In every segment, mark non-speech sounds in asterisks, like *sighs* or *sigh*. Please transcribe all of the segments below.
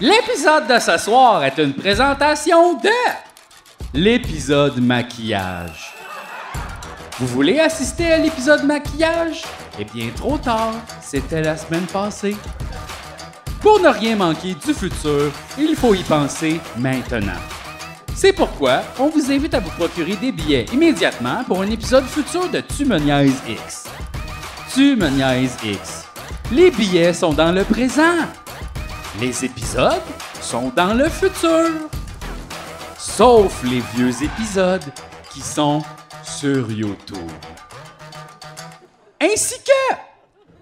L'épisode de ce soir est une présentation de l'épisode maquillage. Vous voulez assister à l'épisode maquillage? Eh bien, trop tard, c'était la semaine passée. Pour ne rien manquer du futur, il faut y penser maintenant. C'est pourquoi on vous invite à vous procurer des billets immédiatement pour un épisode futur de Tu me niaises X. Tu me niaises X. Les billets sont dans le présent. Les épisodes sont dans le futur. Sauf les vieux épisodes qui sont sur YouTube. Ainsi que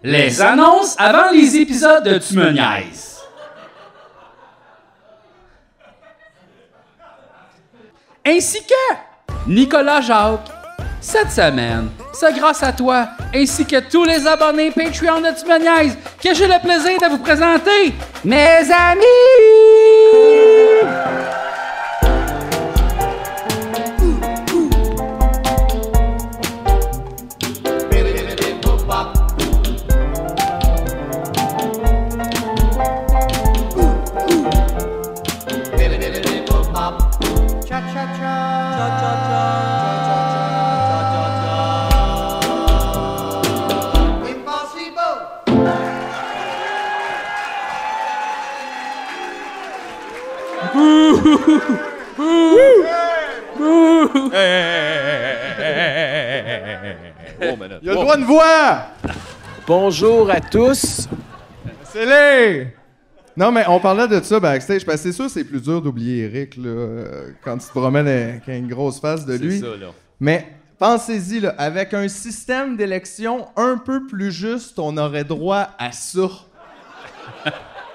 les annonces avant les épisodes de Tu me niaises. Ainsi que Nicolas Jacques. Cette semaine, c'est grâce à toi ainsi que tous les abonnés Patreon de Tu me niaises que j'ai le plaisir de vous présenter mes amis. Impossible! Il a le droit de voix! Bonjour à tous. C'est les! Non, mais on parlait de ça backstage, parce que c'est sûr c'est plus dur d'oublier Eric là, euh, quand tu te promènes avec une grosse face de lui. Mais pensez-y, là, avec un système d'élection un peu plus juste, on aurait droit à ça.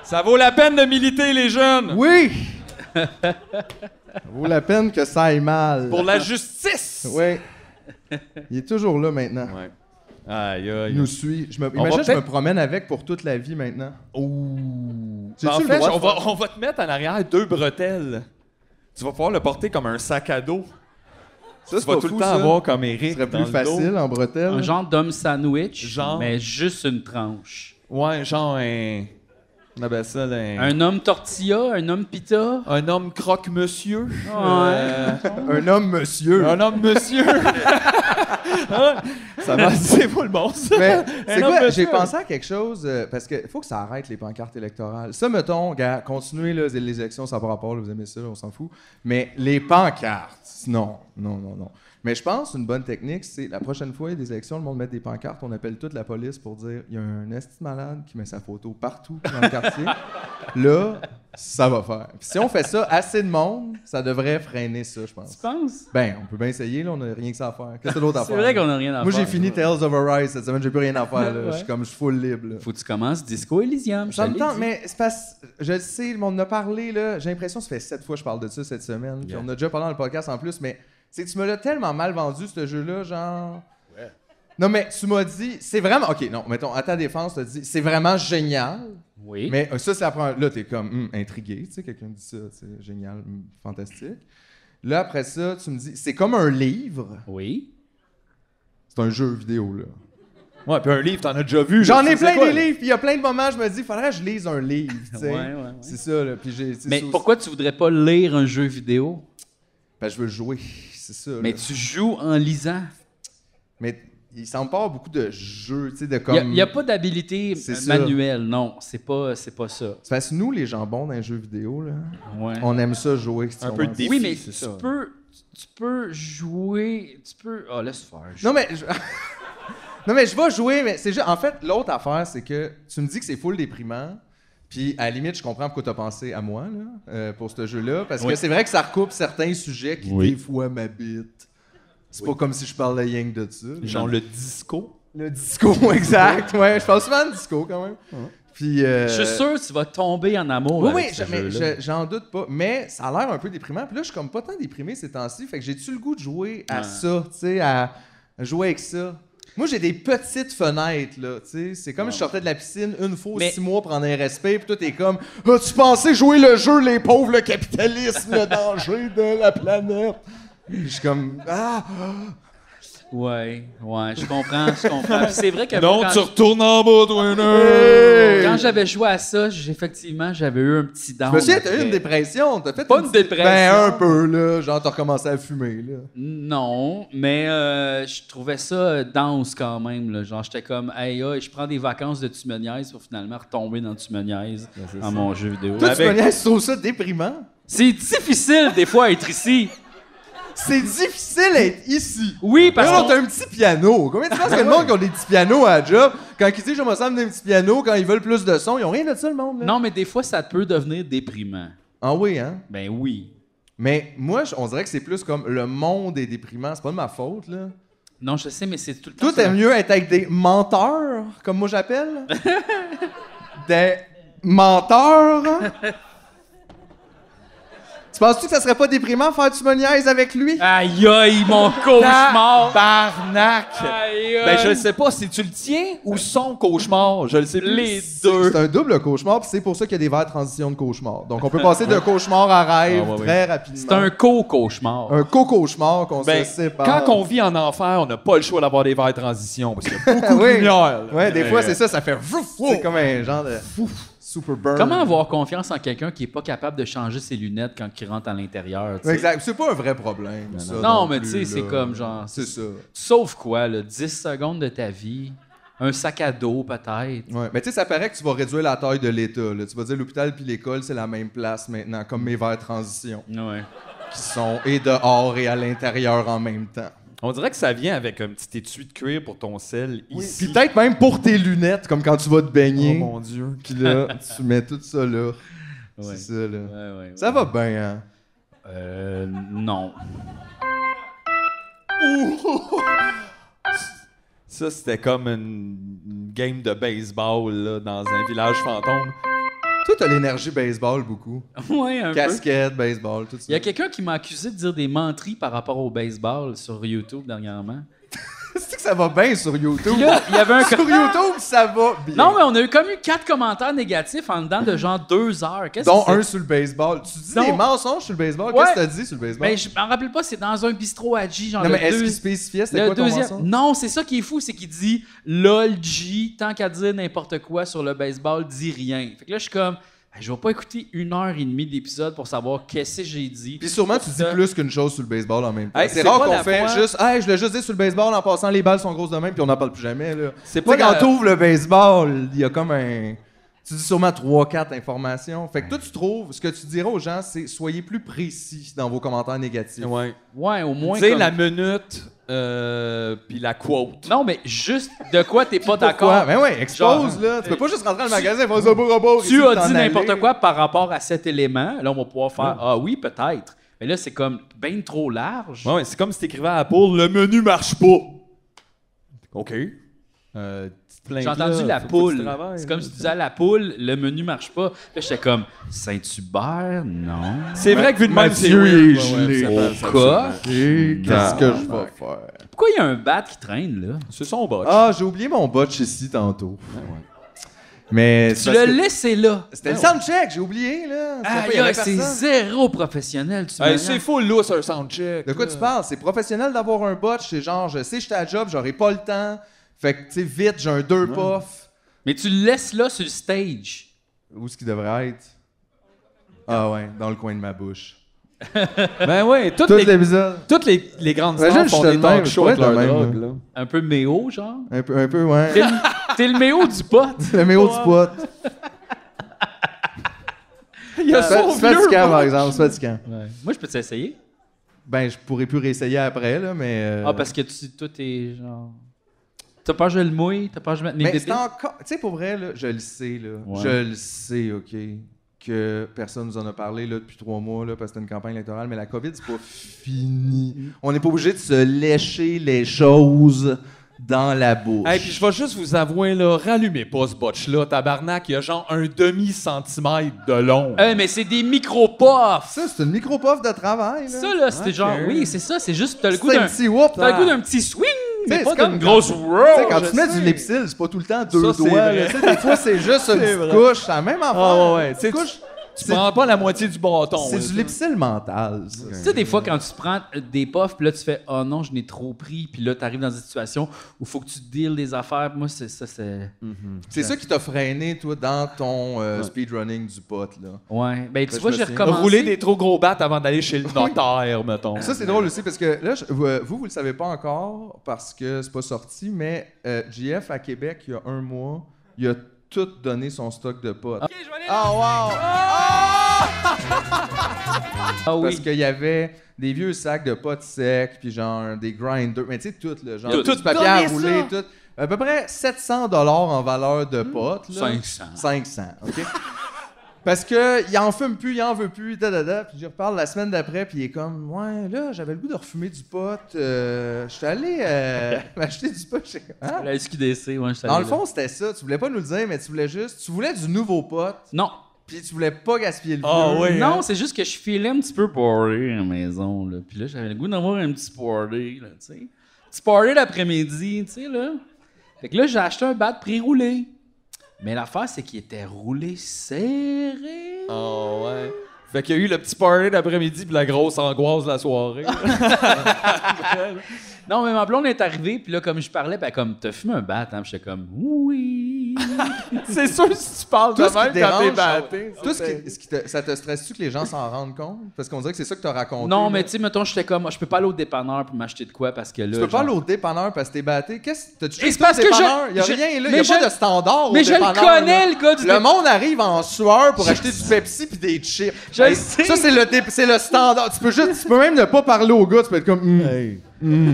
Ça vaut la peine de militer, les jeunes! Oui! *laughs* ça vaut la peine que ça aille mal. Pour la justice! Oui. Il est toujours là maintenant. Ouais. Aïe, aïe. Il nous suit. Je me... va Imagine, je me peut-être- promène avec pour toute la vie maintenant. Oh. Ouh. J'ai-tu En le fait, droit de on va, on va te mettre en arrière deux bretelles. Tu vas pouvoir le porter comme un sac à dos. Ça, Tu vas tout le temps avoir comme Eric. Ce serait dans plus le facile dos. en bretelle. Un genre d'homme sandwich, Genre. mais juste une tranche. Ouais, genre un. On appelle ça un. Un, Un homme tortilla, un homme pita. homme croque-monsieur. Euh, Un homme monsieur. un homme monsieur. Hein? ça va, c'est pas le bon, ça. *laughs* Mais c'est Un homme quoi? monsieur. J'ai pensé à quelque chose euh, parce que faut que ça arrête les pancartes électorales. Ça, mettons, gars, continuez là, les élections, ça n'a pas rapport, là, vous aimez ça, là, on s'en fout. Mais les pancartes, non, non, non, non. Mais je pense une bonne technique, c'est la prochaine fois il y a des élections, le monde met des pancartes, on appelle toute la police pour dire il y a un esti de malade qui met sa photo partout dans le *laughs* quartier. là, ça va faire. Puis si on fait ça assez de monde, ça devrait freiner ça, je pense. Tu penses? Ben, on peut bien essayer, là, on n'a rien que ça à faire. Qu'est-ce que d'autre à *laughs* C'est faire? vrai qu'on n'a rien à Moi, faire. j'ai fini Tales of Arise cette semaine, j'ai plus rien à faire. là. *laughs* Ouais. Je suis comme, je suis full libre. là. Faut que tu commences Disco Elysium. Ça je me l'ai tente, dit. mais c'est parce je le sais, le monde en a parlé, là. J'ai l'impression que ça fait sept fois que je parle de ça cette semaine. Puis Yeah. on a déjà parlé dans le podcast en plus, mais c'est que tu me l'as tellement mal vendu, ce jeu-là, genre. Non, mais tu m'as dit, c'est vraiment. Ok, non, mettons, à ta défense, tu as dit, c'est vraiment génial. Oui. Mais euh, ça, c'est après. Là, t'es comme hum, intrigué, tu sais, quelqu'un dit ça, tu sais, génial, hum, fantastique. Là, après ça, tu me dis, c'est comme un livre. Oui. C'est un jeu vidéo, là. Ouais, puis un livre, t'en as déjà vu. J'en là, ai tu sais plein quoi, des là? livres, puis il y a plein de moments, je me dis, faudrait que je lise un livre, *laughs* tu sais. Ouais, ouais, ouais. C'est ça, là. Puis j'ai, c'est Mais ça aussi. pourquoi tu voudrais pas lire un jeu vidéo? Ben, je veux jouer, *laughs* c'est ça. là. Mais Mais, tu joues en lisant. il semble pas avoir beaucoup de jeux, tu sais, de Il comme. n'y a, pas d'habilité C'est ça. manuelle, non. C'est pas, c'est pas ça. C'est parce que nous, les jambons dans les jeux vidéo, là, Ouais. on aime ça jouer. si tu Un peu de comprends. défi, oui, mais tu c'est ça. peux, tu peux jouer, tu peux. Ah, laisse faire. Non, mais. je- *laughs* non, mais je vais jouer, mais c'est juste. En fait, l'autre affaire, c'est que tu me dis que c'est full déprimant. Puis, à la limite, je comprends pourquoi t'as pensé à moi, là, euh, pour ce jeu-là. Parce que Oui. c'est vrai que ça recoupe certains sujets qui, Oui. des fois, m'habitent. C'est pas comme si je parlais rien que de ça. là. Genre le disco. Le disco, *laughs* exact. Ouais, je parle souvent de disco, quand même. Puis. euh, Je suis sûr que tu vas tomber en amour. Oui, oui, avec ce je- mais jeu-là. je- j'en doute pas. Mais ça a l'air un peu déprimant. Puis là, je suis comme pas tant déprimé ces temps-ci. Fait que j'ai-tu le goût de jouer à Ouais. ça, tu sais, à à jouer avec ça. Moi, j'ai des petites fenêtres, là, tu sais. C'est comme si je sortais de la piscine une fois aux Mais- six mois, prendre un respect, puis toi, t'es comme « Ah, tu pensais jouer le jeu, les pauvres, le capitalisme, le danger de la planète? » Puis je suis comme « Ah! Ouais, ouais, je comprends, je comprends. Puis c'est vrai que Non, moi, quand tu retournes en bas, je- Twinner! quand j'avais joué à ça, j'ai- effectivement, j'avais eu un petit down. Je me souviens, t'as eu après. une dépression. T'as fait Ah, Pas une petite- dépression. Ben, un peu, là. Genre, t'as recommencé à fumer, là. Non, mais euh, je trouvais ça euh, dense quand même. Là. Genre, j'étais comme, hey, ah, je prends des vacances de Tumeniaise pour finalement retomber dans Tumeniaise Ben, c'est dans ça. mon jeu vidéo. Toi, tu Avec- me laisses, tu trouves ça déprimant? C'est difficile des fois être ici. C'est difficile d'être ici. Oui, parce Parce que t'as un petit piano. Combien de temps que le monde qui ont des petits pianos à la job, quand ils disent, je me semble des petits pianos, quand ils veulent plus de son, ils ont rien de ça, le monde, là? Non, mais des fois, ça peut devenir déprimant. Ah oui, hein? Ben oui. Mais moi, je- on dirait que c'est plus comme le monde est déprimant. C'est pas de ma faute, là. Non, je sais, mais c'est tout le temps. Toi, ça. t'aimes mieux être avec des menteurs, comme *laughs* moi j'appelle? des menteurs? hein? tu penses-tu que ça serait pas déprimant faire tu me niaises avec lui? Aïe, aïe, *laughs* mon cauchemar! Barnac! Aïe, aïe. Ben, je le sais pas si tu le tiens ou son cauchemar. Je le sais plus. Les C'est un double cauchemar, puis c'est pour ça qu'il y a des vraies transitions de cauchemar. Donc on peut passer de cauchemar à rêve Ah, ouais, ouais. très rapidement. C'est un co-cauchemar. un co-cauchemar qu'on Ben, se sépare. quand on *laughs* vit en enfer, on n'a pas le choix d'avoir des verres transition parce qu'il y a beaucoup de Ben Oui. lumière. là. Ouais, des fois Euh, c'est ça, ça fait vrouf, C'est comme un genre de super burn. Comment avoir confiance en quelqu'un qui est pas capable de changer ses lunettes quand il rentre à l'intérieur? tu sais? Ouais, Exact, c'est pas un vrai problème. ça, non. Non, mais plus, tu sais, c'est là. comme genre- C'est ça. Sauf quoi, là, 10 secondes de ta vie, un sac à dos peut-être. Ouais, mais tu sais, ça paraît que tu vas réduire la taille de l'État. là. Tu vas dire l'hôpital puis l'école, c'est la même place maintenant, comme mes verres transition, Ouais. qui sont et dehors et à l'intérieur en même temps. On dirait que ça vient avec un petit étui de cuir pour ton sel ici. Puis peut-être même pour tes lunettes, comme quand tu vas te Oh baigner. mon dieu. Puis là, *laughs* tu mets tout ça là. Ouais. C'est ça, là. Ouais, ouais, Ça ouais. va bien, hein? Euh, non. *laughs* Ça, c'était comme une une game de baseball là, dans un village fantôme. Toi, t'as l'énergie baseball beaucoup. ouais, un peu. Casquette, baseball, tout ça. Il y a quelqu'un qui m'a accusé de dire des menteries par rapport au baseball sur YouTube dernièrement. C'est que ça va bien sur YouTube. Puis là, il y avait un *laughs* Sur YouTube, ça va bien. Non, mais on a eu comme eu quatre commentaires négatifs en dedans de genre deux heures. Qu'est-ce Dont que un c'est? sur le baseball. Tu dis Donc- des mensonges sur le baseball. Ouais. Qu'est-ce que t'as dit sur le baseball? Ben, je m'en rappelle pas, c'est dans un bistrot à G, genre non, le mais est-ce deux- qu'il spécifiait c'était le quoi ton deuxième- mensonge? Non, c'est ça qui est fou, c'est qu'il dit LOL G, tant qu'à dire n'importe quoi sur le baseball, dit rien. Fait que là, je suis comme, Ben, je vais pas écouter une heure et demie d'épisode pour savoir qu'est-ce que j'ai dit. Puis sûrement, tu dis Ça. plus qu'une chose sur le baseball en même temps. Hey, c'est c'est rare pas qu'on la fait fois- juste, hey, je l'ai juste dit sur le baseball en passant, les balles sont grosses de même, puis on n'en parle plus jamais. Là. C'est Tu sais, pas quand la- t'ouvres le baseball, il y a comme un. Tu dis sûrement 3-4 informations. Fait que toi, tu trouves, ce que tu diras aux gens, c'est soyez plus précis dans vos commentaires négatifs. Ouais. Ouais, au moins. Tu sais, comme- la minute, euh, puis la quote. Non, mais juste de quoi t'es pas Pourquoi? d'accord. Ben ouais, expose, Genre, euh, là. Tu peux pas juste rentrer dans le magasin et faire ça pour robot. Tu as dit n'importe quoi par rapport à cet élément. Là, on va pouvoir faire Ah oui, peut-être. Mais là, c'est comme bien trop large. Ouais, ouais, c'est comme si t'écrivais à Apple, le menu marche pas. OK. Euh, tu te plains J'ai ben que là, entendu la faut pas que tu poule. travailles, C'est comme là. si tu disais à la poule, le menu marche pas. Là, j'étais comme Saint-Hubert, non. C'est vrai que vu de même, c'est Mathieu weird. est Ouais, ouais, gelé. ça Au fait- ça fait- coq. Qu'est-ce que je vais faire? Pourquoi il y a un bat qui traîne, là? C'est son bot. Ah, j'ai oublié mon botch ici tantôt. Mais Tu c'est parce l'as que- laissé là. C'était le soundcheck, j'ai oublié, là. C'était pas- il Ben Aïe, y avait aïe, c'est personne. zéro professionnel, tu Hey, me c'est regardes. fou, là, c'est un soundcheck. De quoi là. tu parles? C'est professionnel d'avoir un botch. C'est genre, je sais, j'étais à job, j'aurais pas le temps. Fait que, tu sais, vite, j'ai un deux puff. Mais tu le laisses là sur le stage. Où est-ce qu'il devrait être? Ah ouais, dans le coin de ma bouche. Ben ouais, toutes Tout les, l'épisode. toutes les, les grandes Imagine, stars je suis font de des même, talk je shows pourrais avec leur être de même, drogue, là. Un peu méo, genre. Un peu, un peu, ouais. T'es le, t'es le méo du pote. *laughs* Le méo du pote. Il y a C'est son c'est fatigant, par vieux... exemple, c'est fatigant. Moi, je peux t'essayer. Ben, je pourrais plus réessayer après, là, mais... euh, Ah, parce que tu, toi, t'es genre. T'as peur que je le mouille, t'as peur que je mette mes Mais c'est bébites? encore... Tu sais, pour vrai, là, je le sais, là. Ouais. Je le sais, OK, que personne nous en a parlé, là, depuis trois mois, là, parce que c'était une campagne électorale, mais la COVID, c'est pas fini. On n'est pas obligé de se lécher les choses dans la bouche. Hey, puis je vais juste vous avouer, là, rallumez pas ce botch-là, tabarnak. Il y a genre un demi-centimètre de long. Eh, mais c'est des micro-puffs! Ça, c'est une micro-puff de travail, là. Ça, là, c'était Ok. genre. Oui, c'est ça, c'est juste. T'as le goût c'est un d'un. petit whoop. T'as le goût d'un petit swing, mais c'est pas comme d'une quand- grosse. Tu sais, quand tu mets du Lipsil, c'est pas tout le temps deux Ça, c'est doigts. vrai. là. Tu sais, des fois, c'est juste une C'est petite vrai. couche. C'est la même affaire. Ah ouais, ouais. Une petite Tu sais, couche. Tu prends pas la moitié du bâton. C'est là, du ça. lipsil mental. ça. Tu sais, des fois, quand tu prends euh, des puffs, puis là, tu fais Oh non, je n'ai trop pris, puis là, tu arrives dans une situation où il faut que tu deals des affaires. Moi, c'est ça, c'est. C'est ça qui t'a freiné, toi, dans ton euh, speedrunning du pot, là. Ouais. Ben, tu Ben, vois, je me j'ai suis- recommencé. Rouler des trop gros battes avant *laughs* d'aller chez le notaire, mettons. Ça, c'est drôle aussi parce que là, je- vous, euh, vous, vous le savez pas encore parce que c'est pas sorti, mais euh, GF à Québec, il y a un mois, il a tout donné son stock de potes. Ah, wow! Ah oui. Parce qu'il y avait des vieux sacs de potes secs, puis genre des grinders, mais tu sais, tout, le genre Il a tout, tout du papier à donné rouler, tout. À peu près 700 dollars en valeur de potes. là. 500. 500, OK? *laughs* Parce que il en fume plus, il en veut plus, da da da. Puis je reparle la semaine d'après, puis il est comme, ouais, là, j'avais le goût de refumer du pot. euh, je suis allé euh, *laughs* m'acheter du pot chez. Hein? La SQDC, ouais, je savais Dans le là. fond, c'était ça. Tu voulais pas nous le dire, mais tu voulais juste, tu voulais du nouveau pot, Non. puis tu voulais pas gaspiller le Ah vieux. ouais, hein? Non, c'est juste que je filais un petit peu party à la maison, là. Puis là, j'avais le goût d'avoir un petit party, là, tu sais. Petit party l'après-midi, tu sais, là. Fait que là, j'ai acheté un bat pré-roulé. Mais l'affaire, c'est qu'il était roulé serré. Ah. Oh, ouais. Fait qu'il y a eu le petit party d'après-midi puis la grosse angoisse de la soirée. Non, mais ma blonde est arrivée, puis là, comme je parlais, ben elle comme, t'as fumé un bat, hein? Puis j'étais comme, *laughs* oui. *laughs* c'est sûr, si tu parles de Tout ce qui même te quand t'es dérange, batté. Tout ce qui, ce qui te- ça te stresse-tu que les gens s'en rendent compte? Parce qu'on dirait que c'est ça que t'as raconté. non, là. mais tu sais, mettons, j'étais comme, "Ah, je peux pas aller au dépanneur pour m'acheter de quoi parce que là. Tu peux pas euh, genre- aller au dépanneur parce que t'es batté. Qu'est-ce que Et tu c'est parce que je- Il y a je- rien là, il y mais a pas je- de standard au Mais je le dépanneur, connais, là. le gars du Le monde arrive en sueur pour acheter du Pepsi puis des chips. Je le sais. Ça c'est le dé- c'est le standard. Tu peux juste tu peux même ne pas parler au gars, tu peux être comme Hmm.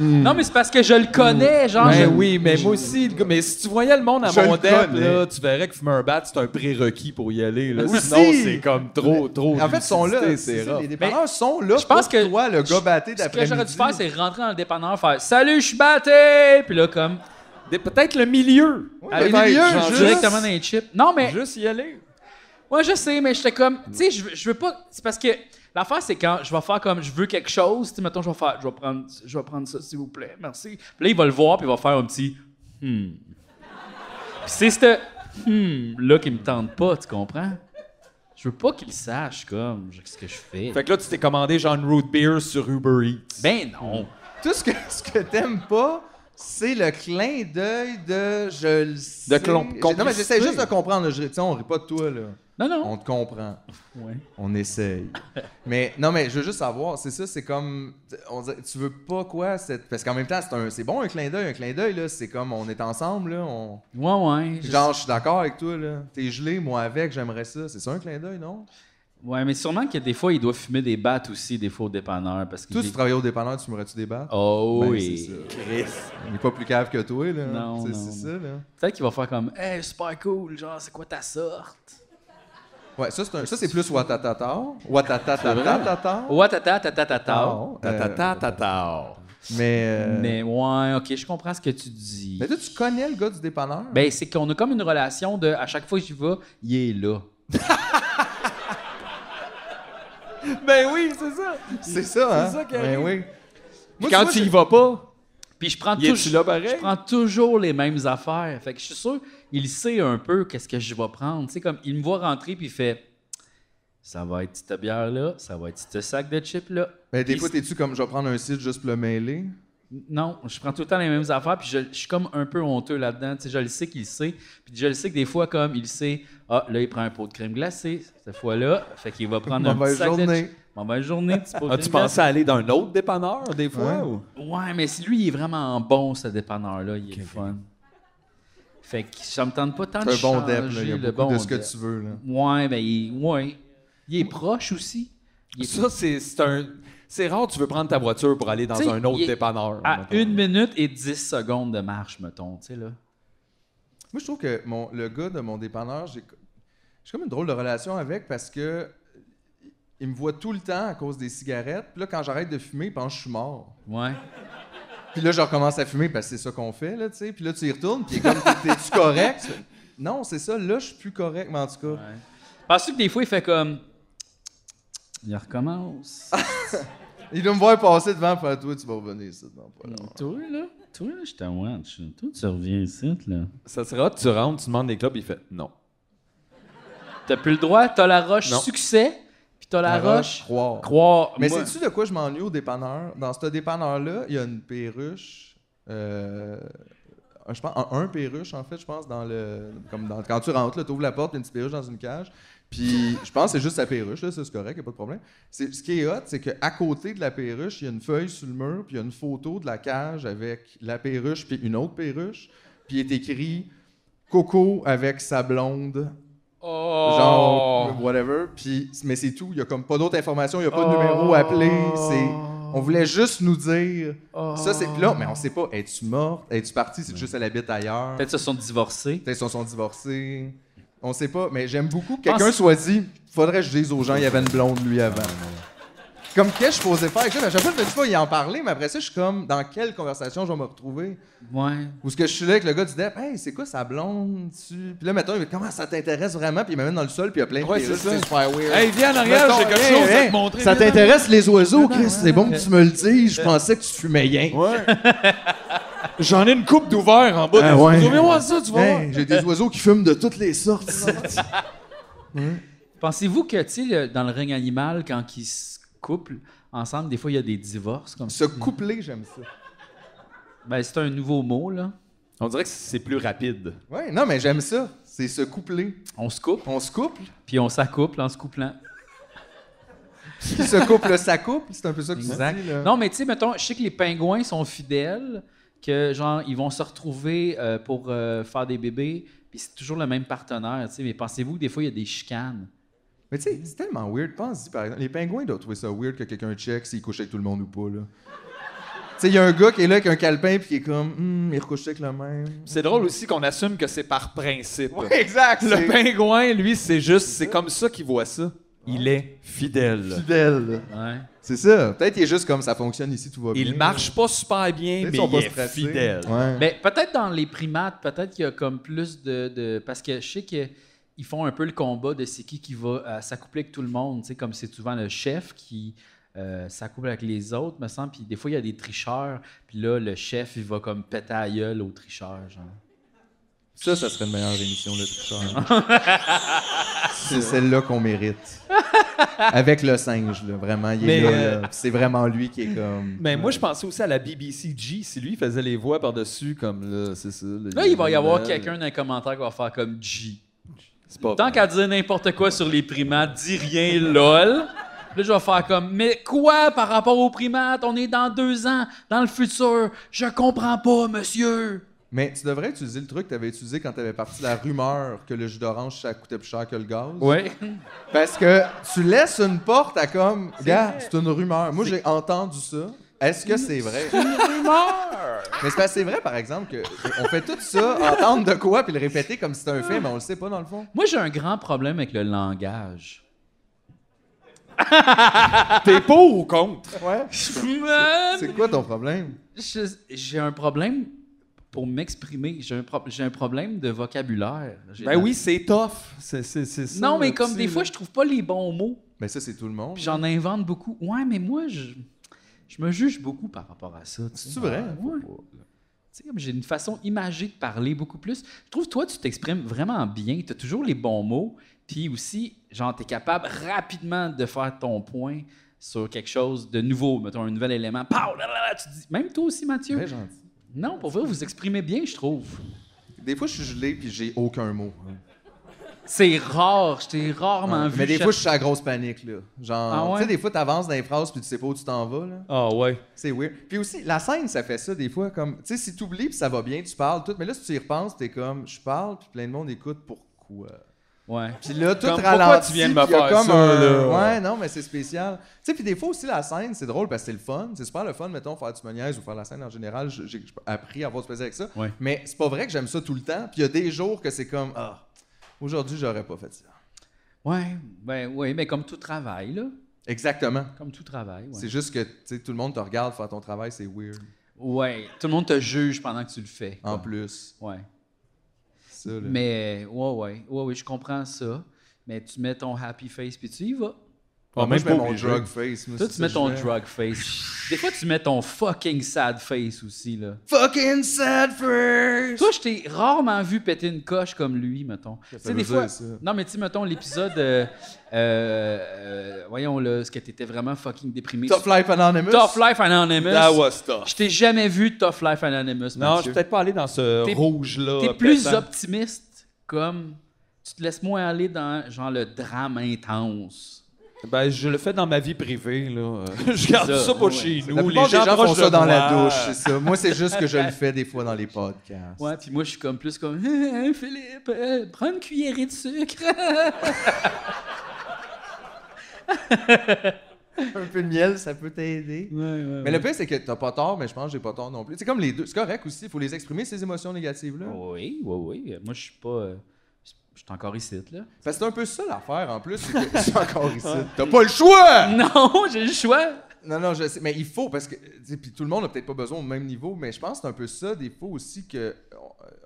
Non, mais c'est parce que je le connais, genre. Ben je- oui, mais moi aussi, le gars- mais si tu voyais le monde à Je le Mondep, connais. Ah, là, tu verrais que fumer un bat, c'est un prérequis pour y aller. Là. Aussi. Sinon, c'est comme trop, trop. En fait, ils sont là, lucidité, c'est c'est ça, rough. les dépanneurs sont là. Je pense pour que- toi le gars batté Ce d'après. que j'aurais dû faire, c'est rentrer dans le dépanneur, faire Salut, je suis batté! Puis là, comme. Des- Peut-être le milieu. aller ben, dans- il y a genre, juste- directement dans les chips. Non, mais. Juste y aller. Ouais, je sais, mais j'étais comme. Tu sais, je veux- je veux pas. C'est parce que. L'affaire, c'est quand je vais faire comme je veux quelque chose, tu sais, mettons, je vais faire, je vais prendre, je vais prendre ça, s'il vous plaît, merci. Puis là, il va le voir, puis il va faire un petit hmm. Puis c'est ce hmm là qui me tente pas, tu comprends? Je veux pas qu'il sache, comme, je- ce que je fais. Fait que là, tu t'es commandé genre une root beer sur Uber Eats. Ben non! tout ce que *laughs* ce que t'aimes pas. C'est le clin d'œil de je le sais. clom- J'ai- Non mais complicité. j'essaie juste de comprendre. là. Je- Tu sais, on rit pas de toi là. Non, non! On te comprend. Ouais. On *laughs* essaye. mais non, mais je veux juste savoir, c'est ça, c'est comme. On dirait- tu veux pas quoi? cette- Parce qu'en même temps, c'est un- c'est bon un clin d'œil, un clin d'œil, là. C'est comme on est ensemble, là. on- Ouais, ouais. je- Genre, je suis d'accord avec toi, là. T'es gelé, moi avec, j'aimerais ça. C'est ça un clin d'œil, non? Ouais, mais sûrement que des fois, il doit fumer des battes aussi, des faux dépanneurs. Parce que Toi, si tu travaillais au dépanneur, tu m'aurais-tu débattre? Oh Ben, oui. c'est ça. Il est pas plus cave que toi, là. Non, C'est- non, C'est ça, non. là. Peut-être qu'il va faire comme Hey, super cool, genre, c'est quoi ta sorte? Ouais, ça, c'est un- ça, c'est plus watatata. Watatata. Ouais, tata, tata, tata. ta. Mais. euh, Mais ouais, ok, je comprends ce que tu dis. Mais toi, tu connais le gars du dépanneur? Ben, c'est qu'on a comme une relation de à chaque fois que j'y vais, il est là. Ben oui, c'est ça. C'est ça, hein? ça qui Ben arrive. oui. Moi, Puis quand vois, tu j'ai- y vas pas, Puis je prends, y touj- es-tu là pareil? je prends toujours les mêmes affaires. Fait que je suis sûr, il sait un peu qu'est-ce que je vais prendre. Tu sais, comme il me voit rentrer, puis il fait Ça va être cette bière-là, ça va être ce sac de chips là. Ben, des Puis fois, t'es-tu comme je vais prendre un site juste pour le mêler? Non, je prends tout le temps les mêmes affaires, puis je, je suis comme un peu honteux là-dedans. Tu sais, je le sais qu'il sait, puis je le sais que des fois, comme il sait, ah, là, il prend un pot de crème glacée, cette fois-là, fait qu'il va prendre un Mauvaise petit sac de journée. chi- Mauvaise journée, petit pot de As-tu crème glacée. pensé à aller dans un autre dépanneur des fois? Ouais. ou- Ouais, mais si lui, il est vraiment bon, ce dépanneur-là, il est le fun. Fait que ça me tente pas tant de C'est un bon changer dep, là. Il y a le beaucoup bon de ce que dep. tu veux, là. Ouais, ben, il, ouais. il est proche aussi. Il est Ça, c'est c'est un. C'est rare, tu veux prendre ta voiture pour aller dans T'sais, un autre il est dépanneur. à mettons. une minute et 10 secondes de marche, mettons, tu sais, là. Moi, je trouve que mon, le gars de mon dépanneur, j'ai j'ai comme une drôle de relation avec parce que il me voit tout le temps à cause des cigarettes. Puis là, quand j'arrête de fumer, il pense que je suis mort. Ouais. Puis là, je recommence à fumer parce que c'est ça qu'on fait, là, tu sais. Puis là, tu y retournes, puis il est comme, T'es- *laughs* t'es-tu correct? Non, c'est ça. Là, je suis plus correct, mais en tout cas. Penses-tu que des fois, il fait comme. Il recommence. Il doit me voir passer devant, puis faire, toi, tu vas revenir ici. Non, pas long. *laughs* toi, là, toi, là, je te watch. Toi, tu reviens ici, là. Ça serait rare, tu rentres, tu demandes des clubs, il fait non. T'as plus le droit. T'as la roche Non. succès, puis t'as la, roche croire. croire. Mais Moi- sais-tu de quoi je m'ennuie au dépanneur? Dans ce dépanneur-là, il y a une perruche. euh, je pense, un, un perruche, en fait, je pense, dans le. Comme dans- quand tu rentres, tu ouvres la porte, il y a une petite perruche dans une cage. Puis je pense que c'est juste la perruche, là, ça c'est correct, il n'y a pas de problème. C'est- ce qui est hot, c'est qu'à côté de la perruche, il y a une feuille sur le mur, puis il y a une photo de la cage avec la perruche, puis une autre perruche. Puis il est écrit Coco avec sa blonde Oh. genre whatever. Puis, mais c'est tout. Il n'y a comme pas d'autres informations, il n'y a pas de numéro à appeler. C'est, on voulait juste nous dire. Oh! Ça, c'est. Puis là, mais on sait pas, es-tu morte? Es-tu partie? C'est juste elle habite ailleurs. Peut-être se sont divorcés. Peut-être qu'ils sont divorcés. On sait pas, mais j'aime beaucoup que quelqu'un Pense- soit dit faudrait que je dise aux gens il y avait une blonde lui avant. Comme qu'est-ce que je posais faire avec ça? Mais à chaque fois, je me dis pas, il en parlait, mais après ça, je suis comme dans quelle conversation je vais me retrouver? Ouais. Ou ce que je suis là avec le gars du DEP, hey, c'est quoi sa blonde? Tu... Puis là, mettons, il fait, comment ça t'intéresse vraiment? Puis il m'amène dans le sol, puis il y a plein de Ouais, perruches, c'est ça. c'est super weird. Hey, viens en arrière, j'ai quelque chose à te montrer. Ça viens en- t'intéresse les oiseaux, Chris? C'est bon que tu me le dises. Je pensais que tu fumais rien. Ouais. J'en ai une coupe d'ouvert en bas. Ah, de... ouais. Souviens-moi de ça, tu vas voir. Hey, j'ai des oiseaux qui fument de toutes les sortes. *laughs* Pensez-vous que, tu sais, le- dans le règne animal, quand ils se couplent ensemble, des fois, il y a des divorces comme ça. Se coupler, j'aime ça. Ben, c'est un nouveau mot, là. On dirait que c'est plus rapide. Ouais, non, mais j'aime ça. C'est se coupler. On se coupe, On se couple, puis on s'accouple en se couplant. qui se couple, ça couple. C'est un peu ça que tu dis, là. Non, mais tu sais, mettons, je sais que les pingouins sont fidèles, que genre, ils vont se retrouver euh, pour euh, faire des bébés, puis c'est toujours le même partenaire, tu sais. Mais pensez-vous que des fois, il y a des chicanes? Mais tu sais, c'est tellement weird. Pense-y, par exemple. Les pingouins doivent trouver ça weird que quelqu'un check s'il couche avec tout le monde ou pas, là. tu sais, il y a un gars qui est là avec un calepin puis qui est comme, Hum, il recouche avec le même. C'est drôle aussi qu'on assume que c'est par principe. exact. Le pingouin, lui, c'est juste, c'est comme ça qu'il voit ça. Il est fidèle. fidèle. Ouais. C'est ça. Peut-être qu'il est juste comme ça fonctionne ici, tout va bien. Il marche pas super bien, Peut-être mais qu'ils sont il pas est stressés. fidèle. Ouais. Ben, peut-être dans les primates, peut-être qu'il y a comme plus de, de- Parce que je sais qu'ils font un peu le combat de c'est qui qui va euh, s'accoupler avec tout le monde. Tu sais, comme c'est souvent le chef qui euh, s'accouple avec les autres, me semble. Puis des fois, il y a des tricheurs. Puis là, le chef, il va comme péter à la gueule aux tricheurs. Genre. Ça, ça serait une meilleure émission, le tricheur. *laughs* c'est celle-là qu'on mérite. Avec le singe, là, vraiment. Il est Mais, là, euh, là. C'est vraiment lui qui est comme. Mais moi, je pensais aussi à la BBCG. Si lui faisait les voix par-dessus, comme là, c'est ça. Là, il va y avoir quelqu'un dans les commentaires qui va faire comme G. C'est pas Tant qu'à dire n'importe quoi sur les primates, dis rien, lol. Là, je vais faire comme, mais quoi par rapport aux primates? On est dans deux ans, dans le futur. Je comprends pas, monsieur. Mais tu devrais utiliser le truc que tu avais utilisé quand tu avais parti la rumeur que le jus d'orange, ça coûtait plus cher que le gaz. Ouais. Parce que tu laisses une porte à comme. Gars, c'est une rumeur. Moi, j'ai entendu ça. Est-ce que c'est vrai? Mais c'est parce que c'est vrai, par exemple, qu'on fait tout ça, entendre de quoi, puis le répéter comme si c'était un fait, mais on le sait pas, dans le fond. *laughs* Moi, j'ai un grand problème avec le langage. T'es pour ou contre? Ouais. C'est quoi ton problème? Je- J'ai un problème pour m'exprimer. J'ai un, pro- j'ai un problème de vocabulaire. J'ai- Ben oui, c'est tough. C'est, c'est, c'est ça, Non, le mais comme petit, des là. fois, je trouve pas les bons mots. Mais ça, c'est tout le monde. Puis j'en invente beaucoup. Ouais, mais moi, je, je me juge beaucoup par rapport à ça. tu sais. C'est vrai? Ouais. Tu sais, comme j'ai une façon imagée de parler beaucoup plus. Je trouve, toi, tu t'exprimes vraiment bien. Tu as toujours les bons mots. Puis aussi, genre, tu es capable rapidement de faire ton point sur quelque chose de nouveau, mettons un nouvel élément. Pow, là, là, là, tu dis, même toi aussi, Mathieu. Très gentil. Non, pour vrai, vous exprimez bien, je trouve. Des fois, je suis gelé, puis j'ai aucun mot. hein. C'est rare. Je t'ai rarement vu. Mais des cher- fois, je suis à grosse panique, là. Genre, Ah ouais? tu sais, des fois, t'avances dans les phrases, puis tu sais pas où tu t'en vas, là. Ah ouais. C'est weird. Puis aussi, la scène, ça fait ça des fois. Comme, tu sais, si t'oublies, puis ça va bien, tu parles, tout. Mais là, si tu y repenses, t'es comme, je parle, puis plein de monde écoute, pourquoi? Ouais. Puis là, tout Comme, pourquoi ralentit. tu viens de puis me il y a faire comme ça, un- là? Ouais, non, mais c'est spécial. Tu sais, puis des fois aussi, la scène, c'est drôle parce que c'est le fun. C'est super le fun, mettons, faire du moniaise ou faire la scène en général. J'ai j'ai appris à avoir du plaisir avec ça. Ouais. Mais c'est pas vrai que j'aime ça tout le temps. Puis il y a des jours que c'est comme, ah, aujourd'hui, j'aurais pas fait ça. Ouais, ben, ouais, mais comme tout travail, là. Exactement. Comme tout travail. ouais. C'est juste que, tu sais, tout le monde te regarde faire ton travail, c'est weird. Ouais, tout le monde te juge pendant que tu le fais. En plus. Ouais. Ça, là. Mais ouais, ouais, ouais, ouais, je comprends ça. Mais tu mets ton happy face puis tu y vas. Ah, moi, même je mets pas mon obligé. drug face. moi, Toi, c'est tu ça mets que ton je fais. drug face. Des fois, tu mets ton fucking sad face aussi, là. Fucking sad face! Toi, je t'ai rarement vu péter une coche comme lui, mettons. Tu sais, veut des dire fois. ça. Non, mais tu sais, mettons l'épisode. euh, euh, euh, voyons, là, ce que t'étais vraiment fucking déprimé. Tough Life Ah Anonymous. Tough Life Anonymous. That was tough. Je t'ai jamais vu Tough Life Anonymous. Non, je Mathieu. suis peut-être pas allé dans ce T'es- rouge-là. euh, T'es plus pétant. optimiste, comme. Tu te laisses moins aller dans, genre, le drame intense. Ben, je le fais dans ma vie privée, *laughs* là. je garde ça, ça, pour ouais. chez nous. La plupart les gens, des gens proches font ça de dans la moi. douche, c'est ça. Moi, c'est juste que je le fais des fois dans les podcasts. Ouais, puis moi, je suis comme plus comme. *laughs* Hein, Philippe, euh, prends une cuillerée de sucre. Un peu de miel, ça peut t'aider. Mais le pire, c'est que t'as pas tort, mais je pense que j'ai pas tort non plus. C'est comme les deux. C'est correct aussi, il faut les exprimer, ces émotions négatives-là. Oui, oui, oui. Moi, je suis pas. euh, je suis encore ici, là. *laughs* Parce que c'est un peu ça l'affaire en plus. c'est que- C'est encore ici. T'as pas le choix! Non, j'ai le choix. Non, non, je sais. Mais il faut, parce que. tu sais, Puis tout le monde n'a peut-être pas besoin au même niveau, mais je pense que c'est un peu ça, des fois aussi, que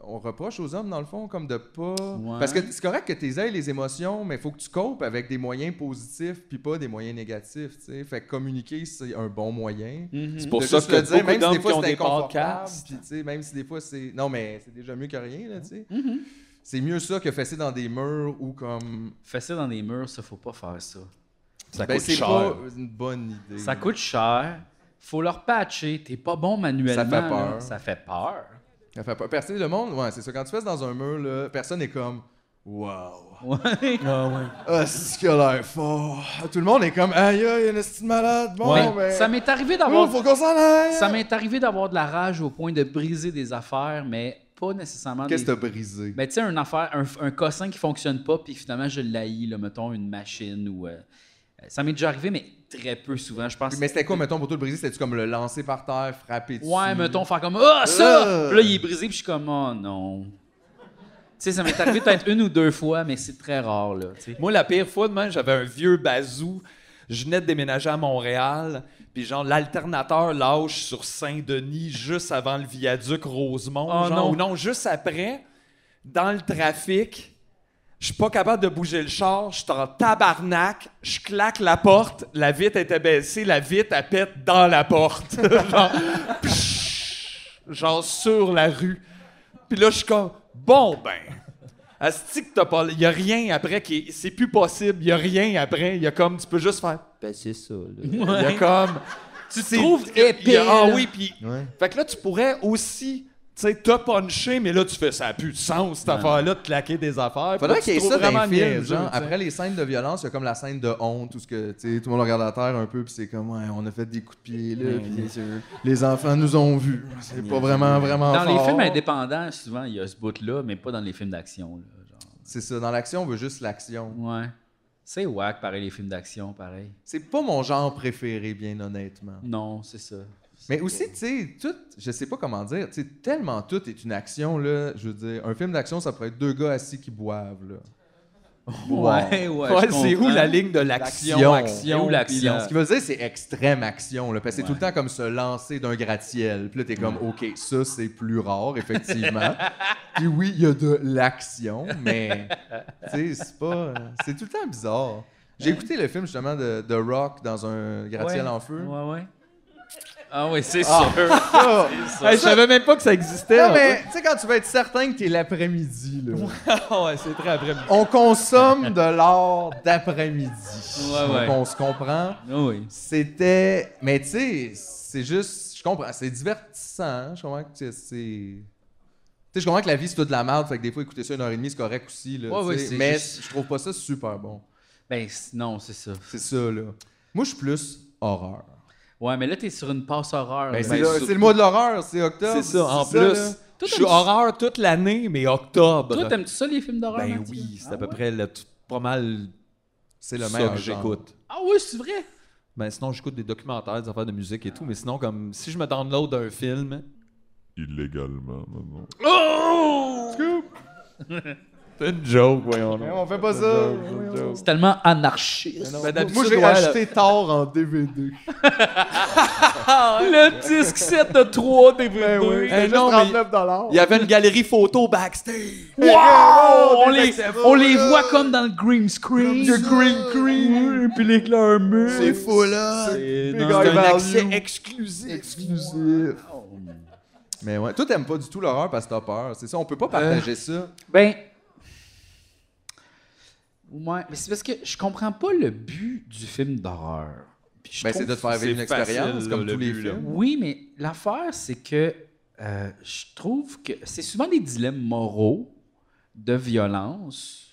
on, on reproche aux hommes, dans le fond, comme de pas. Ouais. Parce que c'est correct que tu aies les émotions, mais il faut que tu copes avec des moyens positifs, puis pas des moyens négatifs, tu sais. Fait que communiquer, c'est un bon moyen. C'est Mm. pour Mm-hmm. De ça juste que le dire, beaucoup même si d'hommes des qui fois ont c'est des inconfortable, podcasts... puis tu sais, même si des fois c'est. Non, mais c'est déjà mieux que rien, là, tu sais. Mm-hmm. C'est mieux ça que fesser dans des murs ou comme. Fais ça dans des murs, ça, faut pas faire ça. Ça Ben, coûte c'est cher. pas une bonne idée. Ça coûte cher. Faut leur patcher. T'es pas bon manuellement. Ça fait peur. là. Ça fait peur. Ça fait pas. Percer le monde, ouais, c'est ça. Quand tu fesses dans un mur, là, personne est comme. Wow! Ouais. Ah, ouais. Ah, c'est ce qu'il a l'air fort! Ah, Tout le monde est comme. Aïe, aïe, un esti de malade! Bon, Mais ben. Ça m'est arrivé ouh, d'avoir. faut qu'on s'en aille! Ça m'est arrivé d'avoir de la rage au point de briser des affaires, mais pas nécessairement. Qu'est-ce que des... t'as brisé? Ben, tu sais, un affaire, un, un cossin qui fonctionne pas, puis finalement, je l'haïs, là, mettons, une machine ou. euh, ça m'est déjà arrivé, mais très peu souvent, je pense. Mais c'était quoi, mettons, pour toi le briser? C'était-tu comme le lancer par terre, frapper dessus? Ouais, mettons, faire comme Ah, ça! Euh. Puis là, il est brisé, puis je suis comme Oh non. Tu sais, ça m'est arrivé peut-être une ou deux fois, mais c'est très rare, là. tu sais. Moi, la pire fois de même, j'avais un vieux bazou. Je venais de déménager à Montréal, puis genre l'alternateur lâche sur Saint-Denis juste avant le viaduc Rosemont, Oh genre, non. ou non, juste après, dans le trafic. Je suis pas capable de bouger le char, je suis en tabarnak, je claque la porte, la vitre était baissée, la vitre elle pète dans la porte. *laughs* genre, psh, genre sur la rue. Puis là, je suis comme, bon ben, Asti que t'as pas. Il y a rien après qui. C'est plus possible. Il y a rien après. Il y a comme. Tu peux juste faire. Ben, c'est ça, là. Il y a comme. Tu te trouves épais, Ah là. oui, puis. Ouais. Fait que là, tu pourrais aussi. Tu sais, te puncher, mais là, tu fais ça a plus de sens, cette affaire-là, de claquer des Faudrait affaires. Puis là, tu qu'il y ait trouves ça dans vraiment les films, niaiseux, genre, tu sais. après les scènes de violence, il y a comme la scène de honte, où ce que, tu sais, tout le monde regarde à terre un peu, puis c'est comme, ouais, on a fait des coups de pied, là, puis les enfants nous ont vus. C'est pas vraiment, vraiment Dans les fort. films indépendants, souvent, il y a ce bout-là, mais pas dans les films d'action, là. genre. C'est ça, dans l'action, on veut juste l'action. Ouais. C'est whack, pareil, les films d'action, pareil. C'est pas mon genre préféré, bien honnêtement. Non, c'est ça. Mais aussi, tu sais, tout, je sais pas comment dire, tu sais, tellement tout est une action, là, je veux dire, un film d'action, ça pourrait être deux gars assis qui boivent, là. Ouais, ouais. je Ouais, c'est où comprends. la ligne de l'action? C'est où Action. l'action? Ce qui veut dire, c'est extrême action, là, parce que c'est Ouais. tout le temps comme se lancer d'un gratte-ciel. Puis là, t'es comme, OK, ça, c'est plus rare, *laughs* effectivement. Puis oui, il y a de l'action, mais, tu sais, c'est pas... euh, C'est tout le temps bizarre. J'ai écouté le film, justement, de, de Rock dans un gratte-ciel Ouais. en feu. Ouais, ouais. Ah oui, c'est sûr. *laughs* Ah! Hey, je savais même pas que ça existait. Non, en mais, tu sais, quand tu vas être certain que t'es l'après-midi, là. fait. Ah ouais, c'est très après. Ah On consomme de l'art d'après-midi. Ouais, ouais. Donc, on se comprend. oui. C'était. Mais tu sais, c'est juste. Je comprends. C'est divertissant. hein. Je comprends que c'est. c'est- Tu sais, je comprends que la vie, c'est toute de la merde. Fait que des fois, écouter ça une heure et demie, c'est correct aussi. Là, Ouais, tu ouais, sais. c'est mais juste- je trouve pas ça super bon. Ben, c- non, c'est ça. C'est ça, là. Moi, je suis plus horreur. Ouais, mais là, t'es sur une passe horreur. Ben, là. c'est Ben, le, sur- c'est le mois de l'horreur, c'est octobre. C'est ça, en là. plus. Je Toi, suis t'aimes- horreur toute l'année, mais octobre. Toi, t'aimes-tu ça, les films d'horreur? Ben Mathieu? oui, c'est Ah à peu ouais? près le, tout- pas mal C'est le ça meilleur que genre. j'écoute. Ah oui, c'est vrai. Ben sinon, j'écoute des documentaires, des affaires de musique et tout, mais sinon, comme si je me download d'un film. illégalement, maman. Oh! T'as- C'est une joke, voyons. Mais donc. Eh, on fait pas ça. Voyons. C'est tellement anarchiste. Ben, d'habitude, Moi, j'ai ouais, acheté Thor en DVD. Ah. Le disque 7 de 3 DVD. Eh C'était juste non, mais- 39 dollars. Il y avait une galerie photo backstage. Wow! wow, On des les, excellents. on les voit comme dans le green screen. Le green screen. Puis les leurs murs. C'est fou, là. C'est Big dans- Eye c'est un Value. exclusif. exclusif. Mais ouais, toi, t'aimes pas du tout l'horreur parce que t'as peur. C'est ça, on peut Euh, pas partager ça. Ben. Ouais, mais c'est parce que je comprends pas le but du film d'horreur. Puis je Ben, c'est trouve- de te faire vivre une c'est facile, expérience, là, comme le tous les but, là. films. Oui, mais l'affaire, c'est que euh, je trouve que c'est souvent des dilemmes moraux de violence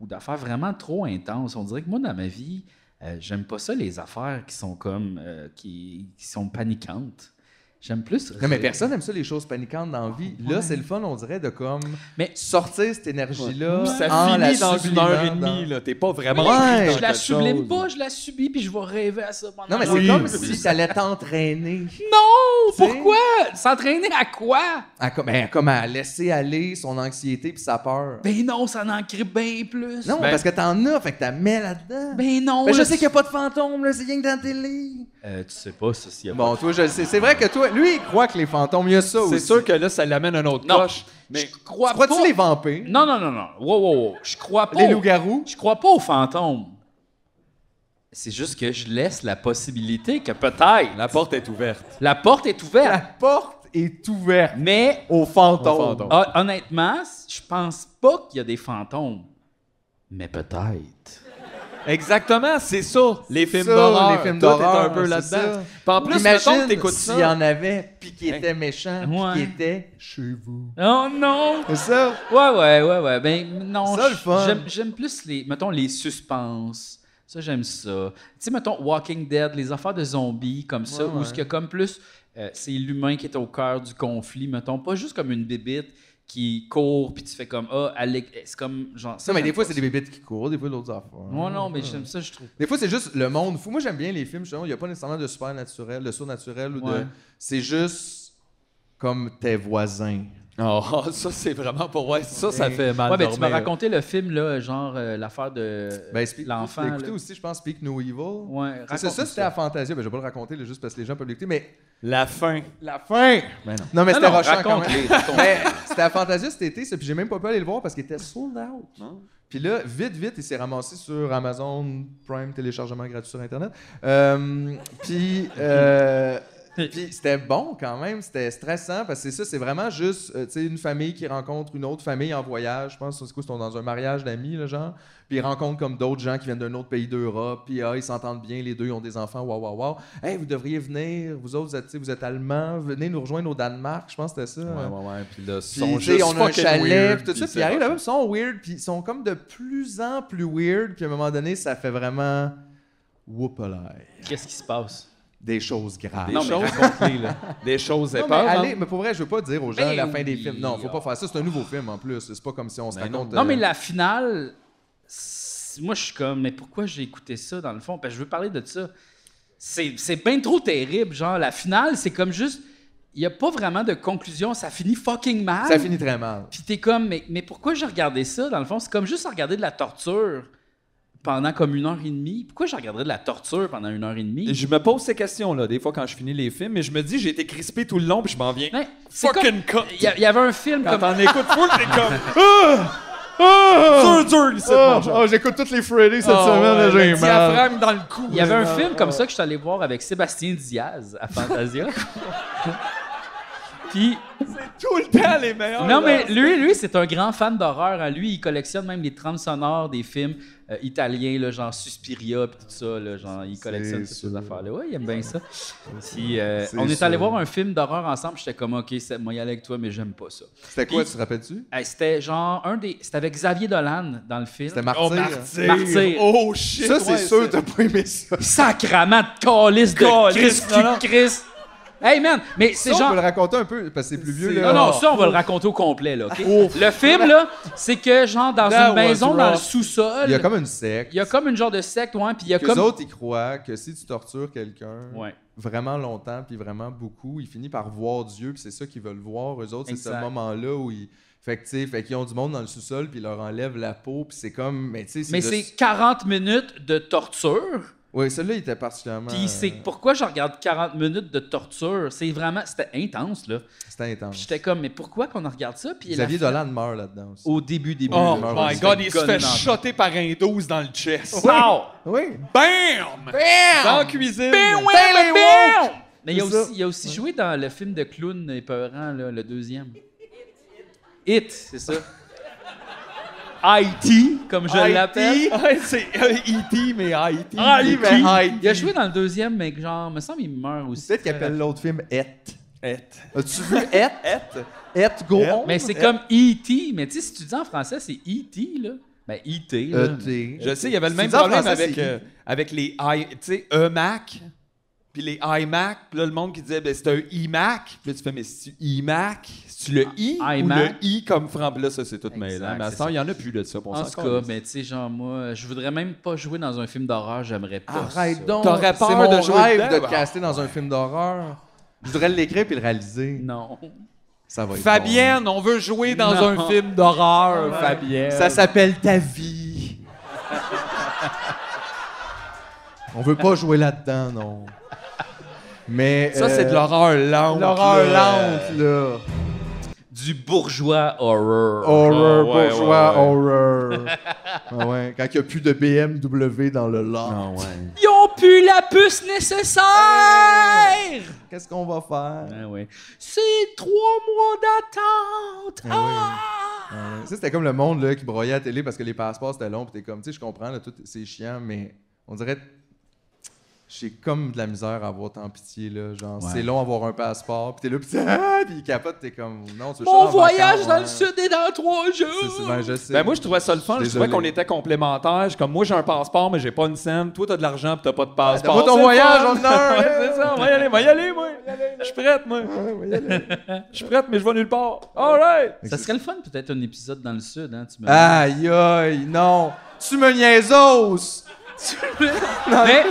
ou d'affaires vraiment trop intenses. On dirait que moi, dans ma vie, euh, j'aime pas ça, les affaires qui sont comme. euh, qui, qui sont paniquantes. J'aime plus. Non, mais personne aime ça, les choses paniquantes dans la vie. Là, c'est le fun, on dirait, de comme Mais- sortir cette énergie-là. Ça en la finit dans une sublimant heure et dans- demie, là. T'es pas vraiment. Ouais. pris dans Je la quelque sublime chose. pas, je la subis, puis je vais rêver à ça pendant Non, mais c'est longtemps. comme si t'allais t'entraîner. Non! C'est- Pourquoi? S'entraîner à quoi? À, comme, ben, comme à laisser aller son anxiété puis sa peur. Ben non, ça en crée bien plus. non, ben- parce que t'en as, fait que t'as mets là-dedans. Ben non. Ben, je là, sais qu'il n'y a pas de fantôme, là, c'est rien que dans la télé. Euh, tu sais pas ça s'il y a Bon, toi, je le sais. C'est vrai que toi, lui, il croit que les fantômes, il y a ça C'est aussi. sûr que là, ça l'amène un autre Non. coche. Mais Je crois pas. Crois-tu les vampires? Non, non, non, non. Wow, wow, wow. Je crois pas. Les aux- loups-garous? Je crois pas aux fantômes. C'est juste que je laisse la possibilité que peut-être la porte est ouverte. la porte est La ouverte. porte est ouverte Mais aux fantômes. Aux fantômes. hon- honnêtement, je pense pas qu'il y a des fantômes. Mais peut-être. Exactement, c'est ça, les films ça, d'horreur. les films Tout est d'horreur, un peu c'est là-dedans. ça. Puis En plus, mettons Imagine que t'écoutes ça. Hein? s'il y en avait, puis qui était méchant, Ouais. puis qui était chez vous. Oh non! C'est ça? Ouais, ouais, ouais, ouais. Ben non, Ça, j- le fun. j'aime- j'aime plus les, mettons, les suspens. Ça, j'aime ça. Tu sais, mettons, Walking Dead, les affaires de zombies comme ça, Ouais, où ouais. ce qu'il y a comme plus, euh, c'est l'humain qui est au cœur du conflit, mettons, pas juste comme une bébite qui court, puis tu fais comme, ah, elle est- c'est comme, genre... Non, mais des j'aime fois, pas c'est des bébites qui courent, des fois, d'autres affaires. ça. Non, non, mais j'aime ça, je trouve. Des fois, c'est juste le monde fou. Moi, j'aime bien les films, justement. Il n'y a pas nécessairement de super naturel, de surnaturel. ou de- Ouais. C'est juste comme tes voisins. Oh, *laughs* ça, c'est vraiment pour ouais, Ça, ça fait mal. Ouais, ben tu m'as dormir. raconté le film, là, genre euh, l'affaire de Ben, Speak- l'enfant. t'as écouté là. aussi, je pense, Speak No Evil. Ouais, C'est ça, raconte-nous ça, c'était à Fantasia. Ben, je vais pas le raconter, là, juste parce que les gens peuvent l'écouter, mais... La fin. La fin! Ben non. Non, mais Non, c'était non, rochant quand raconte-les, même. mais c'était à Fantasia cet été, ça, puis j'ai même pas pu aller le voir parce qu'il était sold out. Puis là, vite, vite, il s'est ramassé sur Amazon Prime, téléchargement gratuit sur Internet. Euh, puis... euh, puis c'était bon quand même, c'était stressant parce que c'est ça, c'est vraiment juste euh, tu sais, une famille qui rencontre une autre famille en voyage. Je pense que c'est quoi, ils sont dans un mariage d'amis, là, genre. Puis ils rencontrent comme d'autres gens qui viennent d'un autre pays d'Europe. Puis ah, ils s'entendent bien, les deux, ils ont des enfants, waouh, waouh, waouh. Hey, vous devriez venir, vous autres, vous êtes, tu sais, vous êtes allemands, venez nous rejoindre au Danemark, je pense que c'était ça. hein. Ouais, ouais, ouais. Puis là, Puis, sont tu sais, juste on a un fucking chalet, puis weird, tout ça. c'est Puis ils arrivent rough. là-bas, puis ils sont weird, puis ils sont comme de plus en plus weird. Puis à un moment donné, ça fait vraiment. Whoopalaï. Qu'est-ce qui se passe? Des choses graves. Des Non, mais choses raconte-les, là. *laughs* Des choses Non, mais, épeurantes. allez, mais pour vrai, je veux pas dire aux gens Ben la fin des oui. films. Non, faut pas faire ça. C'est un nouveau film en plus. C'est pas comme si on se Ben non. raconte. Non, euh, mais la finale, c'est- moi, je suis comme, mais pourquoi j'ai écouté ça dans le fond? Parce que je veux parler de ça. C'est c'est bien trop terrible. Genre, la finale, c'est comme juste, il n'y a pas vraiment de conclusion. Ça finit fucking mal. Ça finit très mal. Puis t'es comme, mais, mais pourquoi j'ai regardé ça dans le fond? C'est comme juste regarder de la torture pendant comme une heure et demie. Pourquoi je regarderais de la torture pendant une heure et demie? Et Je me pose ces questions-là, des fois, quand je finis les films, mais je me dis, j'ai été crispé tout le long, puis je m'en viens. Ouais, c'est comme- Fucking cut! Il y, a- il y avait un film Quand comme t'en écoutes full, t'es comme. Ah! Ah! Dur, dur, ici, mon genre. oh, j'écoute toutes les Fridays cette Ah, ouais, le diaphragme dans le cou. Il y avait un film comme ça que je suis allé voir avec Sébastien Diaz à Fantasia. *laughs* Puis, Tout le temps, les meilleurs. non, là. mais lui, lui c'est un grand fan d'horreur. hein. Lui, il collectionne même les trames sonores des films euh, italiens, là, genre Suspiria, puis tout ça. là, genre, il collectionne toutes C'est ces affaires-là. Ouais, il aime bien ça. Puis, euh, C'est on est allé sûr. voir un film d'horreur ensemble. J'étais comme, OK, c'est- moi, y aller avec toi, mais j'aime pas ça. C'était quoi, Et- tu te rappelles-tu? Hey, c'était genre un des. C'était avec Xavier Dolan dans le film. C'était Oh, Martyr. martyr. Martyr. Oh, shit. Ça, c'est ouais, sûr, t'as pas aimé ça. Sacrament de calice de Calice, Christ, non, non. Christ. Hey, man, mais c'est Ça, on genre. peut le raconter un peu, parce que c'est plus vieux. C'est- Là. Oh. Non, non, ça, on va le raconter au complet, là, OK? Le film, là, c'est que, genre, dans That une was maison, dans le rough. sous-sol, Il y a comme une secte. il y a comme une genre de secte, ouais, puis il y a Qu'eux Euh, comme... autres, ils croient que si tu tortures quelqu'un Ouais. vraiment longtemps, puis vraiment beaucoup, il finit par voir Dieu, puis c'est ça qu'ils veulent voir. Eux autres, c'est ce Exact. moment-là où ils... Fait que, tu sais, fait qu'ils ont du monde dans le sous-sol, puis ils leur enlèvent la peau, puis c'est comme. Mais, tu sais, Mais de- c'est 40 minutes de torture. Oui, celui-là, il était particulièrement. Puis c'est euh, pourquoi je regarde 40 minutes de torture. C'est vraiment, c'était intense là. C'était Puis intense. J'étais comme, mais pourquoi qu'on regarde ça Puis la- Ah. Xavier Dolan meurt là-dedans aussi. au début, début. Oh Oui, là, my oui. god, il se fait gunner. shotter par un 12 dans le chest. Wow! Oui! Bam! Dans la cuisine. Bam! Bam! Mais il a C'est ça. aussi, il a aussi joué dans le film de clown épeurant, là, le deuxième. It, c'est ça. IT, comme je *laughs* l'appelle. C'est Ah, euh, E.T. mais Haïti. Ah, IT. mais Il a IT. joué dans le deuxième, mais que genre, me semble, il meurt aussi. Peut-être qu'il appelle l'autre film Et. Hette. As-tu vu Et? Et Go Et. Home? Mais c'est comme E.T., mais tu sais, si tu dis en français, c'est E.T., là. Ben, E.T., là. Euh, E.T. Je sais, il y avait le Si même tu dis en problème français, avec, E c'est euh, avec les i, tu sais, E-Mac, puis les iMac, puis là, le monde qui disait, ben, c'est un iMac, puis là, tu fais, mais c'est-tu iMac? C'est-tu le I ou le iMac? I comme franc? Puis là, ça, c'est tout Exact, mêlant. Mais à c'est ce temps, il n'y en a plus de ça, pour En tout cas, mais tu sais, genre, moi, je voudrais même pas jouer dans un film d'horreur, j'aimerais Ah, pas. ça. Arrête donc! T'aurais C'est peur mon de jouer rêve dedans? de te caster dans un film d'horreur. Je voudrais l'écrire puis le réaliser. Non. Ça va être Fabienne, on veut jouer dans Non. un film d'horreur, bon. Fabienne. Ça s'appelle Ta *laughs* vie. On veut pas jouer là-dedans, non. Mais. Ça, c'est de euh, l'horreur lente. L'horreur lente, là. Du bourgeois horror. Horror, Ah, ouais, bourgeois, ouais, ouais. horror. *laughs* Ah ouais, quand il n'y a plus de BMW dans le lot. Ah Ils ont pu la puce nécessaire! Qu'est-ce qu'on va faire? Ah ouais. C'est trois mois d'attente! Ah Ah! Ah ouais. Ça, c'était comme le monde là, qui broyait à la télé parce que les passeports c'était long. Puis t'es comme, tu sais, je comprends, là, tout, c'est chiant, mais on dirait. J'ai comme de la misère à avoir tant pitié, là. Genre, Ouais. c'est long avoir un passeport. Puis t'es là, puis t'es- ah, puis il capote, t'es comme, non, tu veux Mon je suis en voyage vacances, dans ouais. le sud est dans trois C'est- c'est- jours! ben, je sais. Ben moi, je trouvais ça le fun. Je trouvais Désolé. qu'on était complémentaires. Je- Comme moi, j'ai un passeport, mais j'ai pas une scène. Toi, t'as de l'argent, pis Ben, t'as pas de passeport. donne-moi ton C'est le voyage, fun. on en a un. *laughs* Ouais, C'est ça, on va y aller, on va y aller, moi. Je suis prête, moi. *laughs* Je suis prête, mais je vais nulle part. All right. Ça serait le fun, peut-être, un épisode dans le sud, hein? Tu me... Aïe, aïe, non. Tu me *laughs* niaises! Mais,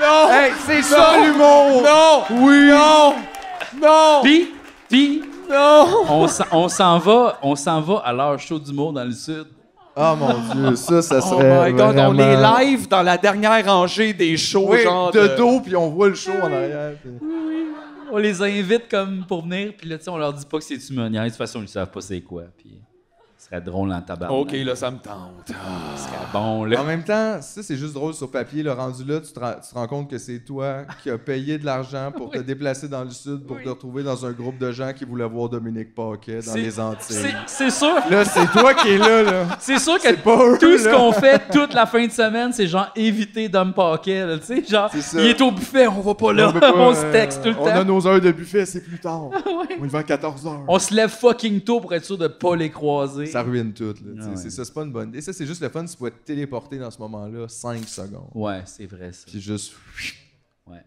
Non! Hey, c'est ça l'humour! Non! Oui! Non! Non! pis, pis, Non! on s'en- on s'en va, on s'en va à l'heure chaud d'humour dans le sud. Oh mon dieu, ça, ça Oh serait. my god, on est vraiment- live dans la dernière rangée des shows, Oui, genre. de dos, puis on voit le show en arrière. puis- On les invite comme pour venir, puis là, tu sais, on leur dit pas que c'est tu me niaises. De toute façon, ils savent pas c'est quoi, puis ce serait drôle en tabac. Ok, là, ça me tente. Ce serait bon, là. En même temps, ça, c'est juste drôle sur papier. Le rendu là, tu te, rends- tu te rends compte que c'est toi qui as payé de l'argent pour te déplacer dans le sud pour te retrouver dans un groupe de gens qui voulaient voir Dominique Paquet dans C'est- les Antilles. C'est c'est sûr, Là, c'est toi qui es là, là. c'est sûr que C'est pas eux, tout ce là. qu'on fait toute la fin de semaine, c'est genre éviter Dom Paquet, là, tu sais, genre, C'est ça. il est au buffet, on va pas là, On *laughs* on, veut pas, se euh, texte tout le on temps. a nos heures de buffet, c'est plus tard. *laughs* On y va à 14 heures. On se lève fucking tôt pour être sûr de pas les croiser. Ça ruine tout. Là, tu sais, ouais. C'est ça, c'est pas une bonne idée. Ça, c'est juste le fun si tu pouvais te téléporter dans ce moment-là 5 secondes. Ouais, c'est vrai ça. Puis juste. Ouais.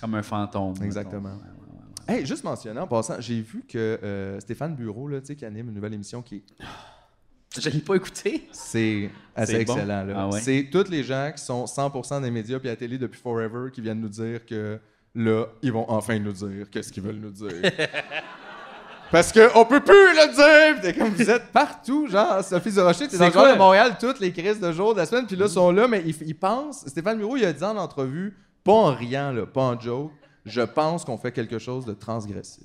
Comme un fantôme. mettons. Exactement. Ouais, ouais, ouais. Hey, juste mentionner en passant, j'ai vu que euh, Stéphane Bureau, là, tu sais, qui anime une nouvelle émission qui est Je l'ai pas écouté. C'est assez C'est bon? excellent. là. Ah ouais? C'est tous les gens qui sont 100% des médias puis à la télé depuis forever qui viennent nous dire que là, ils vont enfin nous dire qu'est-ce qu'ils veulent *laughs* nous dire. Parce qu'on peut plus le dire! Puis t'es comme vous êtes partout, genre, Sophie Zorocher, t'es C'est dans le quoi? Mm-hmm. journal de Montréal toutes les crises de jour de la semaine, puis là, ils sont là, mais ils, ils pensent. Stéphane Miro, il a dit en entrevue, pas en riant, là, pas en joke, je pense qu'on fait quelque chose de transgressif.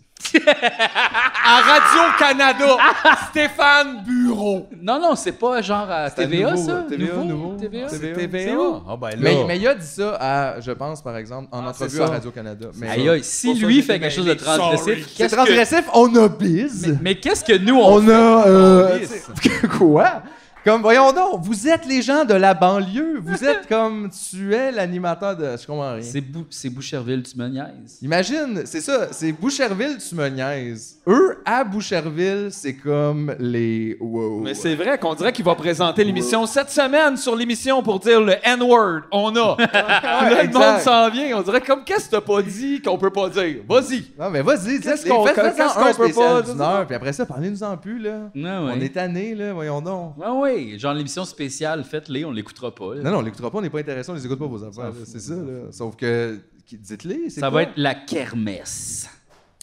À Radio-Canada, *laughs* Stéphane Bureau. Non, non, c'est pas genre à C'est à TVA, nouveau, euh, ça? TVA, nouveau. TVA? C'est C'est TVA. C'est où? Ah, ben là. Mais, mais il a dit ça à, je pense, par exemple, en Ah, c'est entrevue ça. à Radio-Canada. Mais- Aïe, aïe, si Pour ça, lui j'ai fait dit, quelque ben, chose de les sorry. transgressif, C'est qu'est-ce que... transgressif, on a bise. Mais qu'est-ce que nous, on... On a. euh, *laughs* bise. t'sais, quoi? Comme, voyons donc, vous êtes les gens de la banlieue. Vous *laughs* êtes comme tu es l'animateur de. Je comprends rien. C'est Bou- c'est Boucherville, tu me niaises. Imagine, c'est ça, c'est Boucherville, tu me niaises. Eux, à Boucherville, c'est comme les. Wow. Mais c'est vrai qu'on dirait qu'il va présenter l'émission cette semaine sur l'émission pour dire le N-word. On *laughs* a. Là, Ah, le Ah, exact. monde s'en vient. On dirait comme qu'est-ce que t'as pas dit qu'on peut pas dire. Vas-y. Non, mais vas-y, Qu'est-ce dis qu'on- qu'on fait. qu'est-ce Qu'est-ce qu'on peut qu'on peut pas pas dire? d'une heure, puis après ça, parlez-nous en plus, là. Ah, On ouais. est tannés, là, voyons donc. Ah oui, genre l'émission spéciale, faites-les, on l'écoutera pas. là. Non, non, on l'écoutera pas, on n'est pas intéressant, on les écoute pas vos affaires, fout, là, c'est ça, là. Sauf que, dites-les, c'est ça va quoi? être la kermesse.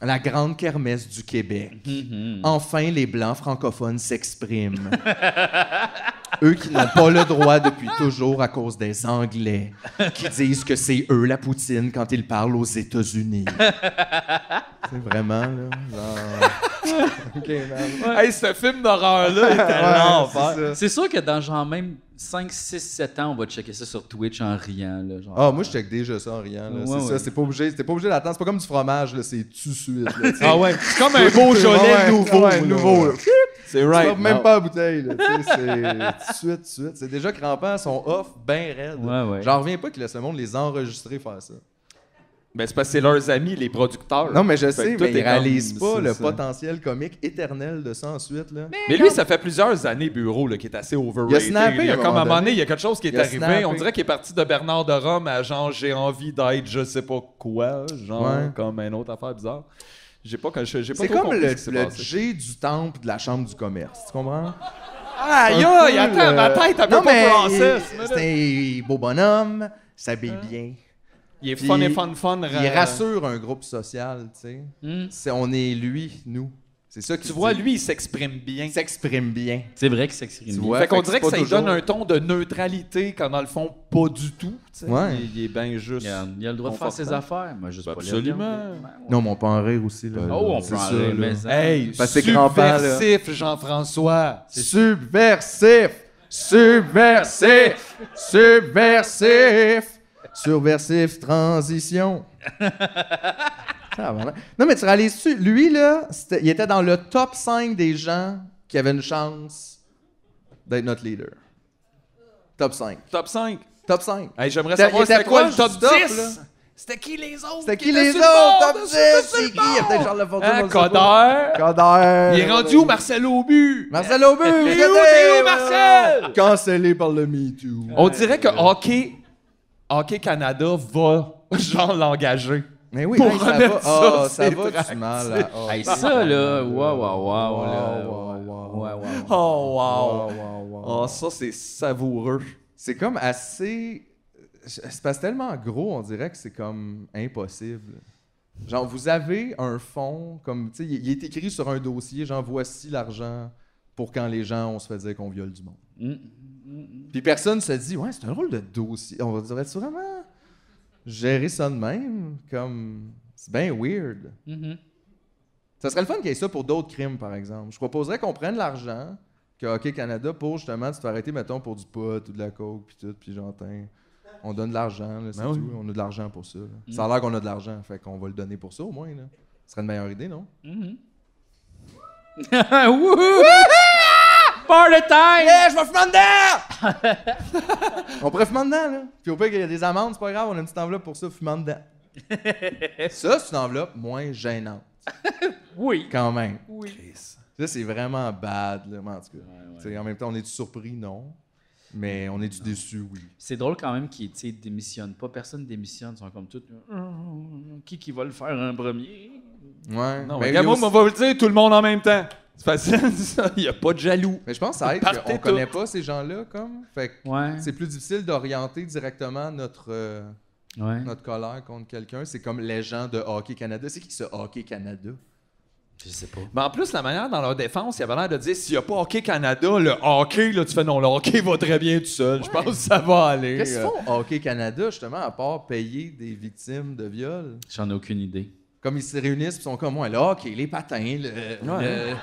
la grande kermesse du Québec. Mm-hmm. Enfin, les Blancs francophones s'expriment. *laughs* eux qui n'ont pas le droit depuis toujours à cause des Anglais, qui disent que c'est eux la poutine quand ils parlent *laughs* aux États-Unis. c'est vraiment, là, genre... OK, man. Hey, ce film d'horreur-là est Ouais, tellement c'est enfer. ça. C'est sûr que dans genre même 5, 6, 7 ans, on va checker ça sur Twitch en riant. Là, genre. Ah, moi, je check déjà ça en riant. là. Ouais, c'est ouais. ça, c'est pas obligé, c'est pas obligé d'attendre. C'est pas comme du fromage, là, c'est tout de suite. là, tu sais. Ah ouais, c'est comme un Beaujolais Ah Ouais, nouveau. ouais, là. nouveau, là. C'est Tu right. sors même non. pas la bouteille. Là, tu sais, c'est tout de suite, tout de suite. C'est déjà crampant, sont off, ben raides. Ouais, ouais. J'en reviens pas qu'ils laissent le monde les enregistrer faire ça. Ben, c'est parce que c'est leurs amis, les producteurs. Non, mais je Fait sais, que tout mais est ils réalisent comme- pas c'est le ça. potentiel comique éternel de ça ensuite. Là. Mais lui, ça fait plusieurs années, Bureau, là, qui est assez overrated. Il a snappé, là. à un comme à un moment moment donné, il y a quelque chose qui est Il a arrivé. snappé. On dirait qu'il est parti de Bernard de Rome à genre, j'ai envie d'être je sais pas quoi, genre, Ouais. comme une autre affaire bizarre. J'ai pas, j'ai pas C'est trop comme compris le, ce qui s'est le passé. G du temple de la chambre du commerce, tu comprends? Aïe, Un aïe, peu, attends, le- ma tête, elle Non, peut mais pas penser. il- C'est un beau bonhomme, s'habille Hein? bien. Il est Puis fun et fun, fun. euh, Il rassure un groupe social, tu sais. Hmm. C'est- On est lui, nous. C'est ça que Tu vois, lui, il s'exprime bien. il s'exprime bien. C'est vrai qu'il s'exprime. Tu bien. vois? fait qu'on fait que dirait que c'est ça pas lui donne toujours- un ton de neutralité quand dans le fond, pas du tout. tu sais. Ouais. Il, il est bien juste. Il a, il a le droit de faire ses Confortable. affaires, moi, juste pas les Absolument. regarder. Ouais, ouais. Non, mais on peut en rire aussi. Là. Oh, on C'est peut en ça, rire, là. mais ça- Hey, Parce que c'est grand-père, là. subversif, Jean-François. Subversif! Subversif! Subversif! Subversif transition. Ah, voilà. non, mais tu réalises-tu, lui, là, c'était- il était dans le top 5 des gens qui avaient une chance d'être notre leader. Top 5. Top 5. Top 5. Hey, j'aimerais T'as- il savoir était c'était quoi le proche top du top, 10. là. C'était qui les autres? C'était qui étaient les sur le autres? bord, Top 10! sur- sur le C'est qui? bord? Il y a peut-être Charles Lafortune, Hein, on le sait pas. Coder. Coder. Il est rendu où, Marcel Aubu? Marcel Oh. Aubut! Il est où, regardez, il est où, Marcel? Cancellé par le Me Too. On dirait que Hockey, Hockey Canada va *laughs* genre l'engager. Mais oui, Pour hey, ça remettre va, ça, ah, ça c'est Euh, va du mal. à- ah, Hey, ça, là, waouh, waouh, waouh, là. Waouh, waouh, Ouais, ouais, ouais. Oh, waouh, wow. waouh, waouh. Oh, ça, c'est savoureux. C'est comme assez. C'est passe tellement gros, on dirait que c'est comme impossible. Genre, vous avez un fonds, comme, tu sais, il il est écrit sur un dossier, genre, voici l'argent pour quand les gens, on se fait dire qu'on viole du monde. Mm. Puis personne se dit, ouais, c'est un rôle de dossier. On devrait vraiment gérer ça de même, comme, c'est bien weird. Mhm. Ça serait le fun qu'il y ait ça pour d'autres crimes, par exemple. Je proposerais qu'on prenne l'argent que Hockey Canada pour justement, tu te fais arrêter, mettons, pour du pot ou de la coke, puis tout, puis j'entends. On donne de l'argent, là, c'est Ben oui. tout. On a de l'argent pour ça. là. Ça a l'air qu'on a de l'argent, fait qu'on va le donner pour ça au moins. Là. Ce serait une meilleure idée, non? Mhm. *laughs* Wouhou! Mm-hmm. Party time! je vais fumer dedans! *laughs* on pourrait fumer dedans, là. Puis au pire qu'il y a des amendes, c'est pas grave, on a une petite enveloppe pour ça, fumer *laughs* dedans. ça, c'est une enveloppe moins gênante, Oui. quand même. Oui. Là, c'est vraiment bad, là, mais en tout cas. T'sais, En même temps, on est surpris, non. Mais on est déçu, oui. C'est drôle quand même qu'ils tu sais, démissionnent pas. Personne démissionne. Ils sont comme tous. Qui qui va le faire en premier? Ouais. mais Non, mais regarde, il y a moi, Ben aussi- on va vous le dire, tout le monde en même temps. C'est facile, *laughs* ça. Il n'y a pas de jaloux. mais je pense que ça aide Partez qu'on tout. connaît pas ces gens-là, comme. Fait que Ouais. c'est plus difficile d'orienter directement notre, euh, Ouais. notre colère contre quelqu'un. C'est comme les gens de Hockey Canada. C'est qui ce Hockey Canada? Je sais pas. Mais en plus, la manière dans leur défense, il y avait l'air de dire s'il n'y a pas Hockey Canada, le hockey, là, tu fais non, le hockey va très bien tout seul. Je pense que *laughs* ça va aller. Qu'est-ce qu'ils Euh, font, Hockey Canada, justement, à part payer des victimes de viol? J'en ai aucune idée. Comme ils se réunissent, ils sont comme, ouais, là, hockey, les patins, le, Ouais.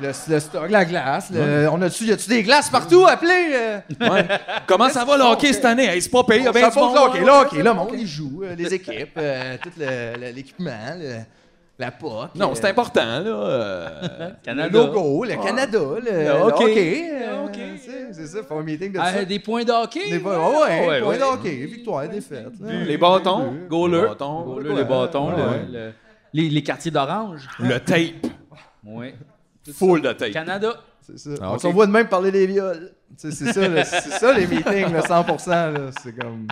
le, le- le stock, la glace, le- on a-tu, y a-tu des glaces partout? Appelez! euh, *laughs* Ouais. Comment ça va le hockey cette année? Hey, c'est pas payé. On ben, s'impose là, du monde, ok, ouais. là, ok, là, mon, on y joue, euh, les équipes, euh, tout le- le- l'équipement, le- la POC. Non, euh, c'est important, là. *laughs* euh, Canada. Le logo, le Canada, le, le ok. hockey, euh, Le hockey. c'est- C'est ça, faire un meeting de Ah, ça. des points d'hockey? Des fois, ah ouais, ouais, point de hockey, victoire, défaite. là. les bâtons. Goaler. Les bâtons. Goaler, les bâtons. Ouais, le- ouais. le- les, les quartiers d'orange. Le tape. Ouais. Full de tape. Canada. C'est ça. Ah, On ok. s'envoie de même parler des viols. Tu sais, C'est ça, *laughs* là, c'est ça les meetings, là, 100%. là, C'est comme.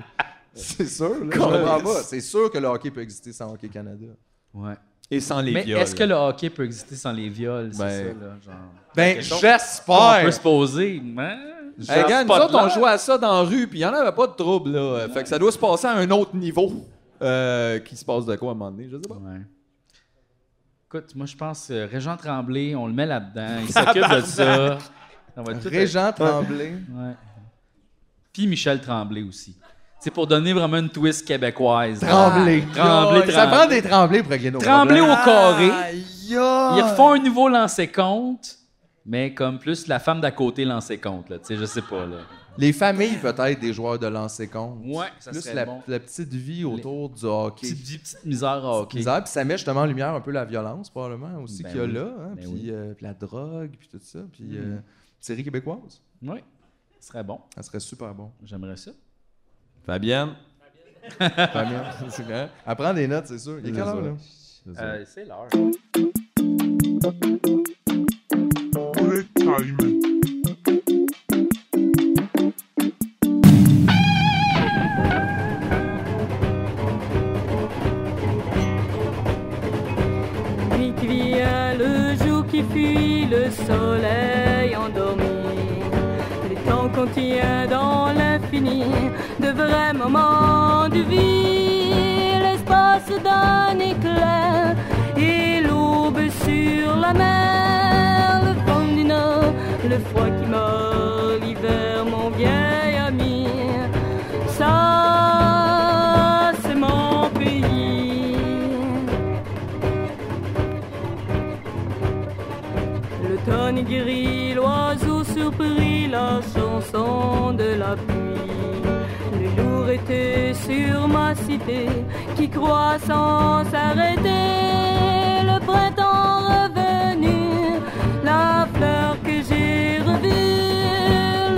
C'est sûr, là, je comprends pas. C'est sûr que le hockey peut exister sans Hockey Canada. Ouais. Et sans les Mais viols. est-ce que le hockey peut exister sans les viols? C'est Ben, ça, là, genre. Ben, question. On j'espère! peut se poser. hein? Hey, Genre, gars, nous pas de autres, on l'air. jouait à ça dans la rue, puis il n'y en avait pas de trouble, là. Euh, Fait que ça doit se passer à un autre niveau. Euh, qui se passe de quoi à un moment donné, je sais pas. Ouais. Écoute, moi, je pense euh, Régent Tremblay, on le met là-dedans. *laughs* Il s'occupe de ça. Ça va être tout- Régent Tremblay. Ouais. Puis Michel Tremblay aussi. C'est pour donner vraiment une twist québécoise. Ah. Tremblay. Tremblay, Ça Tremblay. prend des Tremblay pour régler nos Tremblay problèmes. au carré. Aïe. Ah. Ils refont un nouveau lancer compte, mais comme plus la femme d'à côté lancer compte, là. Tu sais, je sais pas, là. Les familles, peut-être, des joueurs de lancer compte. Ouais, ça Plus serait la, bon. la petite vie autour du hockey. Petite, vie, petite misère à hockey. misère, puis ça met justement en lumière un peu la violence, probablement, aussi, Ben qu'il y a oui, là. hein, ben puis, oui. euh, puis la drogue, puis tout ça. Puis euh, série québécoise. Oui, ce serait bon. Ça serait super bon. J'aimerais ça. Fabienne? Fabien, c'est vrai. Elle prend des notes, c'est sûr. Il est quelle heure, là? Euh, c'est l'heure. Nuit qui vient, le jour qui fuit, le soleil endormi. Le temps qu'on tient dans l'infini, de vrais moments de vie. L'espace d'un éclair et l'aube sur la mer. Le vent du nord, le froid qui meurt, l'hiver, mon vieil ami. Ça, c'est mon pays. L'automne guérit, l'oiseau surpris, la chanson de la pluie. Le lourd été sur ma cité qui croît sans s'arrêter. Le printemps revenu, la fleur que j'ai revue.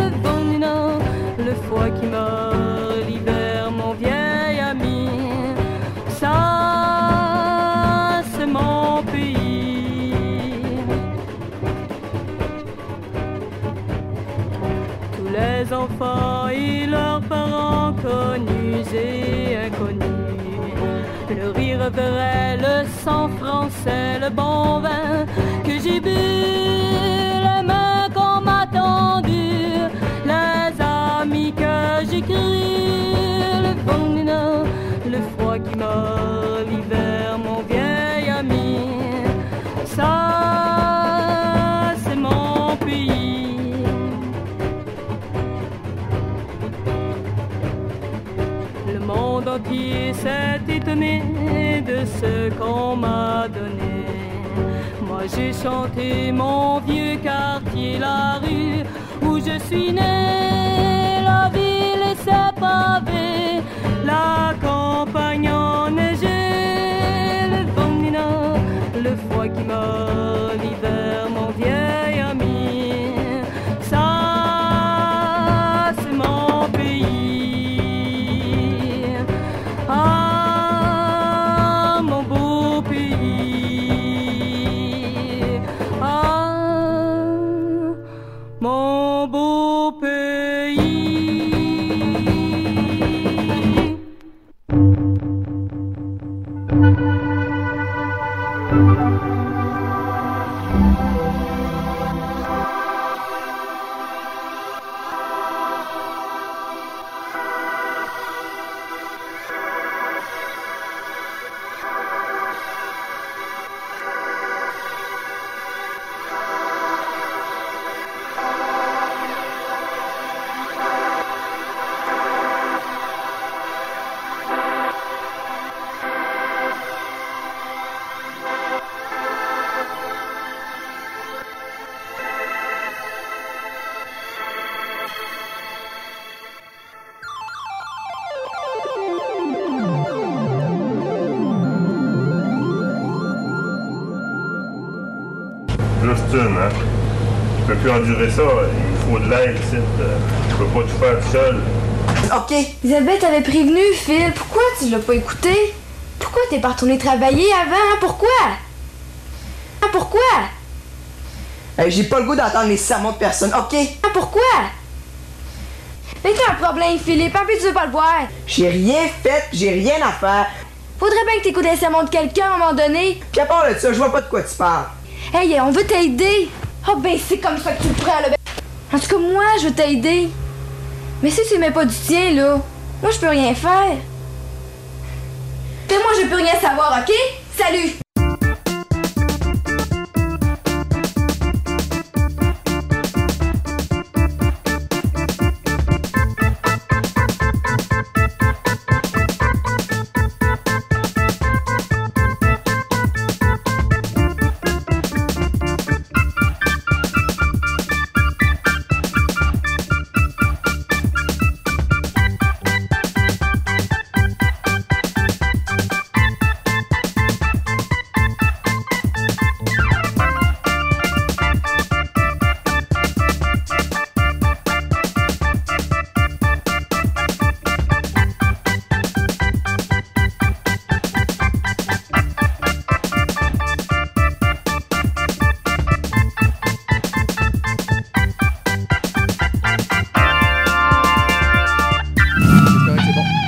Le vent du nord, le froid qui meurt, l'hiver, mon vieil ami. Ça, c'est mon pays. Tous les enfants et leurs parents connus et inconnus. Le rire vrai, le sang français, le bon vin que j'ai bu. Les mains qu'on m'a tendues, les amis que j'ai crus. Le vent du nord, le froid qui meurt, l'hiver, mon vieil ami. Ça, c'est mon pays. Le monde entier s'est étonné de ce qu'on m'a donné. Moi j'ai chanté mon vieux quartier, la rue où je suis né, la ville et ses pavés, la campagne enneigée, le vent du nord, le froid qui meurt, l'hiver, mon vieil ami. Ça, c'est mon pays. Ah, mon beau pays. Ah, mon beau pays. L'Austin, hein? Je peux plus endurer ça. Il me faut de l'aide, ici. euh, Je peux pas tout faire tout seul. Ok. Isabelle t'avait prévenu, Phil. Pourquoi tu l'as pas écouté? Pourquoi t'es pas retourné travailler avant? hein? Pourquoi? Hein, pourquoi? Hey, J'ai pas le goût d'entendre les sermons de personne, ok? Hein, pourquoi? Mais t'as un problème, Philippe. En plus, tu veux pas le voir. J'ai rien fait, j'ai rien à faire. Faudrait bien que t'écoutes un sermon de quelqu'un à un moment donné. Puis à part de ça, je vois pas de quoi tu parles. Hey, on veut t'aider. Oh, ben, c'est comme ça que tu le prends, là. ben. En tout cas, moi, je veux t'aider. Mais si tu mets pas du tien, là, moi, je peux rien faire. Et moi, je peux rien savoir, ok? Salut!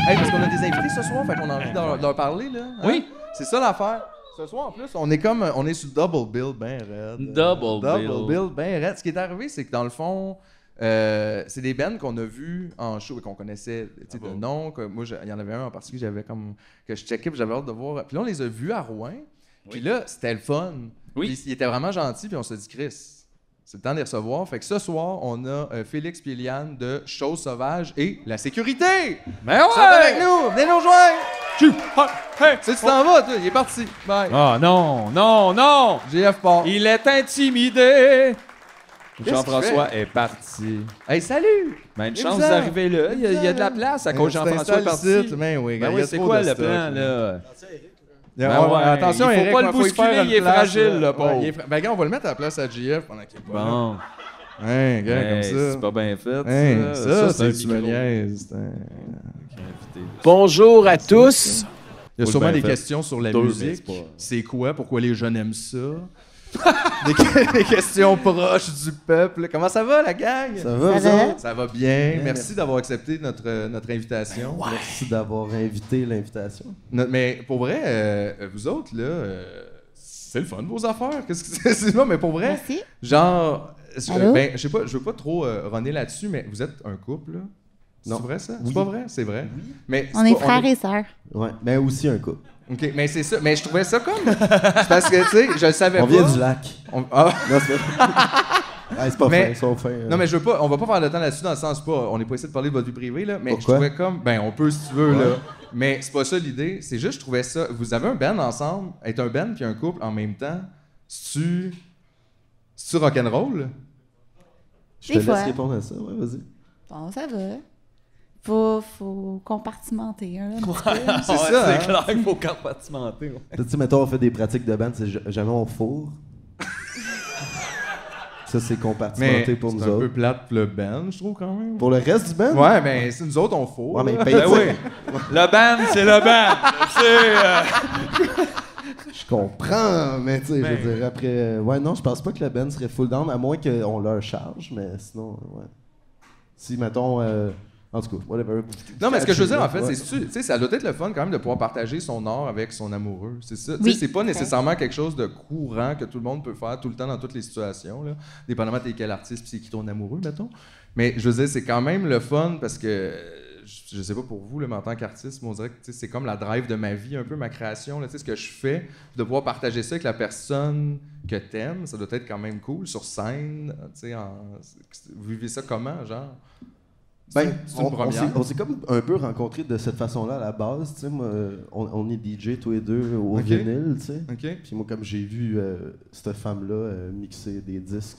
fait qu'on a envie de leur, de leur parler, là. hein? Oui. C'est ça l'affaire. Ce soir, en plus, on est comme, on est sous double bill, ben raide. Double bill. Double bill, ben raide. Ce qui est arrivé, c'est que dans le fond, euh, c'est des bands qu'on a vus en show et qu'on connaissait Ah tu sais, de nom. que moi, je- il y en avait un en particulier que j'avais comme que je checkais, puis j'avais hâte de voir. Puis là, on les a vus à Rouen. Puis là, c'était le fun. Oui. Puis, ils étaient vraiment gentils, puis on se dit, Chris, c'est le temps de les recevoir. Fait que ce soir, on a euh, Félix puis Eliane de Chose Sauvage et La Sécurité. Mais Ils sont avec nous, venez nous rejoindre. Hey! Tu sais, tu t'en vas, toi. Il est parti. Bye. Ah non, non, non! GF part. Il est intimidé! qu'il Jean-François est parti. Hey, salut! Mais une Il est chance bizarre. d'arriver là. Il y, a, il y a de la place à cause On Jean-François s'installe est parti. Euh, ici, Mais oui, Ben il y oui, a c'est trop quoi de le stock, plan, là? Ben Ben ouais, ouais, attention, il faut Eric, pas le faut y bousculer, faire il une est place, fragile, là, pauvre. Ouais, il est fra- Ben, gars, on va le mettre à la place à JF pendant qu'il est pas là. Bon, Hein, gars, Hey, c'est comme ça. pas bien fait. Hein, ça, ça, un c'est hein. tu me micro. niaises, c'est un- Bonjour à tous. Il y a Faut sûrement le des bien faire. questions sur la Deux, mais musique. c'est pas- C'est quoi? Pourquoi les jeunes aiment *laughs* ça? des, que- des questions proches du peuple. Comment ça va, la gang? Ça va, vous autres? Ça va Ben, bien. Merci d'avoir accepté notre, euh, notre invitation. Merci d'avoir invité l'invitation. No- mais pour vrai, euh, vous autres, là, euh, c'est le fun, vos affaires. Qu'est-ce que c'est- *laughs* c'est? Non, mais pour vrai, Merci. genre, je, Allô? ben, je sais pas, je veux pas trop euh, runner là-dessus, mais vous êtes un couple, là? C'est Non. vrai, ça? Oui. C'est pas vrai? C'est vrai. Mais On c'est est pas- frères et sœurs. Ouais, mais aussi un couple. OK, mais c'est ça. Mais je trouvais ça comme... c'est parce que, tu sais, je le savais On pas. vient du lac. On- ah. Non, c'est pas, Ah, c'est pas Mais- fin, ils sont fins. euh. Non, mais je veux pas, on va pas faire de temps là-dessus dans le sens pas, on n'est pas ici de parler de votre vie privée, là, mais Pourquoi? je trouvais comme, ben on peut si tu veux, là. Ouais. Mais c'est pas ça l'idée, c'est juste, je trouvais ça, vous avez un band ensemble, être un band puis un couple en même temps, c'est-tu. C'est-tu rock'n'roll? je te Des laisse fois. répondre à ça. Ouais, vas-y. Bon, ça va. Faut, faut compartimenter un, là, un petit peu. C'est ça, hein? Ah clair qu'il faut compartimenter. Tu sais, mettons, on fait des pratiques de band, c'est ja- jamais on fourre. ça, c'est Mais compartimenté c'est pour nous un peu autres. plate pour le band, je trouve quand même. Pour le reste du band? Ouais, mais c'est nous autres, on faut. Ouais, mais là. paye Ben oui. Le ban, c'est le *laughs* ban. C'est, euh, Je comprends, mais tu sais, je veux ben. dire, après. euh, Ouais, non, je pense pas que le band serait full down, à moins qu'on leur charge, mais sinon, euh, ouais. Si, mettons. euh, en tout cas, whatever. Non, mais ce que je veux dire, en fait, Ouais. c'est tu sais, ça doit être le fun quand même de pouvoir partager son art avec son amoureux. C'est ça. Tu sais, Oui. c'est pas nécessairement quelque chose de courant que tout le monde peut faire tout le temps dans toutes les situations, là. Dépendamment de quel artiste puis c'est qui ton amoureux, mettons. Mais je veux dire, c'est quand même le fun parce que, euh, je, je sais pas pour vous, là, mais en tant qu'artiste, moi, on dirait que tu sais, c'est comme la drive de ma vie, un peu ma création, là, tu sais, ce que je fais, de pouvoir partager ça avec la personne que t'aimes, ça doit être quand même cool sur scène, tu sais, en- vous vivez ça comment, genre? Ben, C'est on, une on première. s'est- on s'est comme un peu rencontrés de cette façon-là à la base. tu sais, moi, euh, on, on est DJ tous les deux au Ok. vinyle. tu sais. OK? Puis moi, comme j'ai vu euh, cette femme-là euh, mixer des disques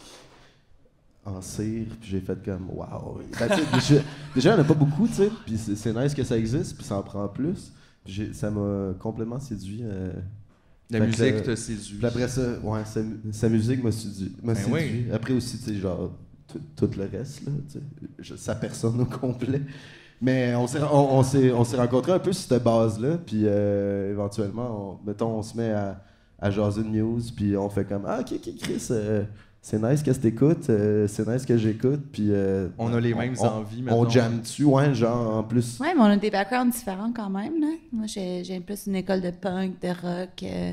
en cire, puis j'ai fait comme waouh. Ben, tu sais, déjà- déjà, il n'y en a pas beaucoup, tu sais. Puis c'est c'est nice que ça existe, puis ça en prend plus. Puis j'ai- ça m'a complètement séduit. euh. La Fait que musique le- te séduit. Puis après ça, ouais, sa, sa musique m'a séduit. m'a Ben séduit. Après aussi, tu sais, genre, tout, tout le reste, là, tu sais, je- sa personne au complet. Mais on s'est, on, on s'est, on s'est rencontrés un peu sur cette base-là, puis euh, éventuellement, on, mettons, on se met à, à jaser de news, puis on fait comme Ah, ok, ok, Chris, euh, c'est nice que t'écoutes, euh, c'est nice que j'écoute, puis. euh, On a les mêmes on- envies, mettons. On jamme-tu, ouais, genre, en plus. Ouais, mais on a des backgrounds différents quand même. Là. Moi, j'ai j'ai plus une école de punk, de rock, euh,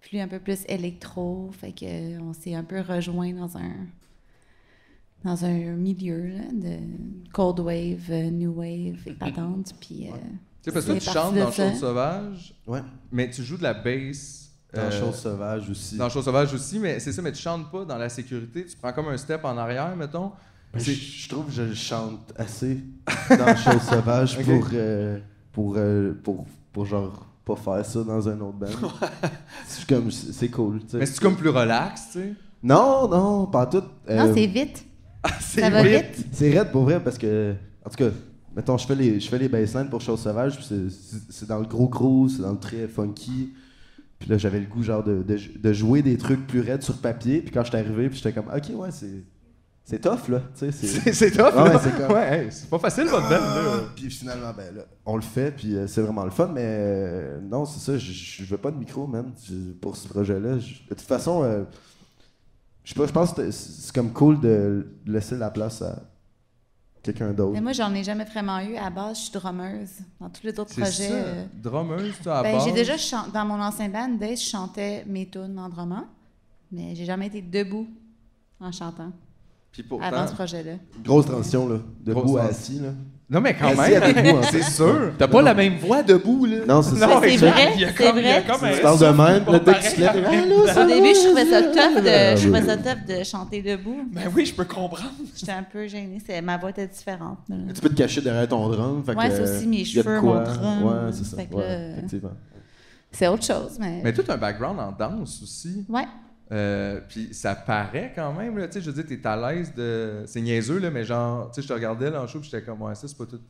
puis lui, un peu plus électro. Fait que euh, on s'est un peu rejoint dans un dans un milieu là, de cold wave, euh, new wave et patente. Puis euh, Tu sais, parce que toi, C'est tu parti chantes de dans ça. Chose Sauvage, Ouais, mais tu joues de la bass. dans euh, Chose Sauvage aussi. dans Chose Sauvage aussi, mais c'est ça, mais tu chantes pas dans la sécurité. Tu prends comme un step en arrière, mettons. Je, C'est- je trouve que je le chante assez dans *laughs* Chose Sauvage Ok. pour, euh, pour, euh, pour, pour genre pas faire ça dans un autre band. Je suis comme, c'est c'est cool. tu sais. Mais c'est comme plus relax, tu sais. Non, non, pas en tout. non, euh, c'est vite. C'est Ça va vrai. vite. c'est raide pour vrai parce que, en tout cas, mettons, je fais les, je fais les basslines pour Chose Sauvage, puis c'est- c'est- c'est dans le gros gros, c'est dans le très funky. Puis là, j'avais le goût genre de, de, de jouer des trucs plus raides sur papier, puis quand j'étais arrivé, puis j'étais comme, ok, ouais, c'est c'est tough là, tu sais, *laughs* *laughs* c'est- C'est c'est tough, Ouais, là. c'est comme- Ouais, hey, c'est pas facile, votre belle, là. Ah, Puis finalement, ben là, on le fait, puis euh, c'est vraiment le fun, mais euh, non, c'est ça, je- je je veux pas de micro, man, je- pour ce projet-là. Je- De toute façon, euh, je sais pas, je pense que c'est- c'est comme cool de laisser la place à, quelqu'un d'autre. Mais moi, j'en ai jamais vraiment eu. À base, je suis drummeuse. Dans tous les autres C'est ça. projets. euh, Drummeuse, toi, à ben, base. j'ai déjà chan- dans mon ancien band, Dave, je chantais mes tunes en drummant, mais j'ai jamais été debout en chantant Puis pourtant- avant ce projet-là. Grosse transition, là. Debout Grosse à transition. assis, là. Non, mais quand Assis même. avec moi, *laughs* en c'est fait. sûr. T'as pas la même voix debout, là. Non, c'est ça. Mais c'est exact. vrai, Il y a c'est comme- il y a vrai. comme un Tu parles de souffle même, pas là, dès que pareil. tu te lèves, Ah, là, ça Au début, je trouvais ça tough Ah, Euh, de, je oui. trouvais ça tough de chanter debout. Ben oui, je peux comprendre. J'étais un peu gênée. c'est- ma voix était différente. là. Tu peux te cacher derrière ton drum. Fait Ouais, que, c'est aussi mes y a de cheveux, quoi. mon drum. Ouais, c'est ça. Fait que ouais, là- effectivement. C'est autre chose, mais. Mais tout un background en danse aussi. Ouais. Euh, puis ça paraît quand même, là, tu sais, je veux dire, t'es à l'aise de... C'est niaiseux, là, mais genre, tu sais, je te regardais là en show, puis j'étais comme, ouais, ça, c'est pas tout...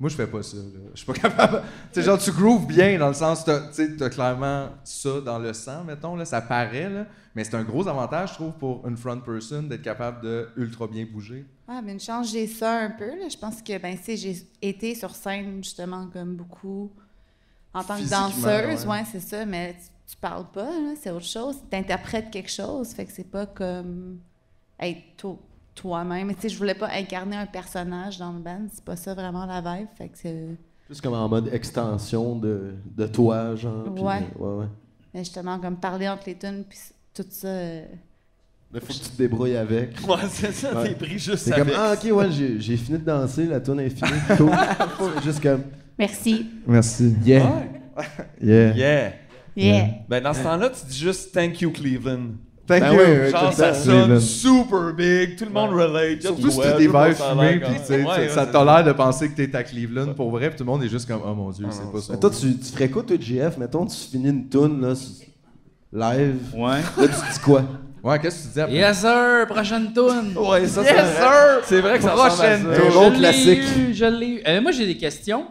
Moi, je fais pas ça, là. Je suis pas *laughs* capable... tu sais, genre, tu grooves bien, dans le sens, t'as- tu sais, t'as clairement ça dans le sang, mettons, là, ça paraît, là, mais c'est un gros avantage, je trouve, pour une front person, d'être capable de ultra bien bouger. Ouais, Ah, mais une chance, j'ai ça un peu. là. Je pense que ben, tu sais, j'ai été sur scène justement comme beaucoup en tant que Physiquement, danseuse. ouais. Ouais, c'est ça, mais tu, tu parles pas, là, c'est autre chose. Tu interprètes quelque chose, fait que c'est pas comme être to- toi-même. Mais Tu sais, je voulais pas incarner un personnage dans le band, c'est pas ça vraiment la vibe. Fait que euh, c'est Plus comme en mode extension de, de toi, genre. puis, Ouais. euh, ouais, ouais. mais justement comme parler entre les tunes puis tout ça. euh, Mais faut que tu te débrouilles avec. Ouais, c'est ça, Ouais. t'es pris juste C'est comme, avec. ah, ok, ouais, j'ai j'ai fini de danser, la tune est finie. Cool. C'est Juste comme. Merci. Merci. Yeah. Ouais. Yeah. Yeah. Yeah. Ben, dans ce temps-là, tu dis juste thank you, Cleveland. Thank Ben you! oui, oui, Genre, tout le ça temps. sonne Cleveland. super big, tout le monde relate. Surtout si t'as des verres fumés, puis tu sais, Ouais, ouais, ça c'est t'a l'air de penser que t'es à Cleveland, pour vrai, puis tout le monde est juste comme, oh mon Ah, Dieu, c'est pas Mais ça. Toi, tu, tu ferais quoi, toi, GF? Mettons, tu finis une tune, là, sur- live. Ouais. Là, tu dis quoi? Ouais, qu'est-ce que tu dis après? Yes, sir, prochaine toune. Ouais, ça, yes, sir! C'est vrai que ça Prochaine ressemble à ça. Je Un gros l'ai classique. eu, je l'ai eu. Euh, moi, j'ai des questions.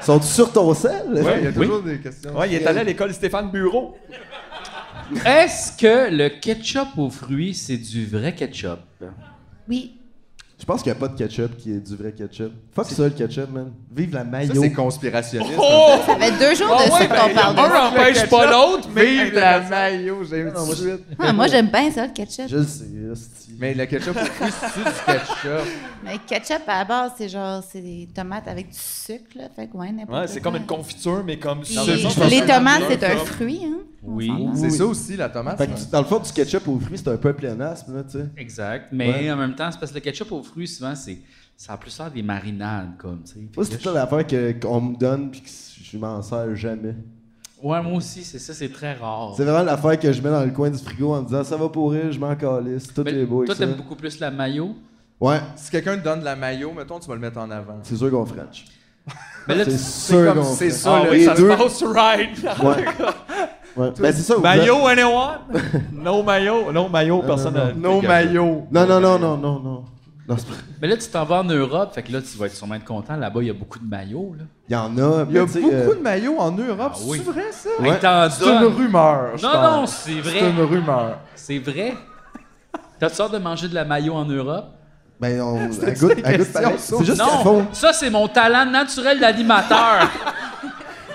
Sont-tu sur ton sel? Ouais, il y a Oui. toujours des questions. Ouais, il est allé à l'école Stéphane Bureau. Est-ce que le ketchup aux fruits, c'est du vrai ketchup? Oui. Je pense qu'il n'y a pas de ketchup qui est du vrai ketchup. Fuck ça, le ketchup, man. Vive la mayo. Ça, c'est conspirationniste. Oh! Ça fait deux jours de ça qu'on parle. de ça. ben, Un empêche pas l'autre, mais Vive la maillot, j'ai une moi, suite. Ah, moi j'aime bien ça le ketchup. Je le sais, hostie. Mais le ketchup, *laughs* c'est du ketchup. Mais ketchup à la base, c'est genre c'est des tomates avec du sucre, là. Fait que ouais, n'importe Ouais, c'est quoi. comme une confiture, mais comme Puis, Non, mais je pense les que- tomates, c'est un fruit, hein? on Oui. s'entend. C'est ça aussi, la tomate. Fait que tu- dans le fond, du ketchup aux fruits, c'est un peu pléonasme, là, tu sais. Exact. Mais Ouais. en même temps, c'est parce que le ketchup aux fruits, souvent, c'est ça a plus l'air des marinades, comme, tu sais. Fait Moi, que c'est là, toute l'affaire que- qu'on me donne puis que je m'en sers jamais. je- Ouais, moi aussi, c'est ça, c'est très rare. C'est vraiment l'affaire que je mets dans le coin du frigo en me disant ça va pourrir, je m'en calisse, tout Mais est beau avec toi, ça. t'aimes beaucoup plus la mayo. Ouais, Si quelqu'un te donne de la maillot, mettons, tu vas le mettre en avant. c'est sûr qu'on French. Mais là, tu- C'est sûr comme- qu'on c'est French. ça, Ah les oui, ça se deux- passe right. *laughs* Ouais. ouais. Ben, c'est ça. vous êtes- Mayo, anyone? No mayo. No mayo, personne. n'a- No maillot. Non, non, non, non, non, non. Non, c'est pas- mais là, tu t'en vas en Europe, fait que là, tu vas être sûrement être content. Là-bas, il y a beaucoup de mayo, là. Il y en a. Il y a mais tu sais, beaucoup euh, de maillots en Europe, Ah c'est oui. vrai ça? Hey, t'en C'est donnes. une rumeur, je Non, pense. non, c'est C'est une vrai. rumeur. C'est vrai. T'as-tu sorte de manger de la mayo en Europe? *laughs* Ben, on. à goutte, à goutte pareil. C'est juste qu'à fond. Non, ça, c'est mon talent naturel d'animateur.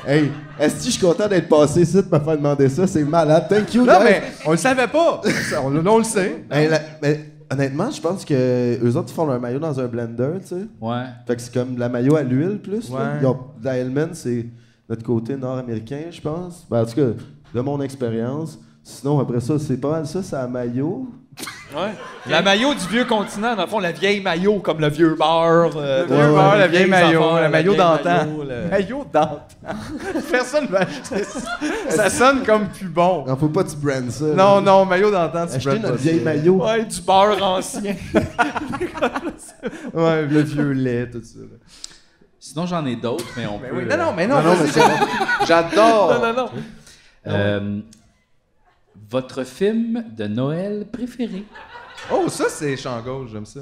Hey, est-ce que je suis content d'être passé ici de me faire demander ça? C'est malade. Thank you, Non, guys. mais on le savait pas. Ça, on, le- on le sait. Hey, la- mais honnêtement, je pense que eux autres, ils font leur maillot dans un blender, tu sais. Ouais. Fait que c'est comme de la maillot à l'huile plus. là. Ouais. Ils ont- la Hellman, c'est notre côté nord-américain, je pense. Ben, en tout cas, de mon expérience. Sinon, après ça, c'est pas mal ça, c'est à maillot. Ouais. La maillot du vieux continent, dans le fond, la vieille maillot, comme le vieux beurre. euh, Le vieux ouais, beurre, ouais. la vieille vieilles affaires, maillot, la la maillot vieille d'antan. maillot, *laughs* le- Maillot d'antan. Personne va acheter ça. *laughs* Ça sonne comme plus bon. Non, faut pas que tu brandes ça. Non, là. non, maillot d'antan, tu Acheter prends notre pas vieille ça. maillot. Ouais, du beurre ancien. Ouais, le vieux lait, tout ça. là. Sinon, j'en ai d'autres, mais on Mais peut. oui, euh, non, non, mais non, Non, non, vas-y, mais c'est bon. j'adore. Non, non, non. euh, votre film de Noël préféré? Oh, ça, c'est champ gauche, j'aime ça.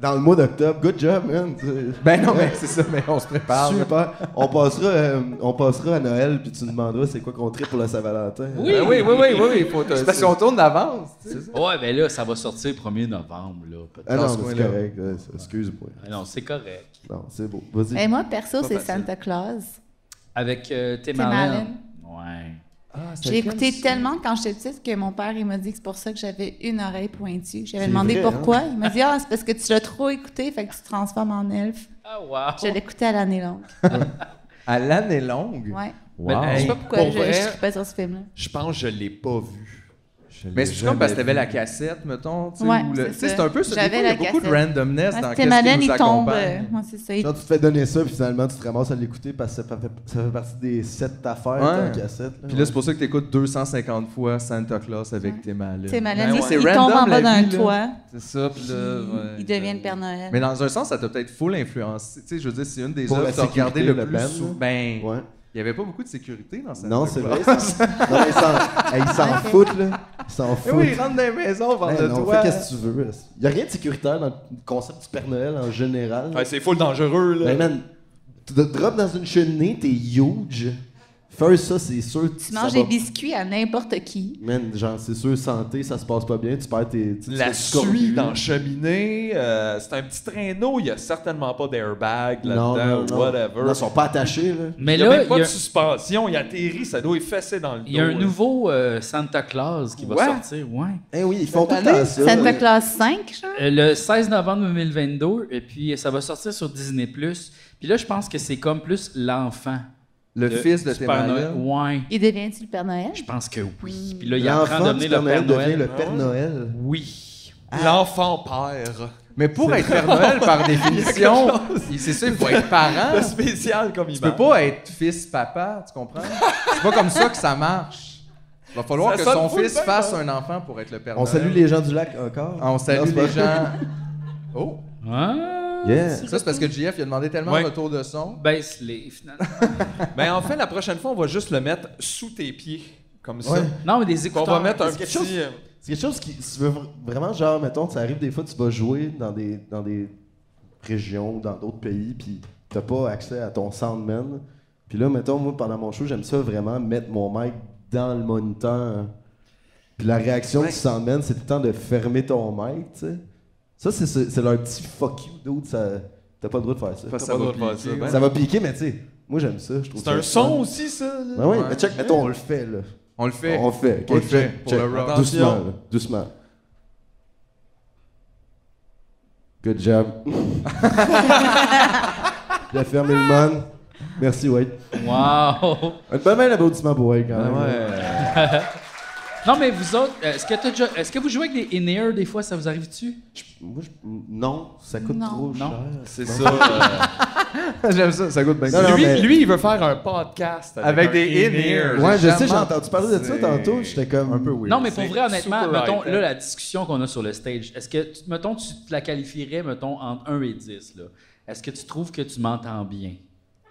Dans le mois d'octobre, good job, man. tu- Ben non, mais c'est ça, mais on se prépare. là. Super. On passera, euh, on passera à Noël, puis tu nous demanderas c'est quoi qu'on traite pour la Saint-Valentin. Ah Oui. Ben oui, oui, oui, oui, oui, faut te- C'est parce qu'on tourne d'avance. tu sais. *laughs* Ouais, ben là, ça va sortir 1er novembre, là. peut-être. Ah Dans non, ce mais c'est coin-là. correct. euh, c'est- Excuse-moi. Ah Non, c'est correct. Non, c'est beau. Ben, Vas-y. Mais moi, perso, Pas c'est facile. Santa Claus. Avec euh, Tim, Tim Allen. Ouais. Je l'ai écouté tellement quand j'étais petite que mon père, il m'a dit que c'est pour ça que j'avais une oreille pointue. J'avais C'est demandé vrai, pourquoi. hein? Il m'a dit Ah, c'est parce que tu l'as trop écouté, fait que tu te transformes en elfe. Ah, wow. Oh. Je l'écoutais à l'année longue. À l'année longue. Ouais. Wow. Je sais hey, pas pourquoi pour je, vrai- je trippais sur ce film-là. Je pense que je l'ai pas vu. Mais c'est comme parce que t'avais la cassette, mettons. tu sais, Ouais, ou le- c'est tu sais, ça. c'est un peu ça. Des J'avais fois, il y a la beaucoup de cassette. randomness Ouais, dans c'était qu'est-ce Madeleine, qui nous il tombe. accompagne. euh, ouais, c'est ça. Genre, tu te fais donner ça, puis finalement, tu te ramasses à l'écouter parce que ça fait, ça fait partie des sept affaires Ouais. en cassette. Puis là, c'est pour ça que t'écoutes 250 fois Santa Claus avec tes malades. T'es malade, Ben il- ouais. il C'est tombe random, en la bas d'un vie, là. toit. C'est ça, puis là. ouais. Il devient le Père Noël. Mais dans un sens, ça t'a peut-être full influencé. Tu sais, je veux dire, c'est une des Pour œuvres la que t'as regardé sécurité, le le plus band, souvent. là. Ben, Ouais. il y avait pas beaucoup de sécurité dans Santa Non, c'est Claus. vrai. ça. non, mais ils s'en, hey, ils s'en *laughs* foutent, là. Ils s'en Eh foutent. oui, il rentre dans les maisons, Ben par le non, toit. fais qu'est-ce que tu veux. Il n'y a rien de sécuritaire dans le concept du Père Noël en général. c'est full dangereux, là. Ben, man, tu te drops dans une cheminée, t'es huge. Faire ça, c'est sûr. Tu manges des biscuits à n'importe qui. Man, genre, c'est sûr, santé, ça se passe pas bien, tu perds tes. tu- tu La te fais scorpion. suie dans cheminée, euh, c'est un petit traîneau, il n'y a certainement pas d'airbag Non, non, là-dedans non. ou whatever. Non, ils sont pas attachés, là. il Mais n'y a là, même il pas y, de a- suspension, il atterrit, ça doit effacer dans le dos. il y a un là. nouveau euh, Santa Claus qui va Ouais. sortir, ouais. Eh oui, ils font tout le temps ça. Santa Claus 5, genre. Euh, Le 16 novembre 2022, et puis euh, ça va sortir sur Disney+. Puis là, je pense que c'est comme plus l'enfant. Le de- fils de du tes Père Noël. malades. Ouais, Il devient-tu le Père Noël? je pense que oui. Puis là, il apprend à L'enfant devenir du le Père Père Noël devient Noël. le Père Noël. Oui. L'enfant père. Mais pour être Père Noël, par *laughs* définition, il- c'est ça, il faut être parent. Le spécial comme il Tu peux pas être fils-papa, tu comprends? C'est pas comme ça que ça marche. Il va falloir Ça que sonne son full fils bien, hein? fasse un enfant pour être le père On Noël. salue les gens du lac encore. Ah, on Non, salue les c'est pas- gens. Oh! Ah. *laughs* Yeah. Ça, c'est parce que JF, il a demandé tellement Ouais. de retour de son. Baisse-les, finalement. Mais en fait, la prochaine fois, on va juste le mettre sous tes pieds, comme ça. Ouais. Non, mais des Puis On écouteurs. va mettre un quelque petit... chose- C'est quelque chose qui, si tu veux vr- vraiment, genre, mettons, ça arrive des fois, tu vas jouer dans des, dans des régions, dans d'autres pays, puis t'as pas accès à ton soundman. Puis là, mettons, moi, pendant mon show, j'aime ça vraiment mettre mon mic dans le moniteur. Puis la réaction du soundman, c'est tout le temps de fermer ton mic, tu sais. Ça, c'est- c'est c'est leur petit fuck you, dude. ça- T'as pas le droit de faire ça. Parce que ça pas va le droit de faire piquer, ça, ouais. Ça va piquer, mais tu sais, moi, j'aime ça. je trouve C'est ça un le son fun. aussi, ça. là. Ben oui, Ouais. mais check, mettons, on le fait, là. On le fait. On le fait. ok? On le fait Check, pour le check. rock. Doucement, Attention. là, doucement. Good job. Il a fermé le man. Merci, Wade. Wow! Un pas mal d'applaudissements pour Wade, quand même. Non, mais vous autres, euh, est-ce que, t'as déjà- est-ce que vous jouez avec des in-ear des fois, ça vous arrive-tu? Moi, je- Non, ça coûte Non. trop cher. C'est ça. euh, J'aime ça, ça goûte bien. Non, non, lui, mais- lui, il veut faire un podcast avec, Avec des un in-ears. Ouais, je sais, Jamais- j'ai entendu parler de ça C'est- tantôt. J'étais comme... Un peu weird. non, mais pour c'est vrai, honnêtement, super mettons, high-tech. là, la discussion qu'on a sur le stage, est-ce que, tu- mettons, tu te la qualifierais, mettons, entre 1 et 10, là? Est-ce que tu trouves que tu m'entends bien?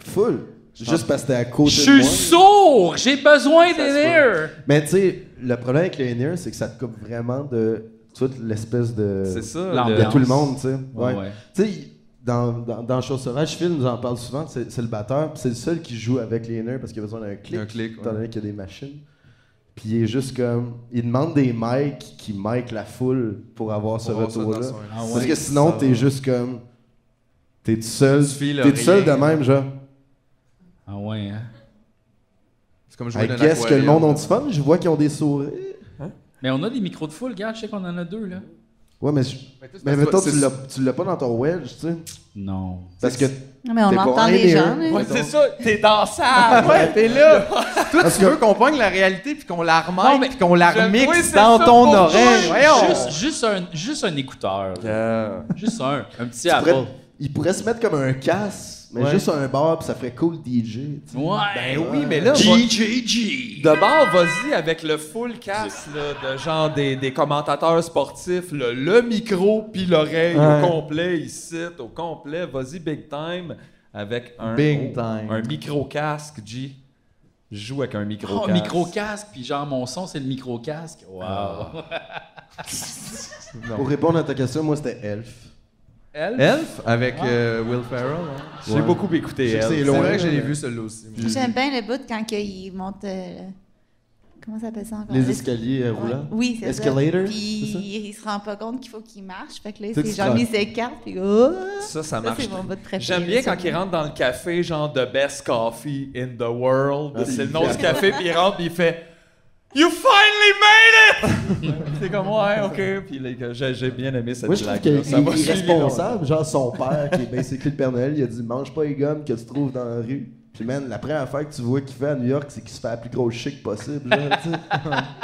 Full. Juste parce que t'es à côté Je de suis moi. sourd! J'ai besoin d'in-ear! Mais tu sais, le problème avec le in-ear, c'est que ça te coupe vraiment de toute l'espèce de... C'est ça. L'ambiance. de tout le monde, tu sais. Ouais, Ouais. ouais. Tu sais, il- dans, dans, dans Chose Sauvage, Phil nous en parle souvent, c'est c'est le batteur, puis c'est le seul qui joue avec les nerfs parce qu'il a besoin d'un clic, Un clic, ouais. étant donné qu'il y a des machines. Puis il est juste comme. Il demande des mics qui mic la foule pour avoir ce Pour avoir ça dans retour-là. son- Ah Parce ouais, que sinon, ça. t'es juste comme. T'es tout seul. Tu files T'es tout seul de rien. même, genre. Ah ouais, hein? C'est comme jouer I dans guess que le monde ont du fun, je vois qu'ils ont des sourires. Mais on a des micros de foule, regarde, je sais qu'on en a deux, là. Ouais, mais. je- Mais tu sais, Mais c'est mettons, pas- tu c'est- l'as- tu l'as pas dans ton wedge, tu sais. Non. Parce que. Non, mais on T'es pas entend un les des gens. un. là. Ouais, c'est ça. T'es dans la salle. Ouais, t'es là. Toi, Parce tu que- veux qu'on pogne la réalité puis qu'on la Non, remette mais- puis qu'on la Je- remixe oui, c'est dans ça ton pour moi. oreille. Voyons. Juste, juste, un, juste un écouteur. là. Juste un. Un petit tu Apple. pourrais- il pourrait se mettre comme un casse, mais Ouais. juste un bar, puis ça ferait cool DJ. tu sais. Ouais. Ben oui, mais là... va- D'abord, vas-y avec le full cast là, de genre des, des commentateurs sportifs, le, le micro puis l'oreille Ouais. au complet ici, au complet. Vas-y big time avec un Big oh, time. un micro casque, G. Joue avec un micro Oh, casque. micro-casque, puis genre mon son, c'est le micro-casque. Wow. Ah. Pour répondre à ta question, moi c'était Elf. Elle? Elf avec euh, Will Ferrell. hein. J'ai Ouais. beaucoup écouté Je sais que elle. c'est C'est loin, vrai que là, j'ai mais- vu celui-là aussi. moi. J'aime bien le bout quand que il monte. euh, comment ça s'appelle ça encore? Les Le- escaliers euh, Ouais. roulants. Oui, c'est ça. Escalator, Puis c'est ça? il se rend pas compte qu'il faut qu'il marche. Fait que là, Tu sais, ses tu jambes, te- ils s'écartent. Puis oh! Ça, ça Ça, marche. c'est mon bout préféré. J'aime bien quand ça. il rentre dans le café, genre The Best Coffee in the World. Ah, c'est le il nom fait- du café, puis il rentre, puis il fait You finally *laughs* made it! c'est comme, ouais, ok. Puis like, j'ai j'ai bien aimé cette Moi, je trouve blague. qu'il là. Ça m'a est suivi irresponsable. Genre, son père, qui est basically le Père Noël, il a dit Mange pas les gommes que tu trouves dans la rue. Puis, man, la première affaire que tu vois qu'il fait à New York, c'est qu'il se fait la plus grosse chic possible. là, *laughs* tu sais.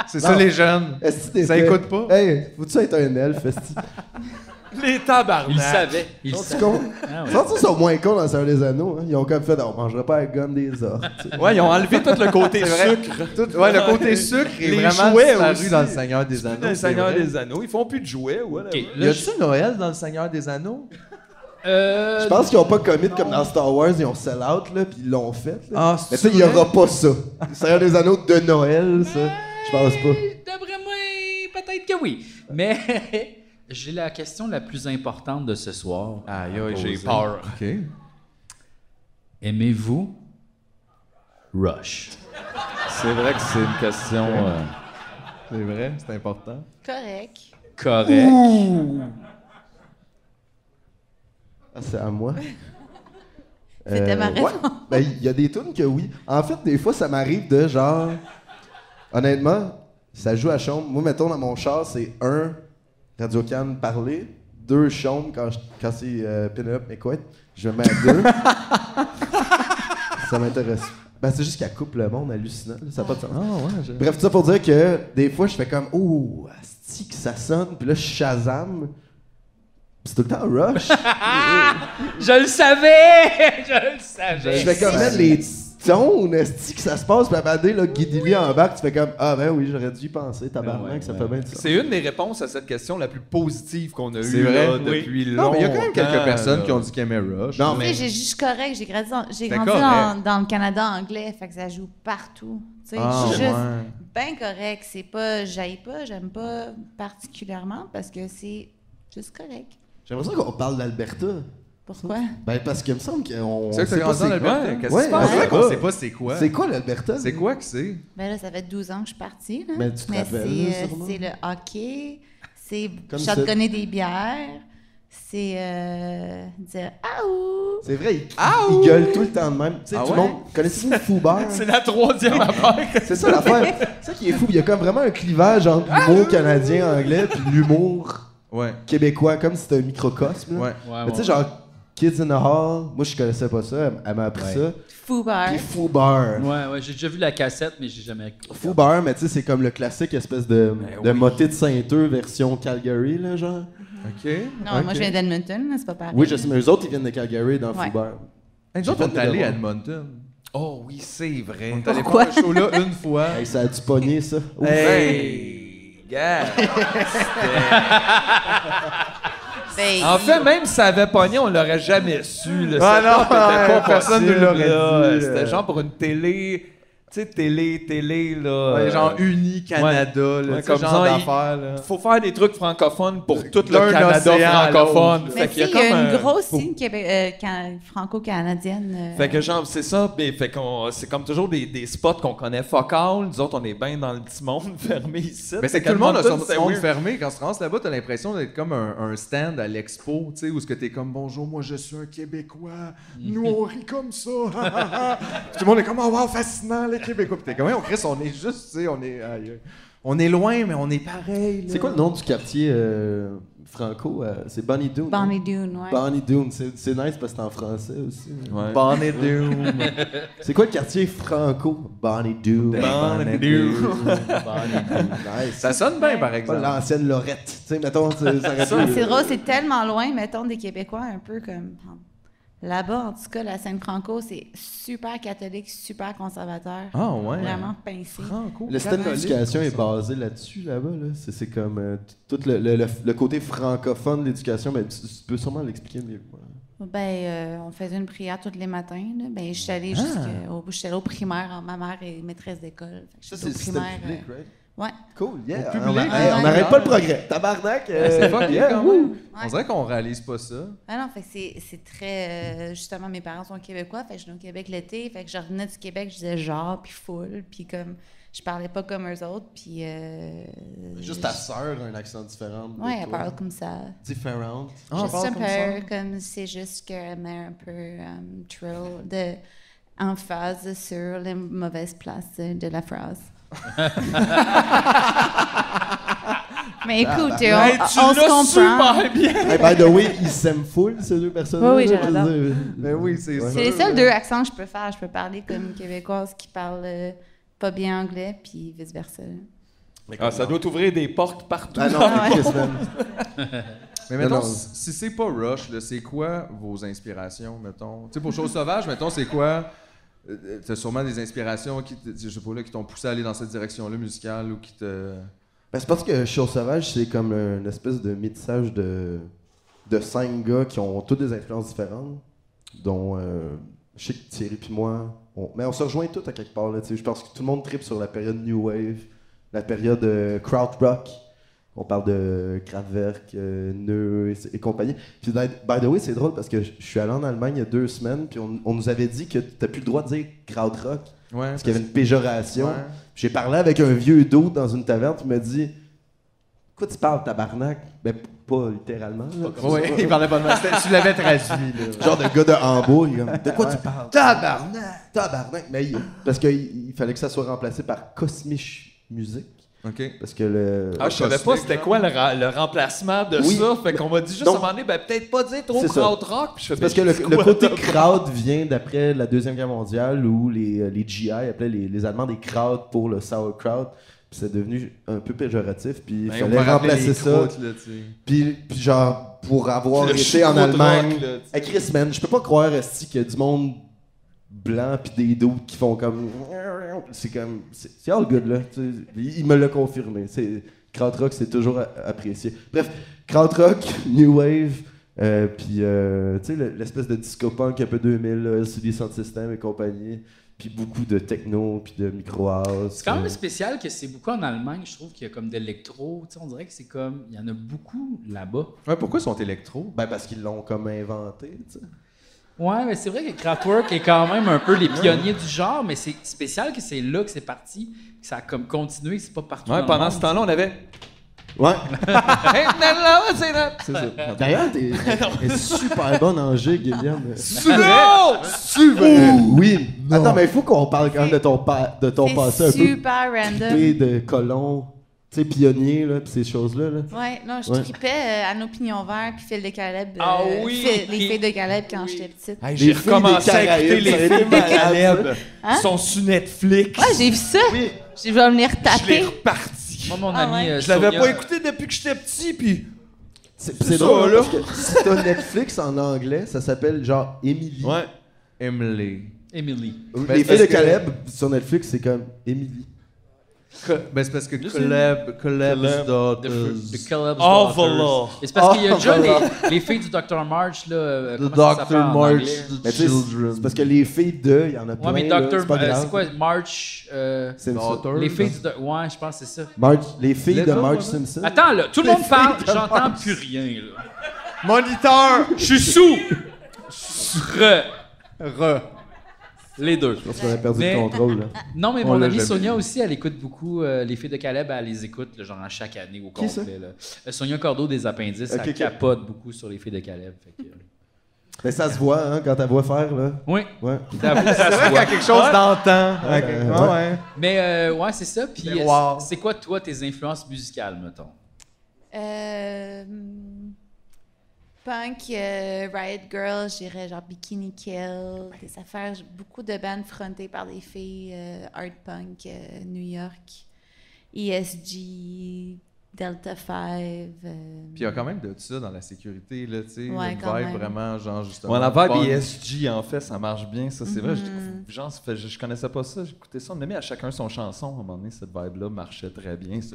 C'est Non. ça, les jeunes. Est-ce que Ça t'es fait? écoute pas. Hey, faut-tu être un elfe, esti? *laughs* longtemps. Les tabarnak. Il savait. Il Sont-tu savait. cons? Ah ouais. Sont-tu sont moins cons dans Seigneur des Anneaux? hein? Ils ont comme fait, on mangera pas la gomme des orques. tu sais. Ouais, ils ont enlevé tout *laughs* le côté sucre. Tout- *laughs* ouais, le côté sucre est Les vraiment jouets disparu aussi. dans le Seigneur des Anneaux. Dans le c'est Seigneur vrai. des Anneaux. Ils font plus de jouets, ouais. Ok, Y là, je- a-tu Noël dans le Seigneur des Anneaux? euh, Je pense qu'ils ont pas commit comme dans Star Wars, ils ont sell out, là, puis ils l'ont fait. là. Ah, Mais tu sais, il y aura pas ça. Seigneur des Anneaux de Noël, ça. Je pense pas. D'après moi, peut-être que oui. Mais *laughs* j'ai la question la plus importante de ce soir. Aïe, aïe, j'ai Posée. peur. OK. Aimez-vous Rush? C'est vrai que c'est une question. euh, C'est vrai, c'est important. Correct. Correct. Ah, c'est à moi. C'était ma ouais. réponse. Ben, il y a des tunes que oui. En fait, des fois, ça m'arrive de genre. Honnêtement, ça joue à chambre. Moi, mettons, dans mon char, c'est un Radio Can parler, deux chambres quand, je- quand c'est euh, Penelope McQuaid. Je mets à deux. ça m'intéresse. Ben, c'est juste qu'elle coupe le monde hallucinant. là. Ça n'a pas de sens. Ah ouais, je... Bref, tout ça pour dire que des fois, je fais comme Oh, asti que ça sonne. Puis là, je Shazam. C'est tout le temps Rush. Je le savais! Je le savais! Je fais comme man, les tons, esti, que ça se passe, puis à Badé, là, Guidili en bas, tu fais comme Ah ben oui, j'aurais dû y penser, tabarnak, Ouais, ouais, ça ouais. fait bien du sens. C'est une des réponses à cette question la plus positive qu'on a eue C'est vrai. là, depuis Non, longtemps. mais il y a quand même quelques personnes là. qui ont dit Cameron Rush. Non, Tu mais sais, j'ai juste correct, j'ai grandi, dans, j'ai T'es grandi correct. dans, dans le Canada anglais, fait que ça joue partout. Tu sais, Ah, je suis juste ouais. bien correct, c'est pas, j'aille pas, j'aime pas particulièrement parce que c'est juste correct. j'ai l'impression qu'on parle d'Alberta. Pourquoi? Ben parce qu'il me semble qu'on. C'est vrai que t'as sait pas grandi dans c'est l'Alberta. quoi. Qu'est-ce qui Ouais, se passe? on sait C'est vrai pas. qu'on sait pas c'est quoi. C'est quoi l'Alberta? C'est quoi que c'est? Ben là, ça fait 12 ans que je suis partie. Là. Ben, tu te Mais rappelles, c'est, euh, sûrement. c'est le hockey, c'est Comme shotgunner des bières, c'est euh, dire « Aouh! C'est vrai, ils, ils gueulent tout le temps de même. Tu sais, Ah tout le ouais? monde. Connaissez-vous *laughs* Foubert? C'est la troisième affaire. C'est ça l'affaire. C'est ça qui est fou. Il y a comme vraiment un clivage entre l'humour canadien-anglais puis l'humour Ouais. québécois, comme si c'était un microcosme. là. Ouais. Ouais, Mais tu sais, ouais. genre, Kids in the Hall, moi je connaissais pas ça, elle- elle m'a appris Ouais. ça. » Foubert. *laughs* Puis Foubert. Ouais, ouais, j'ai déjà vu la cassette, mais j'ai jamais. Foubert, mais tu sais, c'est comme le classique espèce de, Ben de oui. moté de Saint-Eux version Calgary, là, genre. OK. Hey, Non, moi ok. je viens d'Edmonton, là, c'est pas pareil. Oui, je sais, mais eux autres, ils viennent de Calgary dans Ouais. Foubert. nous autres, pas on est allés de à Edmonton. Oh oui, c'est vrai. On est allés faire le show là une fois. Hey, ça a dû *laughs* pogner, ça. Ouf. Hey! Yeah. Ben, En fait, même si ça avait pogné, on l'aurait jamais su. Le Ah setup non, était ouais, personne possible, nous l'aurait là. dit, C'était euh. genre pour une télé, tu sais, télé, télé, là. Ouais, euh, genre Uni, Canada, là, Ouais, tu sais, comme genre ça, il- d'affaires. là. faut faire des trucs francophones pour tout D'un le Canada océan à l'autre. francophone. Mais Fait tu qu'il y sais, a il y comme a un- une grosse scène Québec- euh, can- franco-canadienne. euh, Fait que genre, c'est ça, mais fait qu'on, c'est comme toujours des, des spots qu'on connaît fuck all. Nous autres, on est bien dans le petit monde *laughs* fermé ici. Mais c'est Fait que tout le monde a son Edmonton, petit c'est monde weird. fermé. Quand tu rentres là-bas, t'as l'impression d'être comme un, un stand à l'expo, tu sais, où ce que t'es comme bonjour, moi je suis un Québécois, nous on rit comme ça. *laughs* ha, ha, ha. Puis tout le monde est comme oh wow, fascinant les Québécois. Puis t'es comme Ouais, on Chris, on est juste, tu sais, on est, aïe, aïe. on est loin, mais on est pareil. là. C'est quoi le nom du quartier euh, franco? euh, c'est Bonnie Doon. hein? Bonnie Doon, ouais. Bonnie Doon. C'est c'est nice parce que c'est en français aussi. Ouais. Bonnet Doom. C'est quoi le quartier franco? Bonnie Doon. Bonnie Doon. *laughs* Bonnie Doon. Nice. Ça sonne bien, par Pas exemple. l'ancienne Lorette. Tu sais, mettons, ça aurait Ah, pu- euh, c'est drôle, c'est tellement loin, mettons, des Québécois, un peu comme. Là-bas, en tout cas, la scène franco, c'est super catholique, super conservateur. Ah ouais. Ah. Vraiment pincé. Franco. Le système catholique. d'éducation est basé là-dessus, là-bas. Là. C'est, c'est comme euh, t- tout le, le- le- le côté francophone de l'éducation, mais tu, tu peux sûrement l'expliquer mieux. que moi. Ben, euh, on faisait une prière tous les matins. là. Ben, je suis allée Ah. jusqu'au je suis allée au primaire. hein. Ma mère est maîtresse d'école. Fait que j'étais Ça, c'est au le système primaire, public, euh, right? Ouais. Cool, yeah. Au public, on a- ouais. hey, on n'arrête pas le progrès. Tabarnak. euh, Ah, Ouais, C'est fucké yeah, quand wouh. même. On dirait qu'on réalise pas ça. Ah non, fait que c'est, c'est très. euh, justement, mes parents sont québécois, fait que je venais au Québec l'été, fait que je revenais du Québec, je disais genre, puis full, puis comme. Je parlais pas comme eux autres, puis. euh, Juste ta je- sœur a un accent différent. de Ouais, elle toi. parle comme ça. Différent. Ah, on juste parle un comme ça. peu comme c'est juste qu'elle met un peu euh, trop de, en phase sur les mauvaises places de la phrase. Mais écoute, Ah, bah, on, hey, tu on se l'as comprend. super Hey, by the way, ils s'aiment full, ces deux personnes. Oui, oui, je l'adore. Mais oui, c'est ça. C'est les seuls deux accents que je peux faire. Je peux parler comme une Québécoise qui parle euh, pas bien anglais, puis vice-versa. Ah, ça doit t'ouvrir des portes partout. Ah non, Ah ouais. mais Chris, man. Mais mettons, Non, non. si c'est pas Rush, là, c'est quoi vos inspirations, mettons? Tu sais, pour Chose Sauvage, mettons, c'est quoi? Euh, T'as sûrement des inspirations qui, te- je sais pas, là, qui t'ont poussé à aller dans cette direction-là musicale ou qui te... Ben, c'est parce que Show Sauvage, c'est comme une espèce de métissage de, de cinq gars qui ont toutes des influences différentes, dont euh, je sais que Thierry puis moi, on- mais on se rejoint tous à quelque part. Là, tu sais. je pense que tout le monde tripe sur la période New Wave, la période euh, Crowd Rock. On parle de Kraftwerk, euh, Neu et- et compagnie. Puis, by by the way, c'est drôle parce que je je suis allé en Allemagne il y a deux semaines, puis on, on nous avait dit que t'as plus le droit de dire Crowd Rock Ouais, parce qu'il y avait une péjoration. Ouais. J'ai parlé avec un vieux dos dans une taverne qui me dit Quoi tu parles, tabarnak Ben, p- pas littéralement. là. Ouais, *laughs* il parlait pas de moi. C'était- Tu l'avais traduit, là. Genre de gars de Hambourg, il est comme, De quoi tu parles Tabarnak Tabarnak Mais il- parce qu'il il fallait que ça soit remplacé par Cosmic Music. OK. Parce que le. Ah, je savais pas c'était quoi le, ra- le remplacement de Oui. ça. Fait qu'on m'a dit juste Donc- à un moment donné, ben, peut-être pas dire trop C'est ça. crowd rock. Puis je fais, C'est parce que ben, le, c'est le quoi, côté là? crowd vient d'après la Deuxième Guerre mondiale où les, euh, les GI appelaient les, les Allemands des crowds pour le sauerkraut. Puis c'est devenu un peu péjoratif. Puis il Ben, on fallait va rappeler remplacer les ça. croûtes, là, tu sais. Puis, puis genre, pour avoir Le été en chevaux de Allemagne. rock, là, tu sais. Hey, Chris, man, je peux pas croire, Esti, qu'il y a du monde blanc puis des doutes qui font comme. C'est comme. C'est c'est all good, là. tu sais. Il il me l'a confirmé. C'est- Krautrock, c'est toujours a- apprécié. Bref, Krautrock, New Wave, euh, puis, euh, tu sais, le- l'espèce de disco punk un peu 2000, là, LCD Sound System et compagnie. Puis beaucoup de techno, puis de micro-house. C'est quand même euh. spécial que c'est beaucoup en Allemagne, je trouve qu'il y a comme d'électro. Tu sais, on dirait que c'est comme. Il y en a beaucoup là-bas. Ouais, pourquoi ils sont électro? Ben, parce qu'ils l'ont comme inventé, tu sais. Ouais, mais c'est vrai que Kraftwerk est quand même un peu les pionniers du genre, mais c'est spécial que c'est là que c'est parti, que ça a comme continué, que c'est pas partout. Ouais, dans pendant le ce monde. temps-là, on avait. *laughs* Ouais. Hey, nan, nan, nan, c'est là. C'est ça. D'ailleurs, t'es t'es super bonne en jeu, Guillaume. Euh, Non! oui. Attends, mais il faut qu'on parle quand même de ton, pa- de ton passé un C'est peu super random. coupé de colon, tu sais, pionnier, là, pis ces choses-là. Là. Ouais, non, je Ouais. tripais euh, à nos pignons verts puis Phil de Caleb. euh, Ah oui, Phil- qui- les filles de Caleb quand j'étais petite. Hey, Les J'ai filles des recommencé à écouter Caraïbes, les ça a filles été de malade, Caleb. Hein? Ils sont sur Netflix. Ouais, Ah, j'ai vu ça. Oui. Je vais me les je l'ai retaper. reparti. Moi, mon Ah ami. ouais. euh, Je l'avais Sonia- pas écouté depuis que j'étais petit, puis C'est C'est c'est drôle, ça, là. parce que si t'as Netflix en anglais, ça s'appelle genre Emily. Ouais. Emily. Emily. Ou Ben, les filles parce de que- Caleb sur Netflix, c'est comme Emily. Ben, c'est parce que Caleb, Caleb's The, Daughters. the Caleb's Oh, Daughters. voilà. Et C'est parce qu'il y a Oh, déjà voilà. les, les filles du Dr. March, là. euh, The comment ça s'appelle Dr. en March, anglais? the Mais tu sais, Children. c'est parce que les filles de, il y en a Ouais, plein. mais là, Dr. C'est pas euh, grave. c'est quoi March. euh, C'est ça. Daughter. les filles du. Do- Ouais, je pense que c'est ça. Marge- les filles Les de autres, Marge voilà. Simpson. Attends, là, tout le Les monde parle, filles de j'entends Mars. plus rien, là. Moniteur! *laughs* Je suis sous. Re. Re. Les deux. Je pense qu'on a perdu Mais- le contrôle, là. Non, mais On mon l'a amie jamais Sonia vu. aussi, elle écoute beaucoup euh, les filles de Caleb, elle les écoute là, genre à chaque année au Qui ça? complet. là. Euh, Sonia Cordeau des Appendices, Ok, elle ok. capote beaucoup sur les filles de Caleb. fait que, euh, Mais ça se voit, hein, quand ta voix faire, là. Oui, Ouais. t'avoue, ça se Il y a voit. quelque chose d'antan. Ouais, Euh, ouais. ouais. Mais euh, ouais, c'est ça. Puis Mais euh, wow. c'est quoi, toi, tes influences musicales, mettons? Euh, punk, euh, Riot Girl, j'irais genre Bikini Kill, des affaires, j'ai beaucoup de bandes frontées par des filles, euh, art punk, euh, New York, ESG, Delta 5. euh, Puis il y a quand même de ça dans la sécurité, là, tu sais. Ouais, une vibe quand même. vraiment, genre, justement. Ouais, la vibe punk. ESG, en fait, ça marche bien, ça, c'est vrai. Je, Mhm. genre, ça fait- je, je connaissais pas ça, j'écoutais ça. On a mis à chacun son chanson. À un moment donné, cette vibe-là marchait très bien. ça.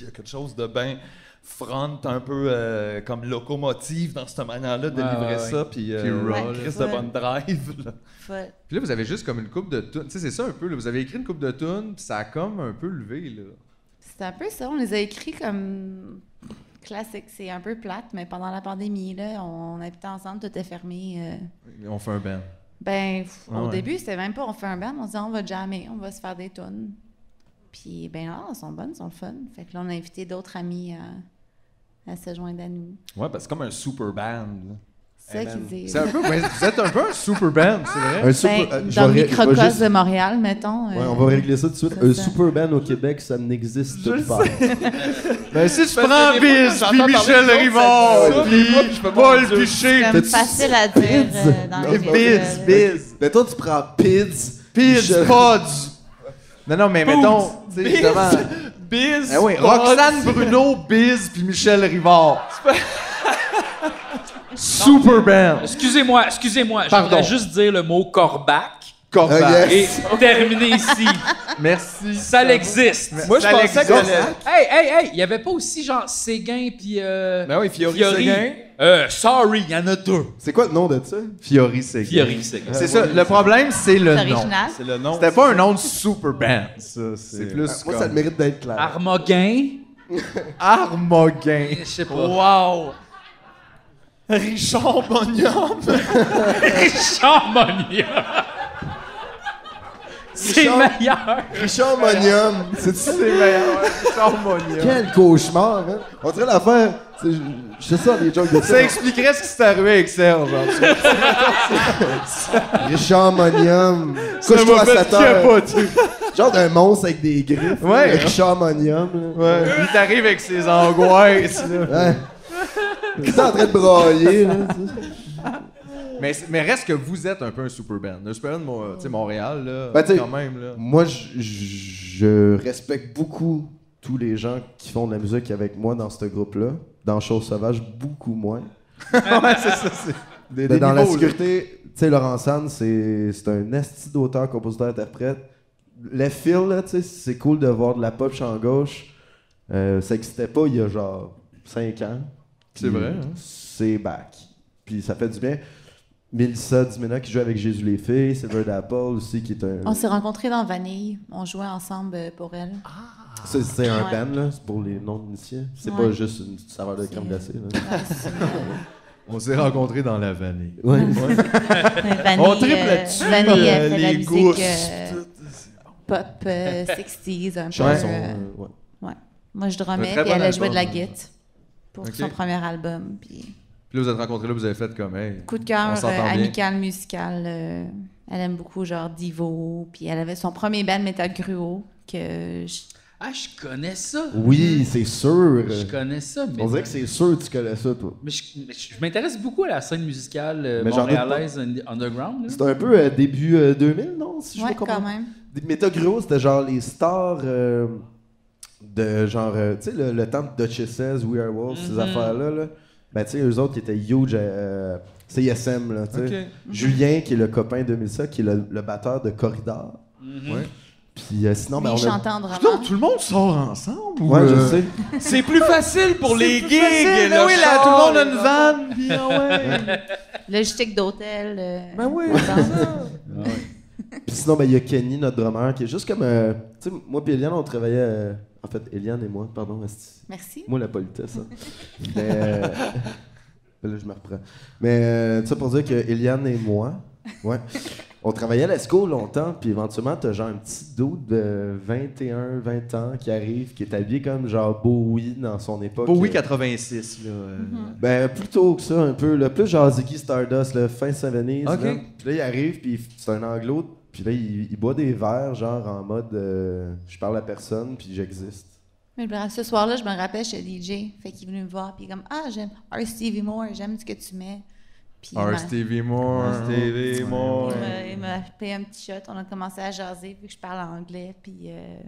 Il y a quelque chose de bien front, un peu euh, comme locomotive, dans cette manière-là, de Ouais, livrer ouais, ça. Puis, Puis euh, roll. Chris de bonne drive, là. folle. Puis là, vous avez juste comme une coupe de tunes. Tu sais, c'est ça un peu, là. Vous avez écrit une coupe de tunes, puis ça a comme un peu levé, là. C'est un peu ça, on les a écrits comme classique, c'est un peu plate, mais pendant la pandémie, là, on, habitait ensemble, tout est fermé. euh, On fait un band. Ben, f- Ah au ouais. début, c'était même pas on fait un band, on se dit on va jammer, on va se faire des tunes. Puis, ben là, elles sont bonnes, elles sont le fun. Fait que là, on a invité d'autres amis euh, à, à se joindre à nous. Ouais, parce que c'est comme un super band. là. C'est ça qu'ils disent. C'est un peu, ouais, vous êtes un peu un super band, c'est vrai. Un super- Ben, euh, je dans le vais ré- je vais microcosme juste- de Montréal, mettons. Ouais, euh, on va régler ça tout de suite. c'est Un ça. Superman au Québec, ça n'existe Je pas. Ben, si tu Parce que prends des fois, Biz, j'entends puis parler Michel des autres, ça dit ça, Rivard, puis moi, puis je peux pas Paul en dire. Piché, comme T'as-tu- facile à dire euh, dans Non, les Biz, villes. Biz, Mais toi, tu prends Pids. Pids, Michel- Pods. Non, non, mais mettons, tu sais, Biz, justement. Biz, Eh oui, Pods. Roxane Bruno, Biz, puis Michel Rivard. Super band. Excusez-moi, excusez-moi. Je Pardon. voudrais juste dire le mot corbac Corbac. et terminer ici. Merci. Ça l'existe. Moi, je Ça pensais l'existe. que t'allais- Hey, hey, hey, il y avait pas aussi genre Séguin puis euh, Ben oui, Fiori, Fiori. Séguin. Euh, sorry, il y en a deux. C'est quoi le nom de ça? Fiori, c'est Fiori Séguin. C'est ça, le problème, c'est le C'est nom. original. C'est le nom. C'était pas un nom de super band, ça. C'est C'est plus Ah, Moi, ça comme le mérite d'être clair. Armoguin, Armoguin. je sais pas. Wow! Richard *laughs* Bonhomme! Charmonia. C'est Richard- meilleur. Richard Monium. C'est C'est meilleur, Armonium. Quel cauchemar, hein? On dirait l'affaire. c'est- Je je sais ça, les jokes de Ça expliquerait ce qui s'est arrivé avec Serge, en tout cas. Richard Monium. Couche-toi m'a à fait 7 heures. capoter. Genre d'un monstre avec des griffes. Ouais. là, Richard Monium. là. Ouais, il t'arrive avec ses angoisses, là. Ouais. Qui t'es en train de brailler, là? tu sais. Mais, c'est- mais reste que vous êtes un peu un super band. Le super band, moi, tu sais, Montréal, là, Ben, tu sais, quand même, là. Moi, je- je je respecte beaucoup tous les gens qui font de la musique avec moi dans ce groupe-là. Dans Chose Sauvage, beaucoup moins. ouais, c'est ça, c'est des, Ben, des dans la niveaux, là. sécurité, tu sais, Laurent San, c'est c'est un esti d'auteur, compositeur, interprète. Les fils, là, tu sais, c'est cool de voir de la pop en gauche. Euh, ça n'existait pas il y a genre 5 ans. C'est Puis vrai, hein? C'est back. Puis ça fait du bien. Mélissa Dimena qui joue avec Jésus les filles, Silver Dapple aussi qui est un. On s'est rencontrés dans Vanille. On jouait ensemble euh, pour elle. Ah. C'est c'est un Ouais. band, là, c'est pour les non-initiés. C'est Ouais. pas juste une petite saveur de crème glacée. là. Euh, On s'est rencontrés dans la vanille. Ouais. *laughs* Mais *laughs* Vanille, On triple euh, là-dessus, Vanille, elle euh, fait de la les musique gousses, euh, pop euh, 60s, un peu. Chanson, euh, euh, ouais. Moi, je Un drummais, très puis bon elle a joué de la album. guitare pour Ok. son premier album. Puis Puis là, vous êtes rencontrés là, vous avez fait comme, hey, coup de On cœur s'entend euh, bien. amical, musical. euh, elle aime beaucoup, genre Divo. Puis elle avait son premier band Metal Gruau que je- Ah, je connais ça. Oui, c'est sûr. Je connais ça, mais. On dirait que c'est sûr que tu connais ça, toi. Mais je, mais je- je m'intéresse beaucoup à la scène musicale euh, Mais j'en doute pas. montréalaise und- underground. là. C'était un peu euh, début euh, 2000, non? Si je Ouais, me comprends. quand même. Des méta gros, c'était genre les stars euh, de genre, euh, tu sais, le, le temps de Duchesses, We Are Wolves, Mm-hmm. ces affaires-là. Là. Ben, tu sais, eux autres qui étaient huge à euh, CSM, là, tu sais. Ok. Mm-hmm. Julien, qui est le copain de Mélissa, qui est le, le batteur de Corridor. Ouais. Puis euh, sinon, ben, Lui, on a... chantant vraiment. Putain, tout le monde sort ensemble? ou, Ouais, je euh, sais. C'est plus facile pour les plus gigs! facile, ben le oui, là, char, tout le monde a *laughs* les- une vanne, puis ah ouais. Logistique d'hôtel. euh, Ben oui, dans- Puis sinon, ben, il y a Kenny, notre drummer, qui est juste comme. euh, tu sais, moi, puis Eliane, on travaillait. euh, en fait, Eliane et moi, pardon, esti. Merci. Moi, la politesse. hein. Mais, euh, ben là, je me reprends. Mais euh, tout ça pour dire que Eliane et moi, ouais, on travaillait à l'ESCO longtemps, puis éventuellement, t'as genre un petit dos de 21, 20 ans qui arrive, qui est habillé comme genre Bowie dans son époque. Bowie Euh, 86, là. euh, ben, plutôt que ça, un peu. Là. Plus genre Ziggy Stardust, le fin 70s. Ok. là. Puis là, il arrive, puis il- c'est un anglo, puis là, il, il boit des verres, genre en mode euh, je parle à personne, puis j'existe. Mais bref, ce soir-là, je me rappelle, j'étais DJ. Fait qu'il est venu me voir, puis il est comme Ah, j'aime R. Stevie Moore, j'aime ce que tu mets. Puis il R. m'a- Stevie Moore. R. Stevie Moore. il m'a- il m'a payé un petit shot. On a commencé à jaser, vu que je parle anglais, puis euh,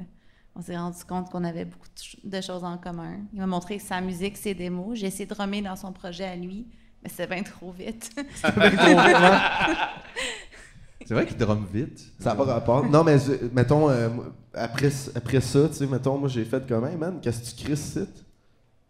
on s'est rendu compte qu'on avait beaucoup de ch- de choses en commun. Il m'a montré sa musique, ses démos. J'ai essayé de remettre dans son projet à lui, mais c'était bien trop vite. C'est vrai qu'il drame vite. Ça n'a *laughs* pas rapport. Non, mais euh, mettons, euh, moi, après, c- après ça, tu sais, mettons, moi j'ai fait comme, hey man, qu'est-ce que tu crisses site?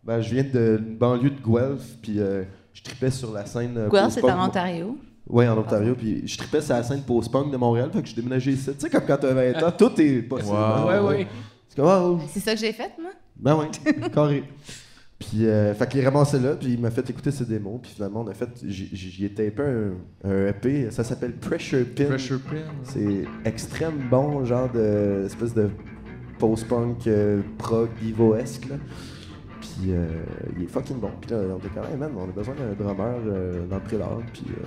Ben, je viens de d'une banlieue de Guelph, puis euh, je tripais sur la scène. euh, Guelph, c'est post-punk. en Ontario. Ouais, en Ontario, puis je tripais sur la scène post-punk de Montréal, fait que je déménageais ici. Tu sais, comme quand t'as 20 ans, tout est possible. Wow. hein, Ouais, ouais. C'est comme, ah, oh, C'est ça que j'ai fait, moi. ben ouais, *laughs* carré. Puis, euh, fait qu'il les ramassait là, puis il m'a fait écouter ses démos, puis finalement, on a fait, j'y j'y ai tapé un, un EP, ça s'appelle Pressure Pin. Pressure Pin. C'est extrême bon, genre de espèce de post-punk euh, prog divo-esque. là. Puis euh, il est fucking bon. Puis là, on était comme, hey man, on a besoin d'un drummer euh, dans le prélat. Puis euh,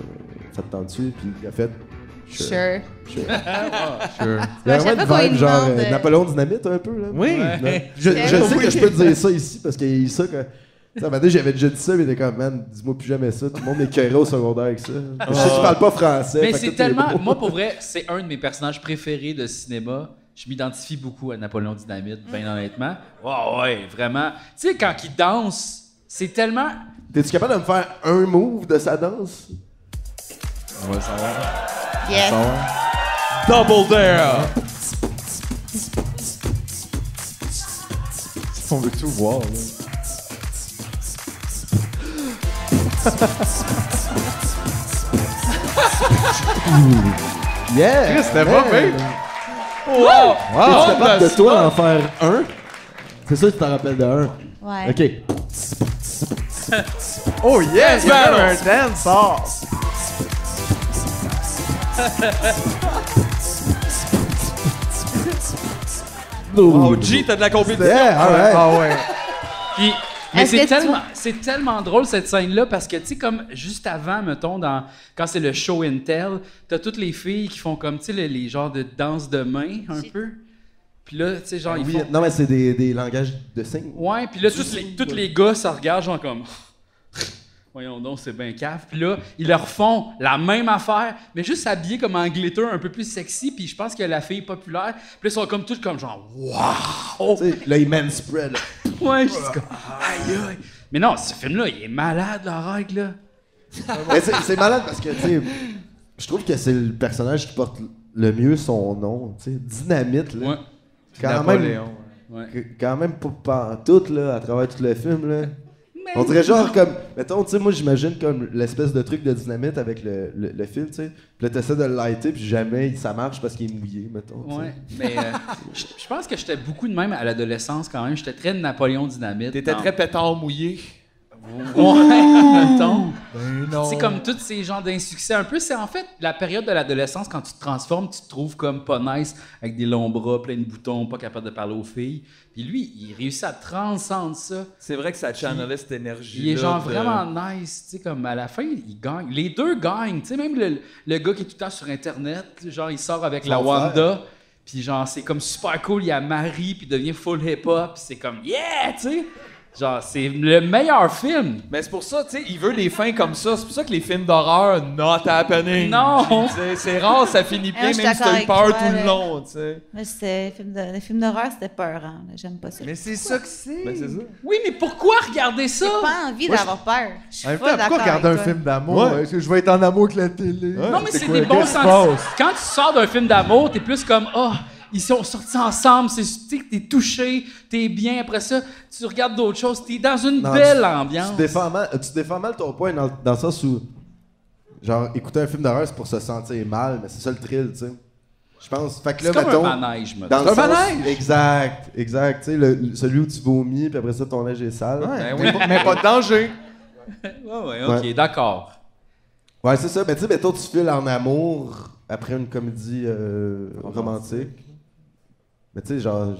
ça te tente-tu? Puis il a fait, Sure. *laughs* Sure. Ah, Sure. Il y a chaque vraiment fois qu'on une vibe lui genre demande, euh, euh, Napoléon Dynamite un peu. Là. Oui. *laughs* Ouais. Je, je sais que je peux te dire ça ici parce qu'il y a ça que. Tu sais, à un moment donné, j'avais déjà dit ça, mais il était comme, man, dis-moi plus jamais ça. Tout le monde m'écœurait au secondaire avec ça. Je sais que tu parles pas français. fait Mais que c'est tout est tellement. beau. Moi, pour vrai, c'est un de mes personnages préférés de cinéma. Je m'identifie beaucoup à Napoléon Dynamite, bien Mm. honnêtement. Ouais, ouais, vraiment. Tu sais, quand il danse, c'est tellement. T'es-tu capable de me faire un move de sa danse? On va le savoir. Yes. Double dare! On veut tout *laughs* voir. Là. Yeah! C'était pas pire. Wow! T'es-tu Wow! capable de toi en faire Ah, un? C'est sûr que tu t'en rappelles de un. Ouais. Ok. Oh yes, Il y a man, un un dance off. Oh, G, t'as de la compétition! Yeah, alright. Ah ouais. Puis- mais Est-ce c'est que tu- tellement, c'est tellement drôle cette scène-là parce que, tu sais, comme juste avant, mettons, dans, quand c'est le show and tell, t'as toutes les filles qui font comme, tu sais, les, les genres de danse de main, un peu. Puis là, tu sais, genre, ils Oui, font. Non, mais c'est des, des langages de signes. Ah, Ouais, puis là, tous les, tous les gars se regardent, genre comme. *laughs* Voyons donc, c'est bien cave. Puis là, ils leur font la même affaire, mais juste habillés comme en glitter, un peu plus sexy. Puis je pense que la fille est populaire. Puis là, ils sont comme toutes comme genre, waouh! Tu sais, là, ils manspread. là. Ouais, je suis comme, aïe aïe! Mais non, ce film-là, il est malade, la règle, là. Mais c'est c'est malade parce que, tu sais, je trouve que c'est le personnage qui porte le mieux son nom. Tu sais, dynamite, là. Ouais. Quand même, Napoléon. qu- quand même pas pantoute, là, à travers tout le film, là. On dirait genre comme, mettons, tu sais, moi j'imagine comme l'espèce de truc de dynamite avec le, le, le fil, tu sais. Puis là, t'essaies de le lighter, puis jamais ça marche parce qu'il est mouillé, mettons. tu sais. Ouais, mais euh, je je pense que j'étais beaucoup de même à l'adolescence quand même. J'étais très Napoléon Dynamite. T'étais dans- très pétard mouillé. Ouais, *laughs* mettons. non. C'est comme tous ces genres d'insuccès. Un peu, c'est en fait la période de l'adolescence quand tu te transformes, tu te trouves comme pas nice, avec des longs bras, plein de boutons, pas capable de parler aux filles. Puis lui, il réussit à transcendre ça. C'est vrai que ça channelait cette énergie. Il est genre vraiment nice, tu sais, comme à la fin, il gagne. Les deux gagnent, tu sais, même le, le gars qui est tout le temps sur Internet, genre, il sort avec la frère. Wanda, puis genre, c'est comme super cool, il a Marie, puis il devient full hip-hop, puis c'est comme, yeah, tu sais. Genre, c'est le meilleur film. Mais c'est pour ça, tu sais, il veut des fins comme ça. C'est pour ça que les films d'horreur, not happening. Non. C'est- C'est rare, ça finit bien, Ah, je même suis si t'as eu d'accord peur avec tout toi, le là. long, tu sais. Moi, c'était- les films de- les films d'horreur, c'était peur. Hein. J'aime pas ça. Mais c'est ça que c'est. Ben, c'est ça. Oui, mais pourquoi regarder ça? J'ai pas envie d'avoir peur. Je suis En même temps, pas pourquoi d'accord regarder un avec toi. film d'amour? Ouais. Est-ce que je vais être en amour avec la télé? Non, mais c'est quoi? des bons Qu'est-ce qui se sentiments. passe? Quand tu sors d'un film d'amour, t'es plus comme, oh, ils sont sortis ensemble, c'est, tu sais, t'es touché, t'es bien. Après ça, tu regardes d'autres choses, t'es dans une Non, belle tu- ambiance. Tu défends, mal, tu défends mal ton point dans, dans le sens où, genre, écouter un film d'horreur, c'est pour se sentir mal, mais c'est ça le thrill, tu sais. Je pense. Fait que là, c'est comme mettons. un manège, mettons. dans le C'est un sens- manège! Exact, exact. Tu sais, le- le- celui où tu vomis, puis après ça, ton linge est sale. Ouais, Ben mais oui. pas- mais pas de danger. Ouais, ouais, ok, Ouais. d'accord. Ouais, c'est ça. Mais tu sais, mettons, tu files en amour après une comédie euh, romantique. Mais tu sais, genre,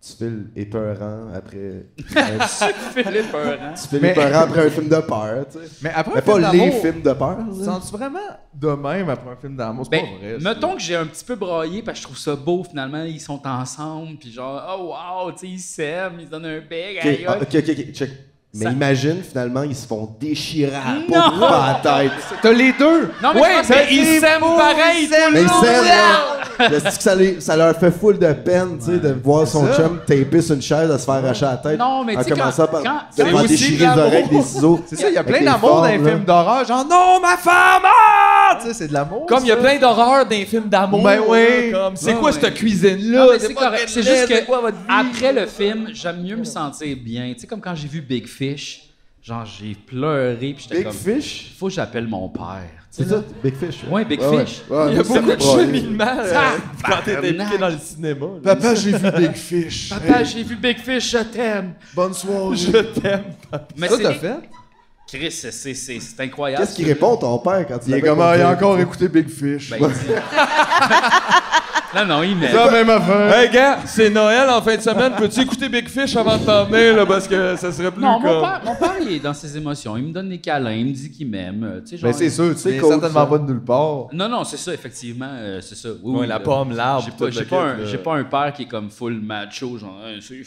tu files épeurant après. *laughs* tu Philippe, hein? files Mais- épeurant après un film de peur, tu sais. Mais après Mais un film pas les d'amour, films de peur, tu là. Sens-tu vraiment de même après un film d'amour? C'est Ben, pas vrai. ça. mettons que j'ai un petit peu braillé parce que je trouve ça beau finalement, ils sont ensemble, puis genre, oh wow, tu sais, ils s'aiment, ils se donnent un bec, Ok, aïe, ah, aïe. ok, ok, ok, check. Mais Ça- imagine, finalement, ils se font déchirer à la Non! peau, pas la tête. T'as les deux! Non, mais Oui, je pense mais que- ils s'aiment pareil. tout le Mais ils long. s'aiment, là. Le stick, ça, les- ça leur fait full de peine, tu sais, de voir son ça. chum taper sur une chaise, de se faire arracher la tête. Non, mais En tu sais, commençant quand- par quand- de c'est faire aussi déchirer de les l'amour. oreilles avec des ciseaux. C'est ça, il y a Avec plein des d'amour dans les formes, là. films d'horreur. Genre, non, ma femme! Ah! Tu sais, c'est de l'amour. Comme il y a ça. plein d'horreurs dans les films d'amour. Ben oui. là, comme, C'est Ben quoi oui. cette Non, cuisine-là? mais c'est correct. C'est juste que quoi votre vie? après le film, j'aime mieux me sentir bien. Tu sais, comme quand j'ai vu Big Fish, genre j'ai pleuré, puis j'étais Big comme, Fish? faut que j'appelle mon père. tu sais. C'est ça, Big Fish. Ouais, Big Fish. Il y a beaucoup de cheminement euh, Ah, quand t'étais tabarnak. piqué dans le cinéma. là. Papa, j'ai vu Big Fish. Papa, j'ai vu Big Fish, je t'aime. Bonne soirée. Je t'aime. Mais Ça, c'est t'as fait? Chris, c'est- c'est c'est incroyable. Qu'est-ce qu'il répond ton père quand tu Il est l'appelles comme, *laughs* pour ah, il a dire- encore écouté Big Fish. Ben, il Ben, dit- *laughs* Non, non, il met. Ça, même affaire. Hey, Ben, gars, c'est Noël en fin de semaine. Peux-tu écouter Big Fish avant de t'en venir, là, parce que ça serait plus Non, mon comme... père, mon père, il est dans ses émotions. Il me donne des câlins, il me dit qu'il m'aime. euh, tu sais, genre- Ben, c'est sûr, tu sais, C'est coach, certainement certainement pas de nulle part. Non, non, c'est ça, effectivement, euh, c'est ça. Oui, Ouais, oui, la là. pomme, l'arbre, J'ai tout pas, le j'ai pas kit, un, là. j'ai pas un père qui est comme full macho, genre. Hey, c'est-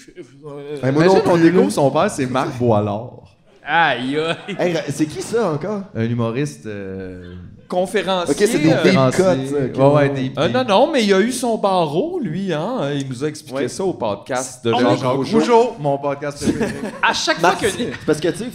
Ben, moi non Imagine, plus, on on découvre découvre son père, c'est *laughs* Marc Boilard. Aïe, aïe. Hey, ra- c'est qui ça encore? Un humoriste. euh, conférencier. Ok, c'est des euh, deep cuts. conférencier. ok, Ouais, ouais, ouais. deep, euh, deep. non, non, mais il a eu son barreau, lui, hein. Il nous a expliqué Ouais. ça au podcast de De Jean-Jacques Jean-Jacques Rougeau. Rougeau, mon podcast préféré. À chaque fois Marc, que. *laughs* c'est parce que, tu sais,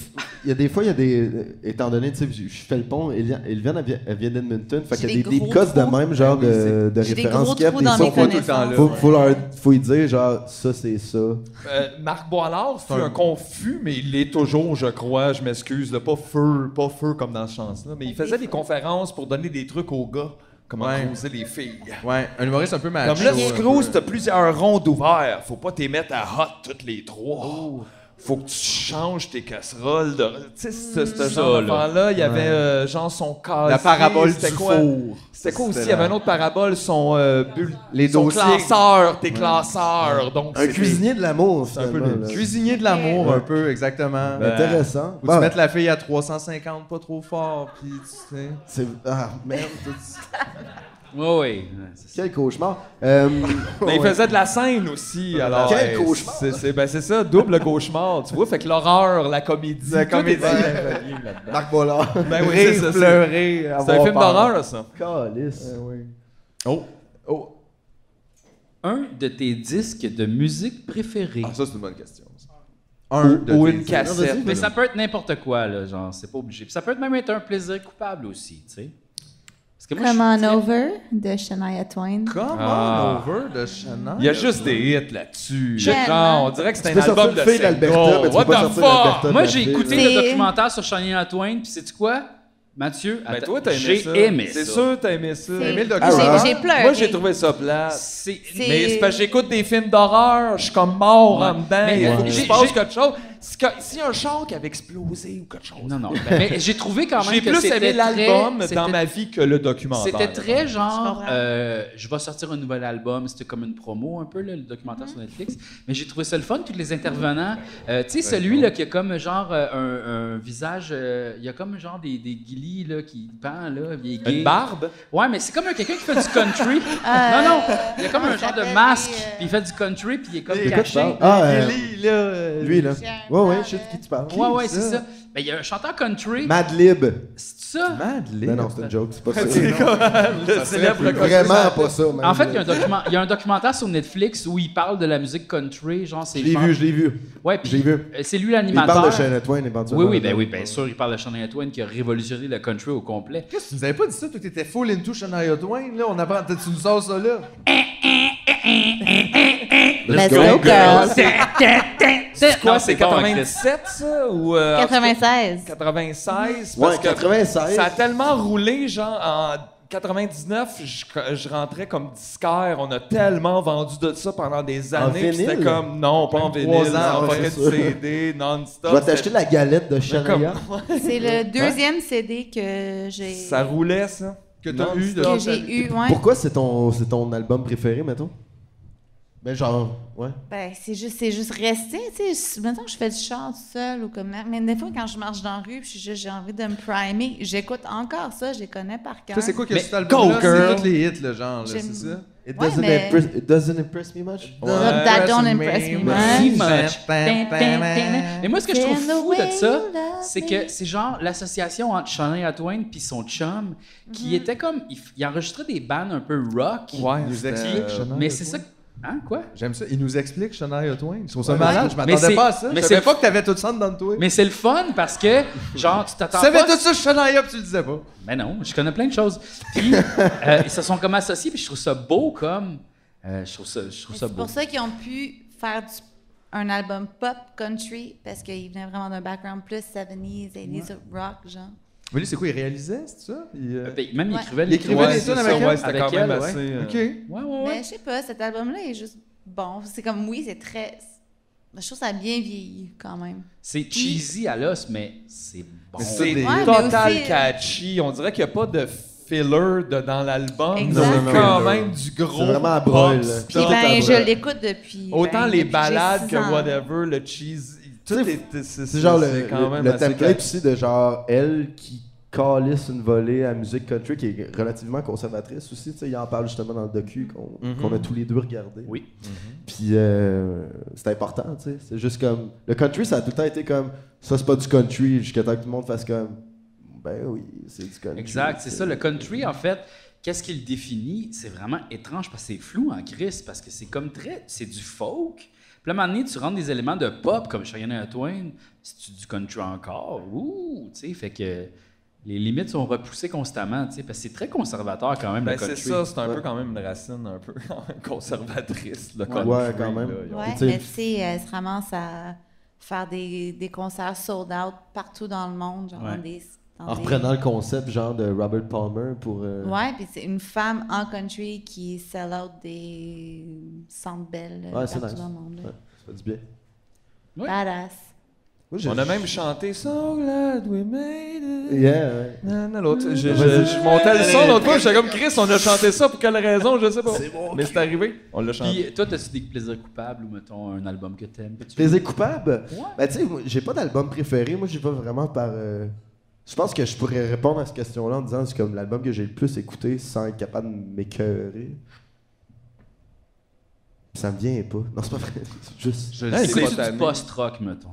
il y a des fois, il y a des. euh, Étant donné, tu sais, je je fais le pont, elle vient, elle vient, d'Avi- elle vient d'Edmonton, fait qu'il y a J'ai des, des des gros cosses de trous. même, genre, Ben oui, de, c'est- de J'ai des référence gros qu'il y a, trous puis dans ça, mes faut, connaissances. faut, faut, leur, faut y dire, genre, ça, c'est ça. Euh, Marc Boilard fut C'est un un- confus, mais il l'est toujours, je crois. Je m'excuse, là, pas feu, pas feu comme dans Chance, là, mais il faisait des conférences pour donner des trucs aux gars, comment Ouais. causer les filles. ouais, un humoriste un peu macho. Comme là, tu un peu. cruises, t'as plusieurs rondes ouvertes. Faut pas t'y mettre à hot toutes les trois. Faut que tu changes tes casseroles. De... Tu sais, ce, ce genre d'enfant-là, il y avait euh, genre son casse. La parabole c'était du quoi? four. C'était quoi aussi? C'était Il y avait la- une autre parabole, son, euh, bulle- Les son dossiers. classeur, tes classeurs. Donc, Un c'était- cuisinier de l'amour, C'est un peu finalement. le là. cuisinier de l'amour, un peu, exactement. Ben, Intéressant. Faut Bon, tu mettre la fille à 350, pas trop fort, puis tu sais. c'est- Ah, merde, tout ça. Oui, oui. c'est ça. quel cauchemar. Euh, Mais il faisait de la scène aussi, alors. Quel cauchemar! C'est, c'est- ben, c'est ça, double cauchemar, tu vois. Fait que l'horreur, la comédie. La tout comédie. est relié là-dedans. Marc Bollard. Ben oui, c'est Rire, ça, c'est- pleurer, C'est un avoir film peur. d'horreur, ça. Calice. Oh, oh. Un de tes disques de musique préférés. Ah, ça, c'est une bonne question. ça. Un Ou- de ou tes- une cassette. Non, vas-y, Mais ça peut être n'importe quoi, là, genre, c'est pas obligé. Puis ça peut être même être un plaisir coupable aussi, tu sais. Parce que moi, je suis Come on très- over de Shania Twain. Come Ah. on over de Shannon. Il y a juste des hits là-dessus. Tellement. Genre, on dirait que c'est Tu peux un album sortir de une fille d'Alberta, singles. mais tu What peux pas the sortir d'Alberta. fuck? de Moi, la j'ai fille. écouté C'est- le documentaire sur Shania Twain, puis c'est quoi, Mathieu? Ben Attends, toi, t'as aimé j'ai ça. aimé C'est ça. sûr, t'as aimé ça. C'est- aimé le J'ai- documentaire? J'ai pleuré. Moi, j'ai trouvé ça plat. C'est- C'est- Mais c'est parce que j'écoute des films d'horreur, je suis comme mort Ouais. en dedans. Mais Il faut j'ai- qu'il se j'ai- passe j'ai- quelque chose. Si que- S'il y a un char qui avait explosé ou quelque chose. Non, non. ben, mais j'ai trouvé quand même J'ai que plus c'était aimé l'album très- dans c'était- ma vie que le documentaire. C'était très Je genre, comprends. euh, je vais sortir un nouvel album, c'était comme une promo un peu, là, le documentaire sur Netflix. Mais j'ai trouvé ça le fun, tous les intervenants. Euh, tu sais, celui là, qui a comme genre euh, un, un visage, euh, il y a comme genre des, des guilis là, qui pend, là, il est gay. Une barbe? Ouais, mais c'est comme un- quelqu'un qui fait du country. *laughs* Euh, non, non, il y a comme comment un il genre de s'appelle, masque, lui, euh, puis il fait du country, puis il est comme De quoi tu caché. parles? Ah, euh, Billy, là. euh, lui, là. J'ai un Ouais, ouais, plan, je sais de qui tu parles. Ouais, ouais, c'est ça. Ben, il y a un chanteur country, Madlib. c'est ça? Madeleine. Non, non, c'est une joke, c'est pas ça. Le célèbre C'est vraiment pas ça, man. En fait, il y, a un document- il y a un documentaire sur Netflix où il parle de la musique country, genre c'est Je l'ai genre- vu, je l'ai vu. Ouais, puis J'ai vu. euh, c'est lui Il l'animateur. parle de Shania Twain éventuellement. Oui, oui, ben oui, bien sûr, il parle de Shania Twain qui a révolutionné le country au complet. Qu'est-ce que tu nous avais pas dit ça? Toi, t'étais full into Shania Twain, là. On apprend. Tu nous sors ça, là. Let's go, girls. C'est Quoi, c'est 97, ça? Ou, euh, en tout cas, 96. 96? Ouais, Parce que 96. ça a tellement roulé, genre, en 99, je, je rentrais comme disquaire. On a tellement vendu de ça pendant des En années. puis C'était vinyle? comme, non, pas en vinyle, trois ans, en ouais, pocket c'est sûr. CD, non-stop. Je vais t'acheter la galette de C'était comme- Shania. C'est le deuxième CD que j'ai Ça roulait, ça. Que t'as eu de. que j'ai eu. Ouais. Pourquoi c'est ton, c'est ton album préféré, mettons? Ben genre, ouais. Ben, c'est juste, c'est juste rester, tu sais. Maintenant que je fais du chant seul ou comme, mais des fois quand je marche dans la rue, puis je suis juste- j'ai envie de me primer. J'écoute encore ça, je les connais par cœur. Toi, c'est quoi que Mais cet album-là? go, girl. C'est tous les hits, le genre, là. J'aime- C'est ça? It Ouais, doesn't, mais- impress, it doesn't impress me much. That- that don't impress Too me much. much. Mais moi, ce que je trouve Can the fou de ça, wind love c'est me? que c'est genre l'association entre Shania Twain puis son chum, Mhm. qui était comme, il, f- il enregistrait des bands un peu rock. Ouais, il nous c'était- explique Shania Mais c'est ça, Twain. hein, quoi? J'aime ça. Il nous explique Shania Twain. Je trouve ça Ouais. malade. Je Mais m'attendais c'est- pas à ça. mais Je savais c'est- pas que t'avais tout ça dans toi. Mais c'est le fun parce que, genre, tu t'attends Tu savais pas. tout ça, Shania, puis tu le disais pas. Ben non, je connais plein de choses. Puis, euh, ils se sont comme associés, puis je trouve ça beau comme. euh, je trouve ça, je trouve Mais ça C'est beau. pour ça qu'ils ont pu faire du- un album pop country parce qu'ils venaient vraiment d'un background plus 70s, 80s rock genre. Mais lui, c'est quoi? Il réalisait, c'est ça? Il, euh, Ben, Même, il Ouais. écrivait il les écrivait Ouais, des c'est tunes ça, avec elle? ouais, c'était Avec quand même elle, ouais. assez... euh, OK. Ouais, ouais, ouais. Mais je sais pas, cet album-là est juste bon. C'est comme oui, c'est très. Je trouve que ça a bien vieilli quand même. C'est cheesy à l'os, mais c'est bon. Mais c'est des- Ouais, mais total aussi- catchy. On dirait qu'il n'y a pas de filler de, dans l'album. Exact. C'est Non, non, non, quand non. même du gros. C'est vraiment à pop brûl, là. stuff. Puis ben, je l'écoute depuis. Autant ben, les depuis que j'ai balades six que ans. whatever, le cheese. Tout est, c'est- c'est, C'est genre le, c'est quand le- même le assez template aussi de genre elle qui calisse une volée à musique country qui est relativement conservatrice aussi. Tu sais, il en parle justement dans le docu qu'on Mhm. qu'on a tous les deux regardé. Oui. Puis euh, c'est important, tu sais. C'est juste comme. Le country, ça a tout le temps été comme ça, c'est pas du country jusqu'à temps que tout le monde fasse comme. Ben oui, c'est du country. Exact, c'est ça. Le country, en fait, qu'est-ce qu'il définit? C'est vraiment étrange parce que c'est flou en Chris, parce que c'est comme très. C'est du folk. Puis à un moment donné, tu rentres des éléments de pop comme Cheyenne Twain, si tu du country encore, ouh, tu sais, fait que les limites sont repoussées constamment, tu sais, parce que c'est très conservateur quand même, Ben, le c'est country. ça, c'est un Ouais. peu quand même une racine un peu *laughs* quand même conservatrice, le Ouais, country, ouais, quand même. là. Ils ont- Ouais, Tu sais, mais tu sais, elle se ramasse à faire des, des concerts sold out partout dans le monde, genre Ouais. dans des. dans En des- reprenant le concept genre de Robert Palmer pour. euh, Ouais, puis c'est une femme en country qui sell out des centres belles euh, Ouais, c'est partout nice. dans le monde. là. Ouais, ça fait du bien. Ouais. Badass. Moi, j'ai- On a même chanté So glad we made it. Yeah, ouais. Non, non, l'autre. Je, je- je montais le son l'autre fois, j'étais comme Chris, on a chanté ça pour quelle raison, je sais pas. Mais c'est arrivé, on l'a chanté. Puis toi, t'as-tu des plaisirs coupables ou mettons un album que t'aimes? que tu- Plaisir coupable? Ouais. Ben, tu sais, moi, j'ai pas d'album préféré. Moi, j'y vais vraiment par. euh, Je pense que je pourrais répondre à cette question-là en disant c'est comme l'album que j'ai le plus écouté sans être capable de m'écœurer. Ça me vient pas. Non, c'est pas vrai. *laughs* C'est juste. Je Hey, sais c'est pas du tanné. post-rock, mettons.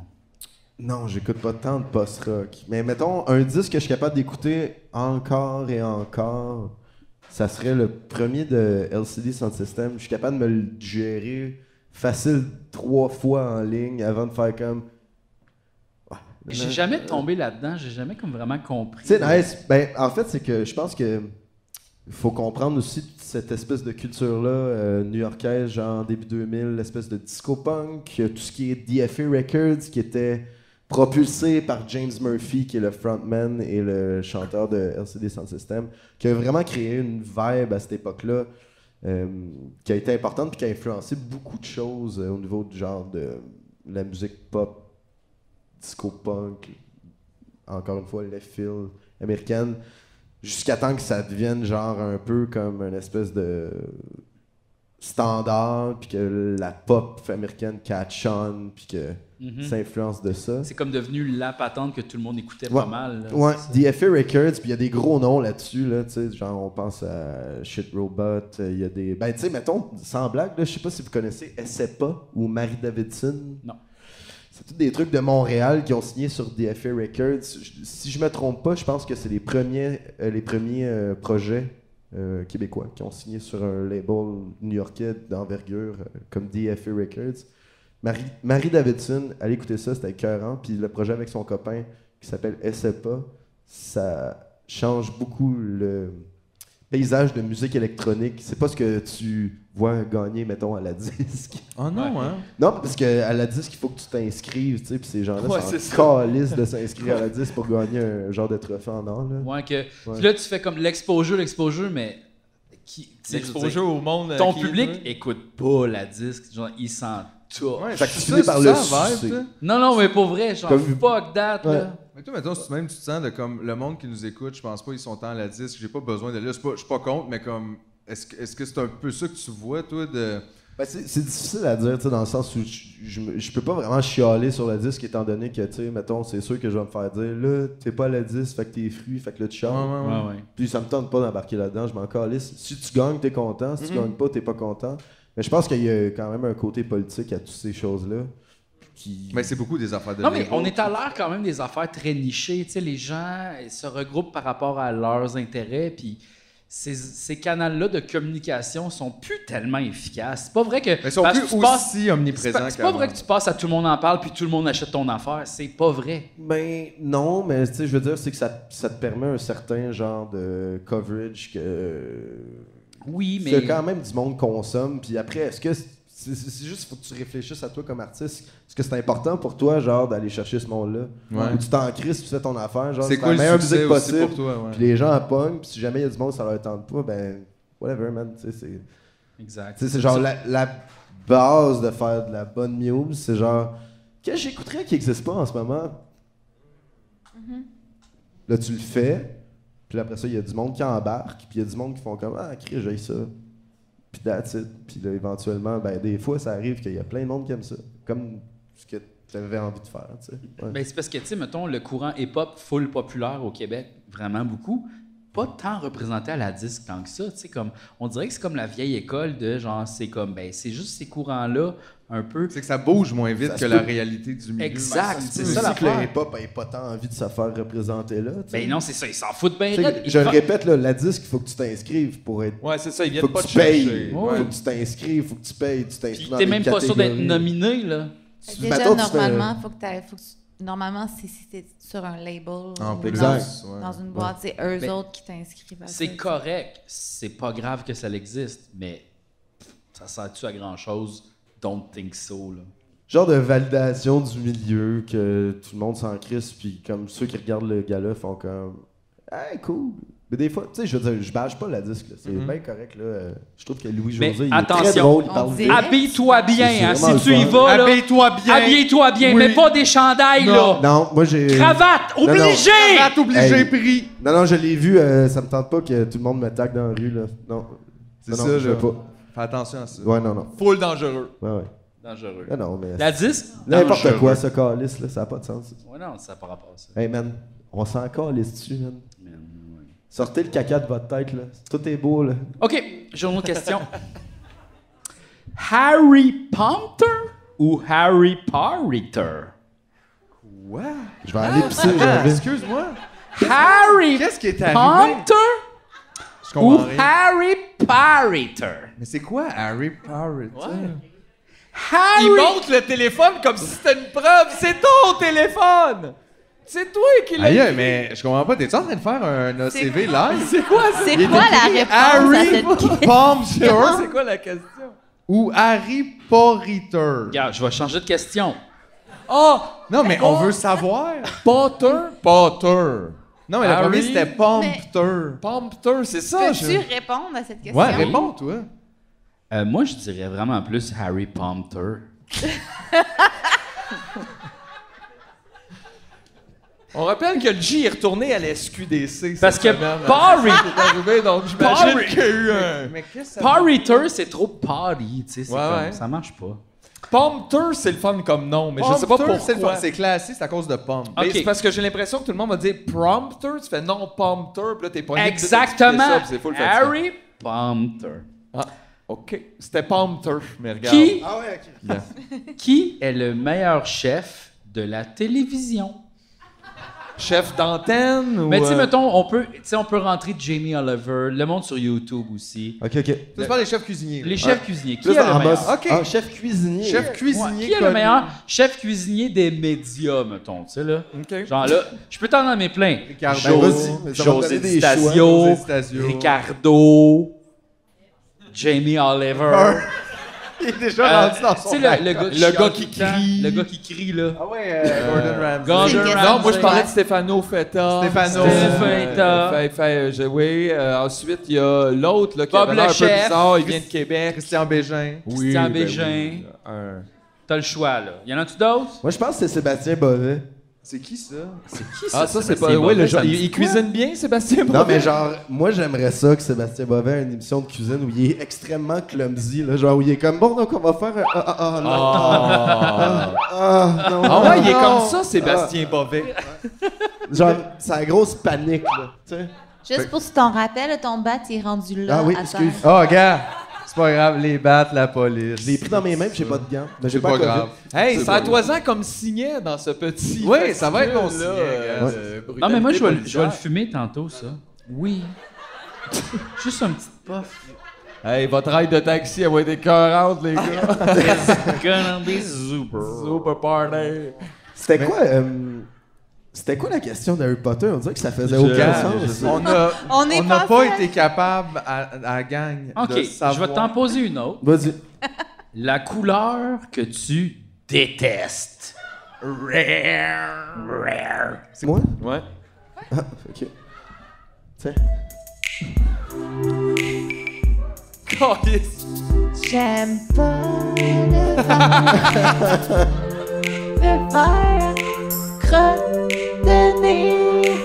Non, j'écoute pas tant de post-rock. Mais mettons, un disque que je suis capable d'écouter encore et encore, ça serait le premier de LCD Sound System. Je suis capable de me le gérer facile trois fois en ligne avant de faire comme. Ouais. J'ai jamais tombé là-dedans, j'ai jamais comme vraiment compris. C'est nice. Ben, en fait, c'est que je pense que faut comprendre aussi toute cette espèce de culture-là euh, new-yorkaise, genre début 2000, l'espèce de disco-punk, euh, tout ce qui est DFA Records, qui était propulsé par James Murphy, qui est le frontman et le chanteur de LCD Sound System, qui a vraiment créé une vibe à cette époque-là euh, qui a été importante puis qui a influencé beaucoup de choses euh, au niveau du genre de la musique pop, disco-punk, encore une fois, left field américaine, jusqu'à temps que ça devienne genre un peu comme une espèce de standard, puis que la pop américaine catch on, puis que Mhm. ça influence de ça. C'est comme devenu la patente que tout le monde écoutait Ouais. pas mal. là. Ouais, C'est ça. DFA Records, puis il y a des gros noms là-dessus, là, tu sais, genre on pense à Shit Robot, euh, il y a des... Ben, tu sais, mettons, sans blague, là, je sais pas si vous connaissez Essepa ou Mary Davidson. Non. C'est tous des trucs de Montréal qui ont signé sur DFA Records. Je- si je me trompe pas, je pense que c'est les premiers, euh, les premiers euh, projets euh, québécois qui ont signé sur un label new-yorkais d'envergure euh, comme DFA Records. Marie, Marie Davidson, allez écouter ça, c'était écœurant. Puis le projet avec son copain qui s'appelle SEPA, ça change beaucoup le paysage de musique électronique. C'est pas ce que tu vois gagner, mettons, à la disque. *laughs* Ah Oh non, hein? Non, parce qu'à la disque, il faut que tu t'inscrives, tu sais, puis ces gens-là Ouais, c'est sont ça. calistes de s'inscrire à la disque pour gagner un genre de trophée en or, là. Ouais, que Ouais. puis là, tu fais comme l'exposure, l'exposure, mais qui, tu sais, je veux L'exposure au monde. euh, dire, ton qui- public écoute pas la disque, genre ils s'en tout. Ouais, Fait que c'est tu ça, finis par c'est le ça, la vibe, sucer. tu sais. Non, non, mais pour vrai, genre Comme- fuck that, Ouais. là. Mais toi, maintenant, si même tu te sens de comme le monde qui nous écoute, je pense pas ils sont tant à la disque, j'ai pas besoin de là. Je suis pas, je suis pas contre, mais comme est-ce que est-ce que c'est un peu ça que tu vois, toi, de. Ben, c'est c'est difficile à dire, tu sais, dans le sens où je- je me- je peux pas vraiment chialer sur la disque, étant donné que, tu sais, mettons, c'est sûr que je vais me faire dire, là, t'es pas à la disque, fait que t'es fruit, fait que là, tu chantes. Ouais, ouais. Puis ça me tente pas d'embarquer là-dedans, je m'en calisse. Si tu gagnes, t'es content. Mhm. Si tu gagnes pas, t'es pas content. Mais je pense qu'il y a quand même un côté politique à toutes ces choses-là. Qui... Mais ben, c'est beaucoup des affaires de. Non, mais label. on est à l'heure quand même des affaires très nichées. Tu sais, les gens ils se regroupent par rapport à leurs intérêts, puis ces, ces canaux-là de communication sont plus tellement efficaces. C'est pas vrai que. Mais ils sont parce plus que tu passes- aussi c'est pas, omniprésents c'est pas qu'avant. vrai que tu passes à tout le monde en parle, puis tout le monde achète ton affaire. C'est pas vrai. Ben non, mais tu sais, je veux dire, c'est que ça, ça te permet un certain genre de coverage que. Oui, mais. C'est quand même du monde consomme. Puis après, est-ce que c'est c'est- c'est juste faut que tu réfléchisses à toi comme artiste. Est-ce que c'est important pour toi, genre, d'aller chercher ce monde-là? Ouais. Ou tu t'en crises, tu fais ton affaire, genre, C'est quoi la le meilleure succès musique aussi possible. pour toi, ouais. Puis les gens en pognent, puis si jamais il y a du monde, ça leur tente pas, ben, whatever, man. Tu sais, c'est- tu Exact. sais, c'est genre la, la base de faire de la bonne muse. C'est genre, qu'est-ce que j'écouterais qui n'existe pas en ce moment? Là, tu le fais, puis Puis là, après ça, il y a du monde qui embarque, puis il y a du monde qui font comme Ah, crie, j'ai ça. Puis that's it. Puis là, éventuellement, ben, des fois, ça arrive qu'il y a plein de monde qui aime ça. Comme ce que tu avais envie de faire, tu sais. Ouais. Ben, c'est parce que, tu sais, mettons, le courant hip-hop full populaire au Québec, vraiment beaucoup, pas tant représenté à la disque tant que ça. Tu sais, comme, on dirait que c'est comme la vieille école de genre, c'est comme, ben, c'est juste ces courants-là, un peu. C'est que ça bouge moins vite Ça que se la peut. réalité du milieu. Exact, Ben, c'est C'est ça aussi que le l'affaire. hip-hop n'avait pas tant envie de se faire représenter là. tu sais. Ben non, c'est ça, ils s'en foutent bien. Tu sais, raide. Ils je le fa- répète, là, la disque, il faut que tu t'inscrives pour être. Ouais, c'est ça, ils faut viennent que pas te tu payes. chercher. Il Ouais. Faut que tu t'inscrives, faut que tu payes, tu Puis t'inscris dans t'es des même pas sûr d'être catégories. nominé, là. Fait que Tu- Déjà, mettons, tu euh, te- normalement, faut que t'ailles- faut que tu- normalement, c'est si c'est sur un label En Ah, ou plus, dans, exact, ouais. dans une boîte, c'est eux Mais autres qui t'inscrivent. à ça. C'est correct, c'est pas grave que ça l'existe, mais ça sert-tu à grand-chose? Don't think so, là. Genre de validation du milieu que tout le monde s'en crisse, puis comme ceux qui regardent le gala font comme. Hey, cool! Mais des fois, tu sais, je veux dire, je bâche pas la disque, là, c'est bien correct, là. euh, Je trouve que Mm-hmm. Mais Louis-José, il est très attention. drôle, il On parle dit- vite. Ah, Habille-toi bien, hein, Hein? C'est vraiment si tu le y fun. vas, là. Habille-toi bien. Habille-toi bien, Oui. mais pas des chandails, Non. là. Non, moi j'ai. Cravate, Non, non. obligé! Cravate obligée, Hey. prix. Non, non, je l'ai vu, euh, ça me tente pas que tout le monde me tague dans la rue, là. Non. C'est Non, ça, non, je là. veux pas. Fais attention à ça. Ouais, non, non. Full dangereux. Ouais, ouais. Dangereux. Ah Non, non, mais. La disque? N'importe dangereux. quoi, ce calice, là, ça n'a pas de sens. Ouais, non, ça par rapport à ça. Hey, man, on s'en calisse dessus, man. Man, ouais. Sortez le caca de votre tête, là. Tout est beau, là. OK, j'ai une autre question. *laughs* Harry Potter ou Harry Potter? Je vais aller pisser, Ah, j'avais. excuse-moi. Harry Qu'est-ce qui est arrivé? Potter Je ou comprends rien. Harry Potter? Mais c'est quoi Harry Potter? Harry... Il montre le téléphone comme si c'était une preuve. C'est ton téléphone! C'est toi qui l'as. Aïe, mais je comprends pas. T'es-tu en train de faire un ACV live? C'est quoi ça? C'est quoi la réponse à Harry cette *laughs* question? C'est Potter quoi la question? ou Harry Potter? Regarde, je vais changer de question. Ah! Non, mais on veut savoir. Potter? Potter. Non, mais le Harry- premier, c'était Pompter. Pompter, c'est ça? Peux-tu je- répondre à cette question? Ouais, réponds, toi. Euh, moi, je dirais vraiment plus Harry Potter. On rappelle que le G est retourné à la SQDC. Parce cette que semaine. Parry- C'est arrivé, donc j'imagine Parry- qu'il y a eu un. Potter, c'est trop party, tu sais, c'est Ouais, comme- ouais. ça marche pas. Pompter, c'est le fun comme nom, mais je sais pas Pompter, pourquoi. c'est le fun. C'est classé, c'est à cause de Pompe. Mais Ok. C'est parce que j'ai l'impression que tout le monde va dire prompter, tu fais non prompter, puis là t'es pas Exactement. C'est full fatigant. Harry Potter. Ah, ok. C'était prompter, mais regarde. Qui, Ah ouais, ok. *laughs* qui est le meilleur chef de la télévision? Chef d'antenne ou. Mais tu sais, euh, mettons, on peut, tu sais, on peut rentrer Jamie Oliver, le monde sur YouTube aussi. Ok, ok. Tu parles des chefs cuisiniers. là. Les chefs cuisiniers. Qui Plus est le en mode. meilleur? Ok. Ah, chef Ah, cuisinier. Chef Ouais, cuisinier. Qui est le connu. meilleur chef cuisinier des médias, mettons, tu sais, là? Ok. Genre là, je peux t'en nommer plein. Ricardo. Jo- Ben, vas-y, mais ça va me José donner Di des choix. Stasio, José Di Stasio. Ricardo, Jamie Oliver. Il est déjà Euh, *laughs* rendu dans tu son sais, rack. le, le gars qui, Le chiale gars tout qui le temps, crie. Le gars qui crie, là. Ah ouais, euh, Gordon Ramsay. Gordon C'est une question. Non, moi je parlais de Stefano Feta. Stefano. Feta. Fait- fait, euh, je- oui. euh, ensuite, il y a l'autre là, qui Bob avait l'air le un peu chef. bizarre, il vient de Québec. Christian Bégin. Christian Bégin. T'as le choix, là. Y en a-tu d'autres? Moi, je pense que c'est Sébastien Bovet. C'est qui ça? C'est qui Ah, ça, c'est pas. Sébastien Oui, le Bovet, genre- ça me il, dit il quoi? cuisine bien, Sébastien Non, Bovet? mais genre, moi, j'aimerais ça que Sébastien Bovet ait une émission de cuisine où il est extrêmement clumsy, là. Genre, où il est comme, bon, donc on va faire. un- Ah, ah, ah, non. Ah, ah, non. Ah ouais, il est non. comme ça, Sébastien Bovet. Genre, c'est la grosse panique, là. Tu sais. Juste pour ton rappel, ton bat il est rendu là. Ah oui, à excuse. terre. Oh, gars, c'est pas grave, les battre la police. Je l'ai pris dans mes mains, puis j'ai pas de gants. Mais j'ai C'est pas, pas la COVID. grave. Hey, C'est ça toi comme signet dans ce petit. Oui, ça va être mon fascicule, signet, là, gars. euh, Non, mais moi, je vais, le- je vais le brutalité fumer tantôt, ça. Oui. *laughs* Juste un petit puff. policière. Hey, votre ride de taxi, elle va être écœurante, les gars. Gonna be super. Super party. C'était quoi, euh, c'était quoi la question d'Harry Potter? On dirait que ça faisait aucun Gars, sens. on a- On est on n'a pas passé à- été capable à, à la gang OK, de je vais t'en *laughs* savoir. poser une autre. Vas-y. La couleur que tu détestes. C'est moi? Ah, Ouais. Ok. Tu sais. Calice. J'aime pas le *laughs* vent. Le verre crotte de nez.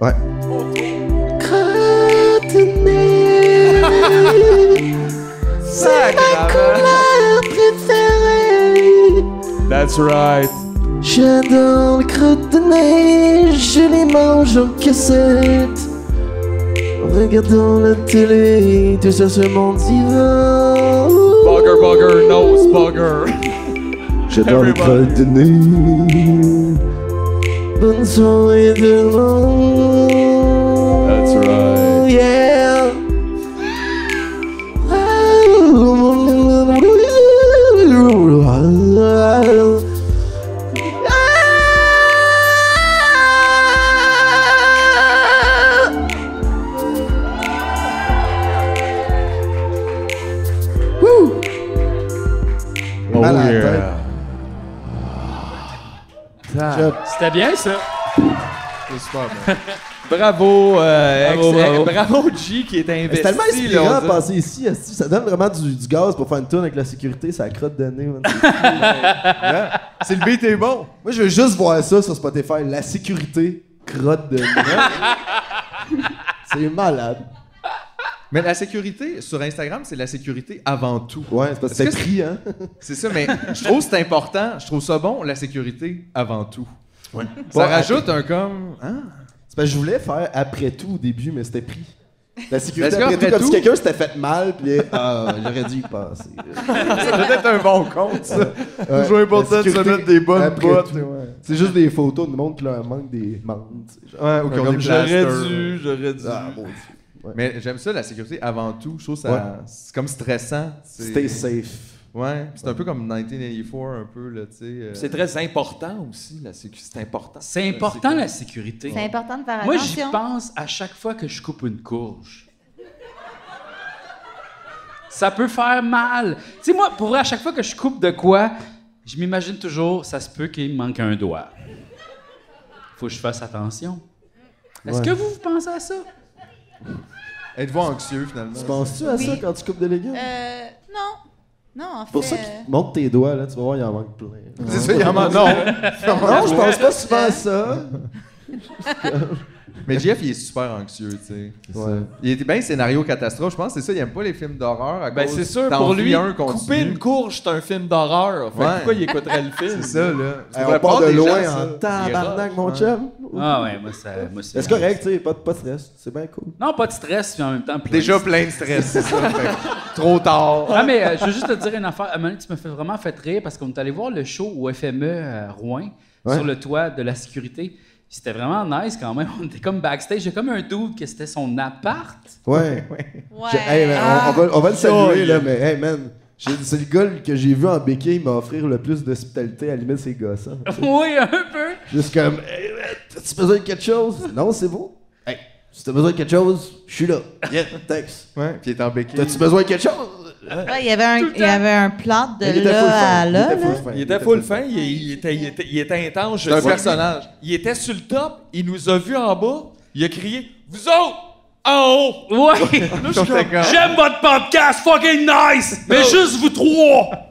Ouais. C'est ma couleur préférée. That's right. J'adore les crottes de neige, je les mange en cassette. En regardant la télé, tout ça sur mon divan. Bugger, bugger, nose, bugger. J'adore les Everybody. crottes de nez. Bonne soirée de That's right. Yeah. Woo! Oh Mal à la yeah. tête. C'était bien, ça. C'est super Bravo, euh, Bravo, ex- bravo. eh, bravo, G qui est investi. C'est tellement là, inspirant on de dit. passer ici. esti. Ça donne vraiment du, du gaz pour faire une tourne avec la sécurité, ça crotte de nez. *laughs* man. C'est le beat est bon. Moi, je veux juste voir ça sur Spotify. La sécurité, crotte de nez. *laughs* c'est malade. Mais la sécurité, sur Instagram, c'est la sécurité avant tout. Ouais, c'est parce que Est-ce c'est que pris, hein. C'est ça, mais je trouve que c'est important. Je trouve ça bon, la sécurité avant tout. Ouais. Ça rajoute un comme. Hein? C'est parce que je voulais faire après tout au début, mais c'était pris. La sécurité Est-ce que après, après tout, comme tout- si quelqu'un s'était fait mal, puis ah, j'aurais dû y passer. *laughs* C'est peut-être un bon compte, ça. Ouais, Toujours important la de se sécurité mettre des bonnes après bottes. tout, ouais. C'est juste des photos de monde qui leur manque des membres. tu sais, genre. Ouais, ou qui ont Comme des j'aurais blasters. dû, j'aurais dû. Ah, mon Dieu. Ouais. Mais j'aime ça, la sécurité avant tout. Je trouve ça. Ouais. C'est comme stressant. C'est- Stay safe. Ouais, c'est un peu comme 1984, un peu, là, tu sais. euh, C'est très important aussi, la sécu. C'est important. C'est important, la sécurité. C'est important de faire Moi, j'y attention. pense à chaque fois que je coupe une courge. Ça peut faire mal. Tu sais, moi, pour vrai, à chaque fois que je coupe de quoi, je m'imagine toujours, ça se peut qu'il me manque un doigt. Faut que je fasse attention. Est-ce Ouais. que vous, vous pensez à ça? Êtes-vous anxieux, finalement? Tu penses-tu à ça Oui. quand tu coupes des légumes? Euh, non. Non, en fait. Pour ça, euh, qui- monte tes doigts, là, tu vas voir, il en manque plein. C'est ça, il y en a- Non! Non, Ah, je pense pas souvent à ça. Mais Jeff, il est super anxieux, tu sais. C'est Ouais. ça. Il était bien scénario catastrophe, je pense. C'est ça, il aime pas les films d'horreur. à Ben, cause c'est sûr, t'en pour vis lui, un couper continu. une courge, c'est un film d'horreur. Fait que Ouais. pourquoi il *laughs* écouterait le film? C'est ça, là. Hey, La on plupart part de des gens, loin hein. ça, en tabarnak, ils mon rushent, chum. Ah ouais, moi, ça, moi c'est... C'est correct, tu sais, pas, de- pas de stress. C'est bien cool. Non, pas de stress, puis en même temps... plein de Déjà stress. plein de stress, c'est ça. fait que Trop tard. Ah, mais euh, je veux juste te dire une affaire. À un moment donné, tu me fais vraiment fait rire parce qu'on est allé voir le show au FME à euh, Rouen Ouais. sur le toit de la sécurité. C'était vraiment nice quand même. On était comme backstage. J'ai comme un dude que c'était son *laughs* appart. Ouais. Ouais. J'ai- hey, man, Ah. on, on va, on va le saluer, Joy. là, mais hey, man, j'ai- c'est le gars que j'ai vu en béquille m'offrir le plus d'hospitalité. À la limite, c'est gosse. hein. oui, un peu. Juste comme, hey, man, t'as-tu besoin de quelque chose? Non, c'est bon. Hey, si t'as besoin de quelque chose, je suis là. Yeah, thanks. Ouais, puis il est en béquille. T'as-tu besoin de quelque chose? Ouais, il y avait un, il y avait un plâtre de Il était full là fin. à Il là. était full là. fin. Il était full fin, il, il était, il, était, il était intense. je C'est un sais. personnage. Il était sur le top, il nous a vus en bas, il a crié Vous autres, en haut Ouais. Là, je suis Comme- comme, J'aime votre podcast, fucking nice, mais juste vous trois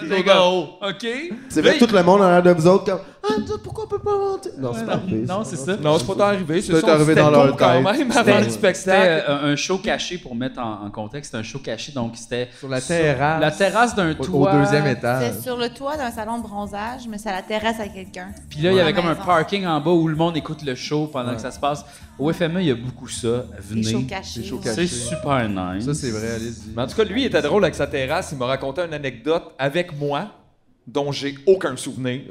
Vous autres en haut. OK C'est Là, vrai, tout le monde en l'air de vous autres, comme, ah, pourquoi on peut pas monter? Non, c'est pas vrai, Non, c'est ça. il- Non, c'est pas arrivé, c'est Tout est ça. arrivé C'était dans beau leur quand tête. même C'était avant le c'était, spectacle. euh, un show caché pour mettre en, en contexte. C'était un show caché, donc c'était Sur la terrasse. la terrasse d'un Au- toit. Au deuxième étage. C'était sur le toit d'un salon de bronzage, mais ça la terrasse à quelqu'un. Puis là, il y avait Ouais. comme un Maison. parking en bas où le monde écoute le show pendant que ça se passe. Au FME, il y a beaucoup ça. Des shows Venez. cachés. shows ouais. C'est cachés. super nice. Ça, c'est vrai, allez-y. Mais en tout cas, lui, il était drôle avec sa terrasse. Il m'a raconté une anecdote avec moi dont j'ai aucun souvenir.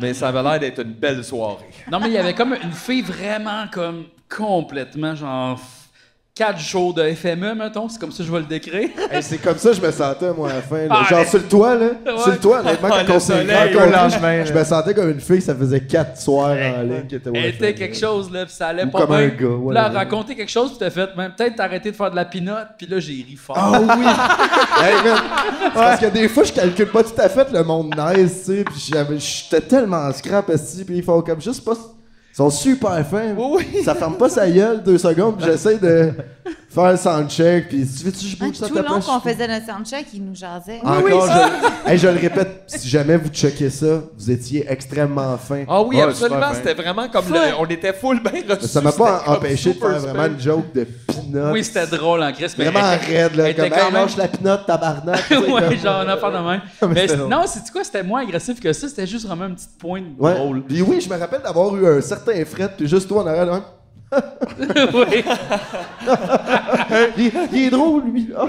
Mais ça avait l'air d'être une belle soirée. Non, mais il y avait comme une fille vraiment comme complètement genre f- quatre jours de FME, mettons, c'est comme ça que je vais le décrire. Hey, c'est comme ça que je me sentais, moi, à la fin. là. Ah, Genre, mais- sur le toit, là. Sur le toit, honnêtement, Ah, quand le on s'est soleil, rencontrés, le lendemain, je me sentais comme une fille, ça faisait quatre soirs en ligne qui était au Elle était FM. quelque chose, là, puis ça allait Ou pas comme bien. un gars, Puis là, elle whatever. racontait quelque chose, puis t'as fait, même peut-être t'arrêter de faire de la pinotte, puis là, j'ai ri fort. *laughs* Ah oui! Hey, man, c'est Parce que des fois, je calcule pas tout à fait le monde nice, tu sais. Puis j'avais- j'étais tellement scrap, esti, Puis ils font comme juste pas. Ils sont super fins. Oui, Ça ferme pas sa gueule deux secondes, puis j'essaie de faire le soundcheck, puis tu veux-tu que je Hein, bouge ça Ah. tout le long qu'on faisait notre soundcheck, il nous jasait. Encore, *laughs* je, Hey, je le répète, si jamais vous checkez ça, vous étiez extrêmement fin. Ah oui, Ouais, super absolument. fin. ben. C'était vraiment comme Fuck. le- on était full bien reçus. Ça m'a pas c'était comme empêché de super faire vraiment spell. une joke de pinot. Oui, c'était drôle en Chris. mais Vraiment elle était- raide, là. elle Comme, était hey, quand même- lâche la pinotte, tabarnak. tu *laughs* sais, ouais, comme- genre, on a de même. Mais, Ah, c'était c- drôle. non, c'est quoi, c'était moins agressif que ça, c'était juste vraiment une petite pointe Ouais. *laughs* drôle. Puis oui, je me rappelle d'avoir eu un certain fret, puis juste toi en arrière, là. oui. il, est- il est drôle, lui. Ah.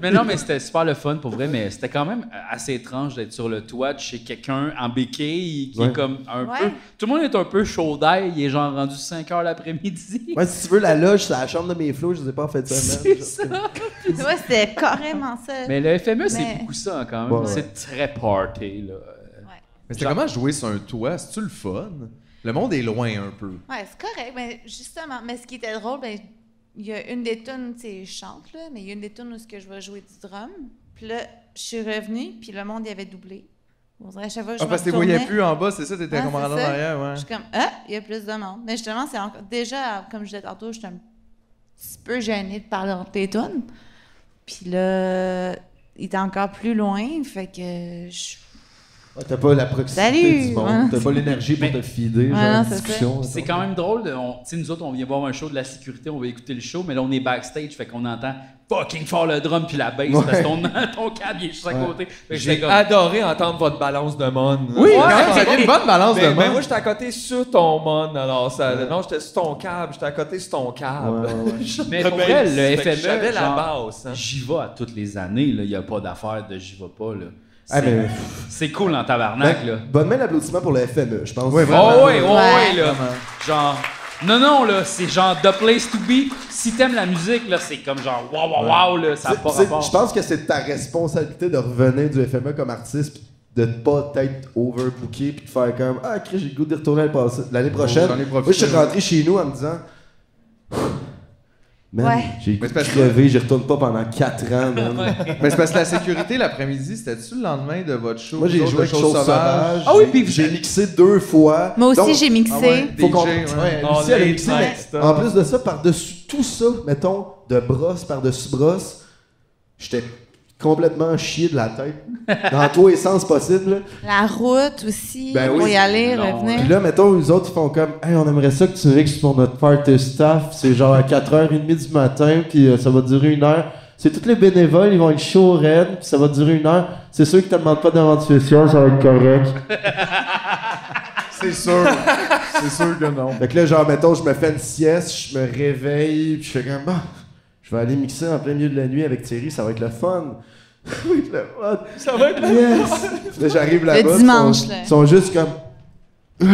Mais non, mais c'était super le fun pour vrai, mais c'était quand même euh, assez étrange d'être sur le toit de chez quelqu'un en béquille qui Ouais. est comme un Ouais. peu. Tout le monde est un peu chaud d'air, il est genre rendu 5 heures l'après-midi. Moi, si tu veux, la loge, c'est la chambre de mes flots, je les ai pas en fait *laughs* semaine. C'est genre. ça. *laughs* Ouais, c'était carrément ça. Mais le FME, Mais- c'est beaucoup ça hein, quand même. Ouais, ouais. C'est très party, là. Mais c'était comment jouer sur un toit? C'est-tu le fun? Le monde est loin un peu. Ouais, c'est correct. Mais justement, mais ce qui était drôle, ben, il y a une des tunes, tu sais, je chante, là, mais il y a une des tunes où ce que je vais jouer du drum. Puis là, je suis revenue, puis le monde y avait doublé. On dirait à chaque fois que je Ah, me parce que tu retournais- voyais plus hein. en bas, c'est ça? T'étais Ouais, comme c'est en ça. arrière, ouais. Je suis comme, ah, il y a plus de monde. Mais justement, c'est encore. Déjà, comme je disais tantôt, j'étais un petit peu gênée de parler entre les tunes. Puis là, il était encore plus loin, fait que je Ah, T'as pas la proximité Salut! du monde, t'as Ouais. pas l'énergie pour te fider, genre, Ouais, non, une c'est ça. discussion. C'est quand même drôle. de- on- Tu sais, nous autres, on vient voir un show de la sécurité, on va écouter le show, mais là, on est backstage, fait qu'on entend fucking fort le drum puis la bass parce Ouais. que *laughs* ton, ton câble il est juste à Ouais. côté. Fait que j'étais J'ai comme. adoré entendre votre balance de mon. Oui, quand même, ça devient une bonne balance Mais, de mais monde. moi, j'étais à côté sur ton mon, alors ça. Non, j'étais sur ton câble, j'étais à côté sur ton câble. *laughs* Ouais, ouais, ouais. Mais pour Ben, vrai, fait le que FME, J'avais la genre, base. hein. J'y vais à toutes les années, là. Il n'y a pas d'affaire de j'y vais pas, là. C'est, Ah, ben, c'est cool en tabarnak, là. ben, bonne main d'applaudissement pour le FME, je pense. Ouais, Oh, ouais, oh, ouais, Ouais. là. Genre. Non, non, là, c'est genre the place to be. Si t'aimes la musique, là, c'est comme genre waouh, waouh, waouh, là, ça n'a C'est- pas c'est- rapport. Je pense que c'est ta responsabilité de revenir du FME comme artiste pis de pas être overbooké puis de faire comme Ah, Chris, j'ai le goût de retourner l'année passée- l'année prochaine. j'en ai Moi, profité, je suis rentré chez nous en me disant *sighs* Man, Ouais. j'ai le goût Mais c'est de parce que- crever, j'y retourne pas pendant 4 *laughs* ans, man. Mais c'est parce que la sécurité l'après-midi, c'était-tu le lendemain de votre show? Moi, j'ai vous autres, joué de avec Chose Sauvage. Ah oui, j'ai- puis vous- j'ai mixé deux fois. Moi aussi, Donc, j'ai mixé. Ah ouais? Faut qu'on- DJ, ouais. ouais, On Lucie, elle a late mixé, night mais stuff. en plus de ça, par-dessus tout ça, mettons, de brosse par-dessus brosse, j'étais complètement chié de la *laughs* tête. Dans tous les sens possibles. La route aussi, Ben pour oui, y aller, long, revenir. Puis là, mettons, les autres, ils font comme Hey, on aimerait ça que tu mixes pour notre party staff. C'est genre à 4h30 du matin, puis euh, ça va durer une heure. C'est tous les bénévoles, ils vont être chauds raides, puis ça va durer une heure. C'est sûr qu'ils te demandent pas d'invention, ça va être correct. *laughs* C'est sûr. c'est sûr que non. Fait que là, genre, mettons, je me fais une sieste, je me réveille, puis je fais comme, bon, je vais aller mixer en plein milieu de la nuit avec Thierry, ça va être le fun. *laughs* Ça va être le fun. Ça va être Yes! Là, j'arrive là-bas. ils sont- dimanche, là. Ils sont juste comme.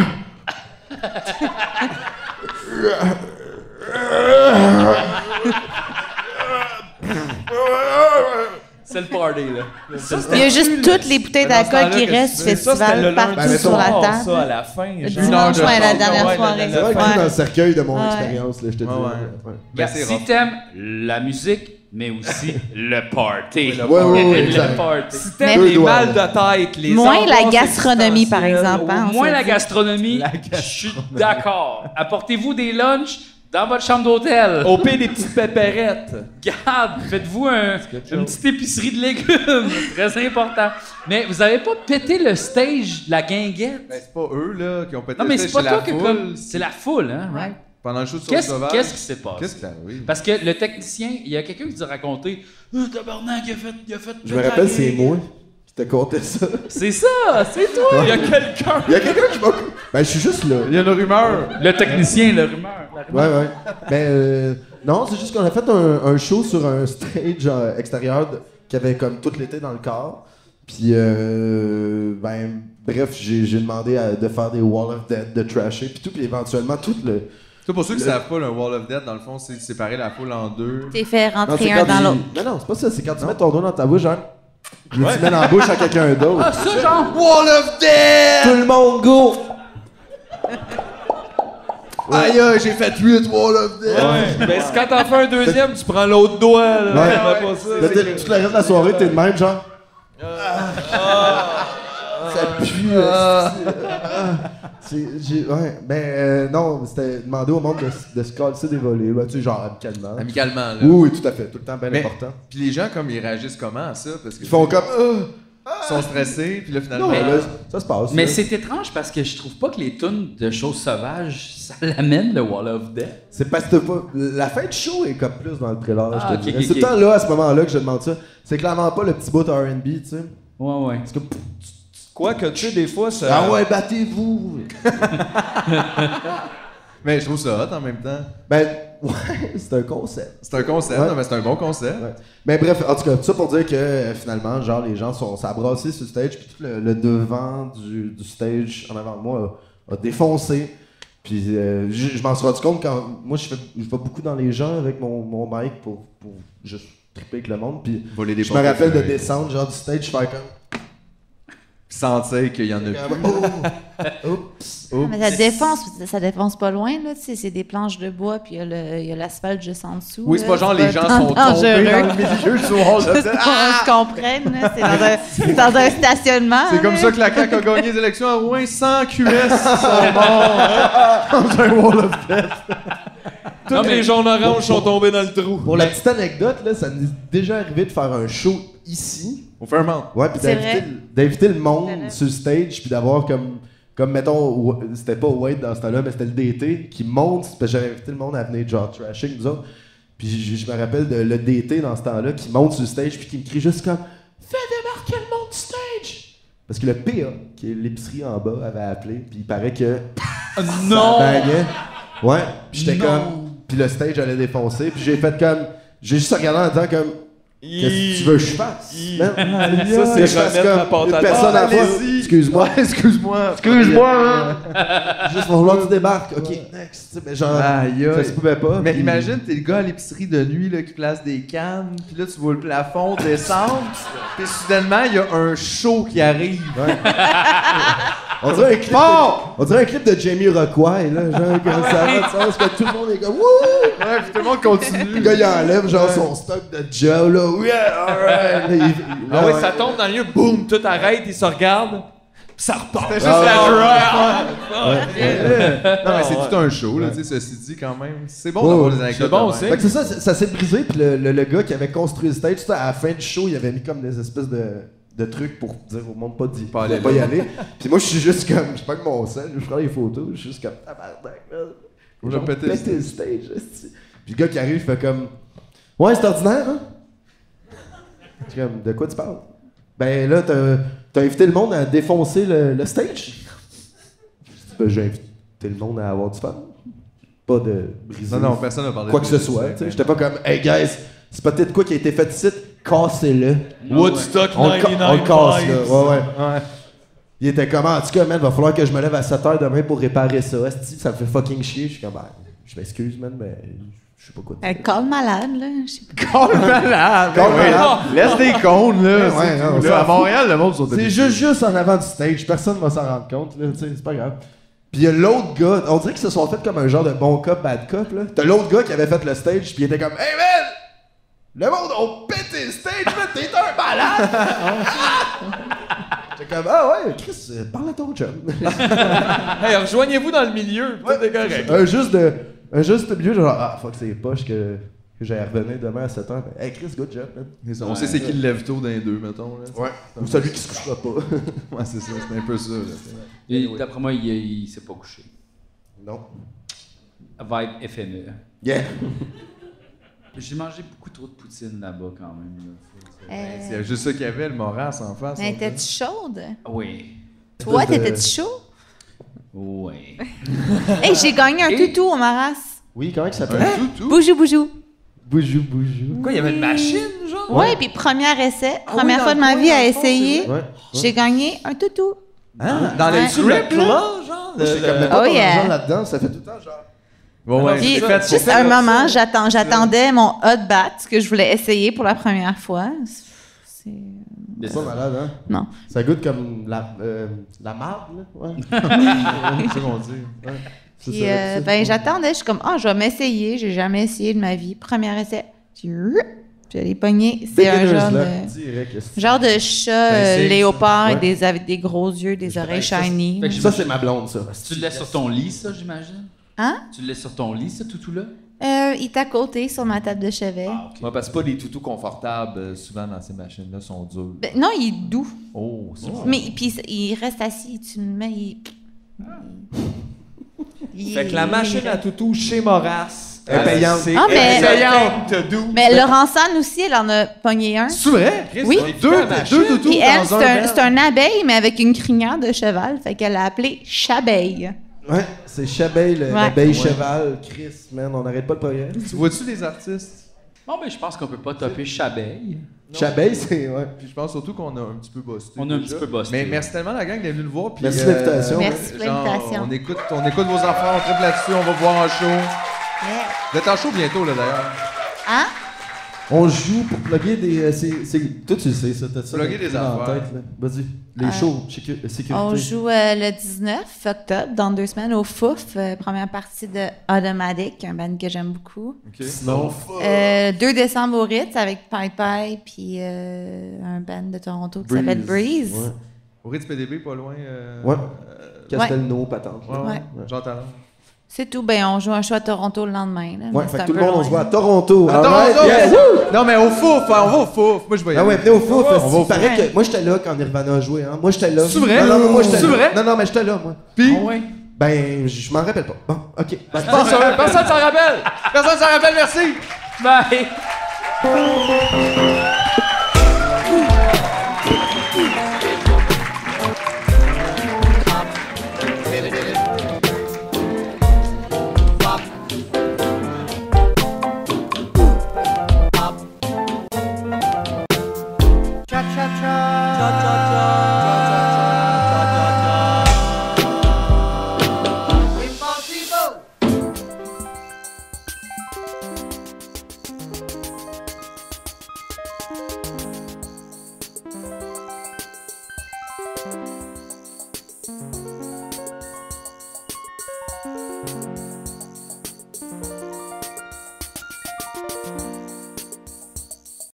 C'est le party, là. Il y a juste toutes les bouteilles Mais dans ce d'alcool temps-là, qui que restent du c'est- ça, c'était le festival lundi partout sur la soir, table. Ça, à la fin, genre. Le dimanche, Une heure ouais, de la temps, dernière ouais, soirée. C'est la- vrai la- que j'étais dans le cercueil de mon Ouais. expérience, là, je te dis. Ouais, là, ouais. ouais. Ben, c'est si rough. t'aimes la musique, mais *laughs* aussi le party. le Ouais, ouais, *laughs* ouais, le exact. party. Si t'aimes Deux les doigts, mal là. de tête, les Moins la angoisses gastronomie, par existentielles, exemple. hein, on Moins se la dit. gastronomie, je suis d'accord. Apportez-vous des lunchs dans votre chambre d'hôtel. Au pire des petites pépérettes. Garde, faites-vous un- une petite épicerie de légumes, *laughs* très important. Mais vous avez pas pété le stage de la guinguette? Ben, c'est pas eux, là, qui ont pété Non, mais ça c'est pas chez toi la que foule. comme. C'est la foule, hein, right? Pendant le show de Sauce Qu'est-ce Sauvage. qu'est-ce qui s'est passé? Qu'est-ce ben qui est arrivé? Parce que le technicien, il y a quelqu'un qui nous a raconté Ah, tabarnak, il a fait. Il a fait Je me rappelle, c'est moi qui te contais ça. C'est ça, c'est toi! Il y a quelqu'un. Il y a quelqu'un qui m'a. Ben, je suis juste là. Il y a une rumeur. Le technicien, la rumeur. la rumeur. Ouais, ouais. Ben, euh, non, c'est juste qu'on a fait un, un show sur un stage euh, extérieur de- qui avait comme tout l'été dans le corps. Puis, euh, ben, bref, j'ai j'ai demandé à- de faire des Wall of Death, de trasher, puis tout. Puis éventuellement, tout le. Ça, pour ceux qui savent pas, le Wall of Death, dans le fond, c'est de séparer la foule en deux. T'es fait Non, rentrer c'est un quand dans tu- l'autre. Non, non, c'est pas ça. C'est quand tu mets ton doigt dans ta bouche, genre. puis Tu mets dans la bouche à quelqu'un d'autre. Ah, ça, genre! Wall of Death! tout le monde, go! Aïe, aïe, j'ai fait 8 Wall of Death! Mais c'est Ben, quand t'en fais un deuxième, tu prends l'autre doigt. Là. Ouais. Fais pas ça. Là, t'es- Toute la reste de la soirée, t'es de même, genre. Ah. Ah. Ça pue. euh, C'est- j'ai- ouais, ben euh, non, c'était demander au monde de, s- de se casser des volets. Ben, tu sais, genre amicalement. Amicalement, Euh, là. Oui, oui, tout à fait. Tout le temps, bien Mais- important. Puis les gens, comme, ils réagissent comment à ça? Parce que Ils font comme. Ah! Ils sont stressés, puis là, finalement... Non, euh, là, ça se passe. Mais là. c'est étrange parce que je trouve pas que les tunes de choses sauvages, ça *laughs* l'amène le Wall of Death. C'est parce que t'as pas. La fin de show est comme plus dans le prélage. Ah, je te ok, dirais. ok, ok. c'est tout le temps là, à ce moment-là, que je demande ça. C'est clairement pas le petit bout de RB, tu sais. Ouais, ouais. Parce que. Quoi que tu sais, des fois, ça. Ah ouais, battez-vous! Mais je trouve ça hot en même temps. Ben, *laughs* ouais, c'est un concept. C'est un concept, Ouais. non, mais c'est un bon concept. Ouais. Mais Ben, bref, en tout cas, tout ça pour dire que euh, finalement, genre, les gens sont s'abrasser sur le stage, puis tout le, le devant du, du stage en avant de moi a, a défoncé. Puis euh, j- je m'en suis rendu compte quand moi, je, fais- je vais beaucoup dans les gens avec mon, mon mic pour, pour juste triper avec le monde. Puis Voler des euh, je me rappelle de portefeuilles. descendre, genre, du stage, faire comme. Sentir qu'il y en a plus. Oh, oups, oups. Mais ça défonce, ça défonce pas loin, là, tu sais, c'est des planches de bois, puis il y a le- il y a l'asphalte juste en dessous. Oui, c'est là, pas genre les gens sont tombés dans *laughs* dangereux. le milieu du Wall of Juste Death. qu'on se comprenne, là, c'est dans un- c'est dans, un stationnement. C'est comme là. ça que la CAQ a gagné les élections à Rouen sans QS. Ils *laughs* sont morts, hein, dans un Wall of Death. Tous *laughs* les jaunes oranges sont tombés dans le trou. Pour la petite anecdote, là, ça nous est déjà arrivé de faire un show ici. Au Fairmount. Ouais, puis C'est d'inviter, vrai. d'inviter le monde sur le stage, puis d'avoir comme, comme mettons, Wa- c'était pas Wade dans ce temps-là, mais c'était le DT qui monte, parce que j'avais invité le monde à venir genre trashing, nous autres. Puis je, je me rappelle de le DT dans ce temps-là qui monte sur le stage, puis qui me crie juste comme Fais débarquer le monde du stage! Parce que le PA, qui est l'épicerie en bas, avait appelé, puis il paraît que Non! ça baguait. Ouais, puis j'étais Non. comme. Puis le stage allait défoncer, puis j'ai fait comme. J'ai juste regardé en disant comme. Qu'est-ce que tu veux que je fasse? *laughs* man? Ça, c'est Que je fasse remettre comme la porte à une personne terre. à la fois. Allez-y. Excuse-moi. Excuse-moi. Excuse-moi, hein! *laughs* Juste pour voir que tu débarques. Ok, next. Tu sais, Mais genre. Aïe, aïe. Ça se pouvait pas. Mais puis- imagine, t'es le gars à l'épicerie de nuit là, qui place des cannes, puis là, tu vois le plafond descendre, puis soudainement, il y a un show qui arrive. On dirait un clip. de- On dirait un clip de Jamie Rockway, là. *laughs* Genre, que ça va de sens, que tout le monde est comme. Wouh! Ouais, puis tout le monde continue. Le gars, il enlève genre son stock de gel, là. Yeah, alright! Là, il- Ah là, ouais, ça tombe dans le lieu, boum, tout arrête, ils se regardent, pis ça repart. C'était juste la Non, mais c'est tout un show, là, tu sais, ceci dit, quand même. C'est bon Ah, Ouais, d'avoir ouais, des anecdotes. de bon, même. c'est- Fait que c'est ça, ça, ça s'est brisé, puis le, le- le gars qui avait construit le stage, tout ça, à la fin du show, il avait mis comme des espèces de, de trucs pour dire au monde pas d'y Pas pas, aller pas là. y aller. puis moi, je suis juste comme, je pas que mon sel, je prends les photos, je suis juste comme, tabarnak, man. On a Ils ont pété le pété le stage. esti. Puis le gars qui arrive, fait comme, ouais, c'est ordinaire, hein? Je suis comme, de quoi tu parles? Ben là, t'as t'as invité le monde à défoncer le, le stage? Ben, J'ai invité le monde à avoir du fun. Pas de briser Non, non, personne n'a parlé quoi de que ce ça. soit. tu sais. J'étais pas comme, hey guys, c'est peut-être quoi qui a été fait ici, cassez-le. Woodstock On le ca- on le 99 casse, là. vibes. Ouais, Ah ouais. Il était comme, en tout cas, man, va falloir que je me lève à 7 h demain pour réparer ça. Esti, ça me fait fucking chier. Je suis comme, ben, je m'excuse, man, mais je sais pas quoi. dire. Un col malade, là, je sais pas. Call malade! Call Ouais, malade. Ah, Laisse des cônes, là. Ah, Ouais, ouais, c'est non, tout, on là. s'en À fout. Montréal, le monde sont C'est juste, juste en avant du stage. Personne va s'en rendre compte, là. tu sais, C'est pas grave. Puis il y a l'autre gars, on dirait qu'ils se sont fait comme un genre de bon cop, bad cop, là. T'as l'autre gars qui avait fait le stage, puis il était comme, hey man! Le monde a pété le stage, man, t'es un malade! Ah! J'étais comme, ah ouais, Chris, euh, parle à ton chum. Hey, rejoignez-vous dans le milieu, tout est correct. un juste de. Un juste au milieu, genre, ah fuck, c'est poche que, que j'ai revenu demain à 7 h. Hey Chris, good job, man. On sait c'est qui le lève tôt dans les deux, mettons. Là. Ouais. Ou celui qui se couchera pas. *laughs* Ouais, c'est ça, c'est un peu ça. là. Et D'après moi, il, il s'est pas couché. non. Vibe FME. Yeah. *laughs* J'ai mangé beaucoup trop de poutine là-bas quand même. là. Faut le dire. Euh, C'est juste ça qu'il y avait, le Moras en face. mais en t'étais-tu chaude? Oui. Toi, de- t'étais-tu chaud? Oui. Hey, j'ai gagné un Et- toutou au Maras. Oui, comment il fait. s'appelle? Un toutou. Boujou, boujou. Boujou, boujou. Quoi, il y avait une machine, genre? Ouais, puis premier essai, Ah oui, première dans fois le de ma coin, vie dans à le fond, c'est essayer, Ouais. ouais. j'ai gagné un toutou. Ah, Hein? Dans Ouais. les strips, là, genre? le- J'étais comme, le- mets pas Oh ton yeah. argent là-dedans, ça fait tout le temps genre. Bon, ouais, Puis, c'est fait pour juste faire un comme moment, ça. j'attends, j'attendais mon hot bat que je voulais essayer pour la première fois. C'est... Mais C'est pas ça- malade, hein? Non. Ça goûte comme la, euh, la marde, là. *laughs* Ouais. C'est ça qu'on dit. ouais. C'est Puis, ça, euh, ça. ben, j'attendais, je suis comme, ah, je vais m'essayer, j'ai jamais essayé de ma vie. Premier essai, Puis, rup, Je l'ai pogné. C'est un genre de. Genre de chat euh, léopard avec des, avec des gros yeux, des oreilles shiny. Fait que Ça, c'est ma blonde, ça. Tu le laisses sur ton lit, ça, j'imagine? Hein? Tu le laisses sur ton lit, ça, toutou-là? Euh, il est à côté sur ma table de chevet. Ouais, parce que pas des toutous confortables, euh, souvent dans ces machines-là, sont durs. Ben, non, il est doux. Oh, c'est bon. Mais puis il reste assis, tu le mets, il. Il- Fait que la machine à toutou chez Moras Elle est euh, payante. C'est Ah, mais- payante de doux. Mais Laurençane Ben, aussi, elle en a pogné un. C'est vrai? Chris, Oui. on a Deux, deux toutous Puis elle, dans c'est un, un c'est un abeille, mais avec une crinière de cheval. Fait qu'elle l'a appelée chabeille. Ouais, c'est Chabeil, le- Ouais. l'abeille Ouais. cheval. Chris, man, on n'arrête pas le progrès. Tu vois-tu des artistes? Bon, ben, je pense qu'on peut pas taper Chabeil. Chabeil, c'est. Ouais. Puis je pense surtout qu'on a un petit peu bossé. On a un déjà. petit peu bossé, Mais ouais. merci tellement la gang d'être venu le voir. Puis, Merci de euh, l'invitation. Merci de genre, l'invitation. On écoute, on écoute vos affaires, on tripe là-dessus, on va voir un show. Yeah. Vous êtes en show bientôt, là, d'ailleurs. Hein? On joue pour plugger des. euh, c'est- c'est- Toi, tu le sais, ça. T'as ça Plugger des en affaires. tête, là. Vas-y. Les shows, sécu- euh, sécurité. On joue euh, le 19 octobre, dans deux semaines, au Fouf. euh, première partie de Automatic, un band que j'aime beaucoup. Sinon, Euh, 2 décembre au Ritz avec Pai Pai, puis euh, un band de Toronto qui s'appelle Breeze. Ouais. Au Ritz PDB, pas loin. euh, Ouais. euh, Castelnau, patente. ouais, ouais, Ouais. Jean Talon. C'est tout. Ben, on joue un show à Toronto le lendemain. là, mais Ouais, fait c'est que un tout le peu monde, on loin. se voit à Toronto. Attends, Alright, attends, Ah yes. attends. Non, mais au fouf, hein, on va au fouf. Moi, je vais y Ah aller. ouais, venez au fouf. On va au Il paraît que. Moi, j'étais là quand Nirvana a joué. Hein. Moi, j'étais là. C'est vrai? Non, non, mais moi, j'étais C'est là. vrai? Non, non, mais j'étais là, moi. Puis, Ah ouais. Ben, je m'en rappelle pas. Bon, ok. Bye. personne s'en rappelle. Personne s'en rappelle, merci. Bye! Bye.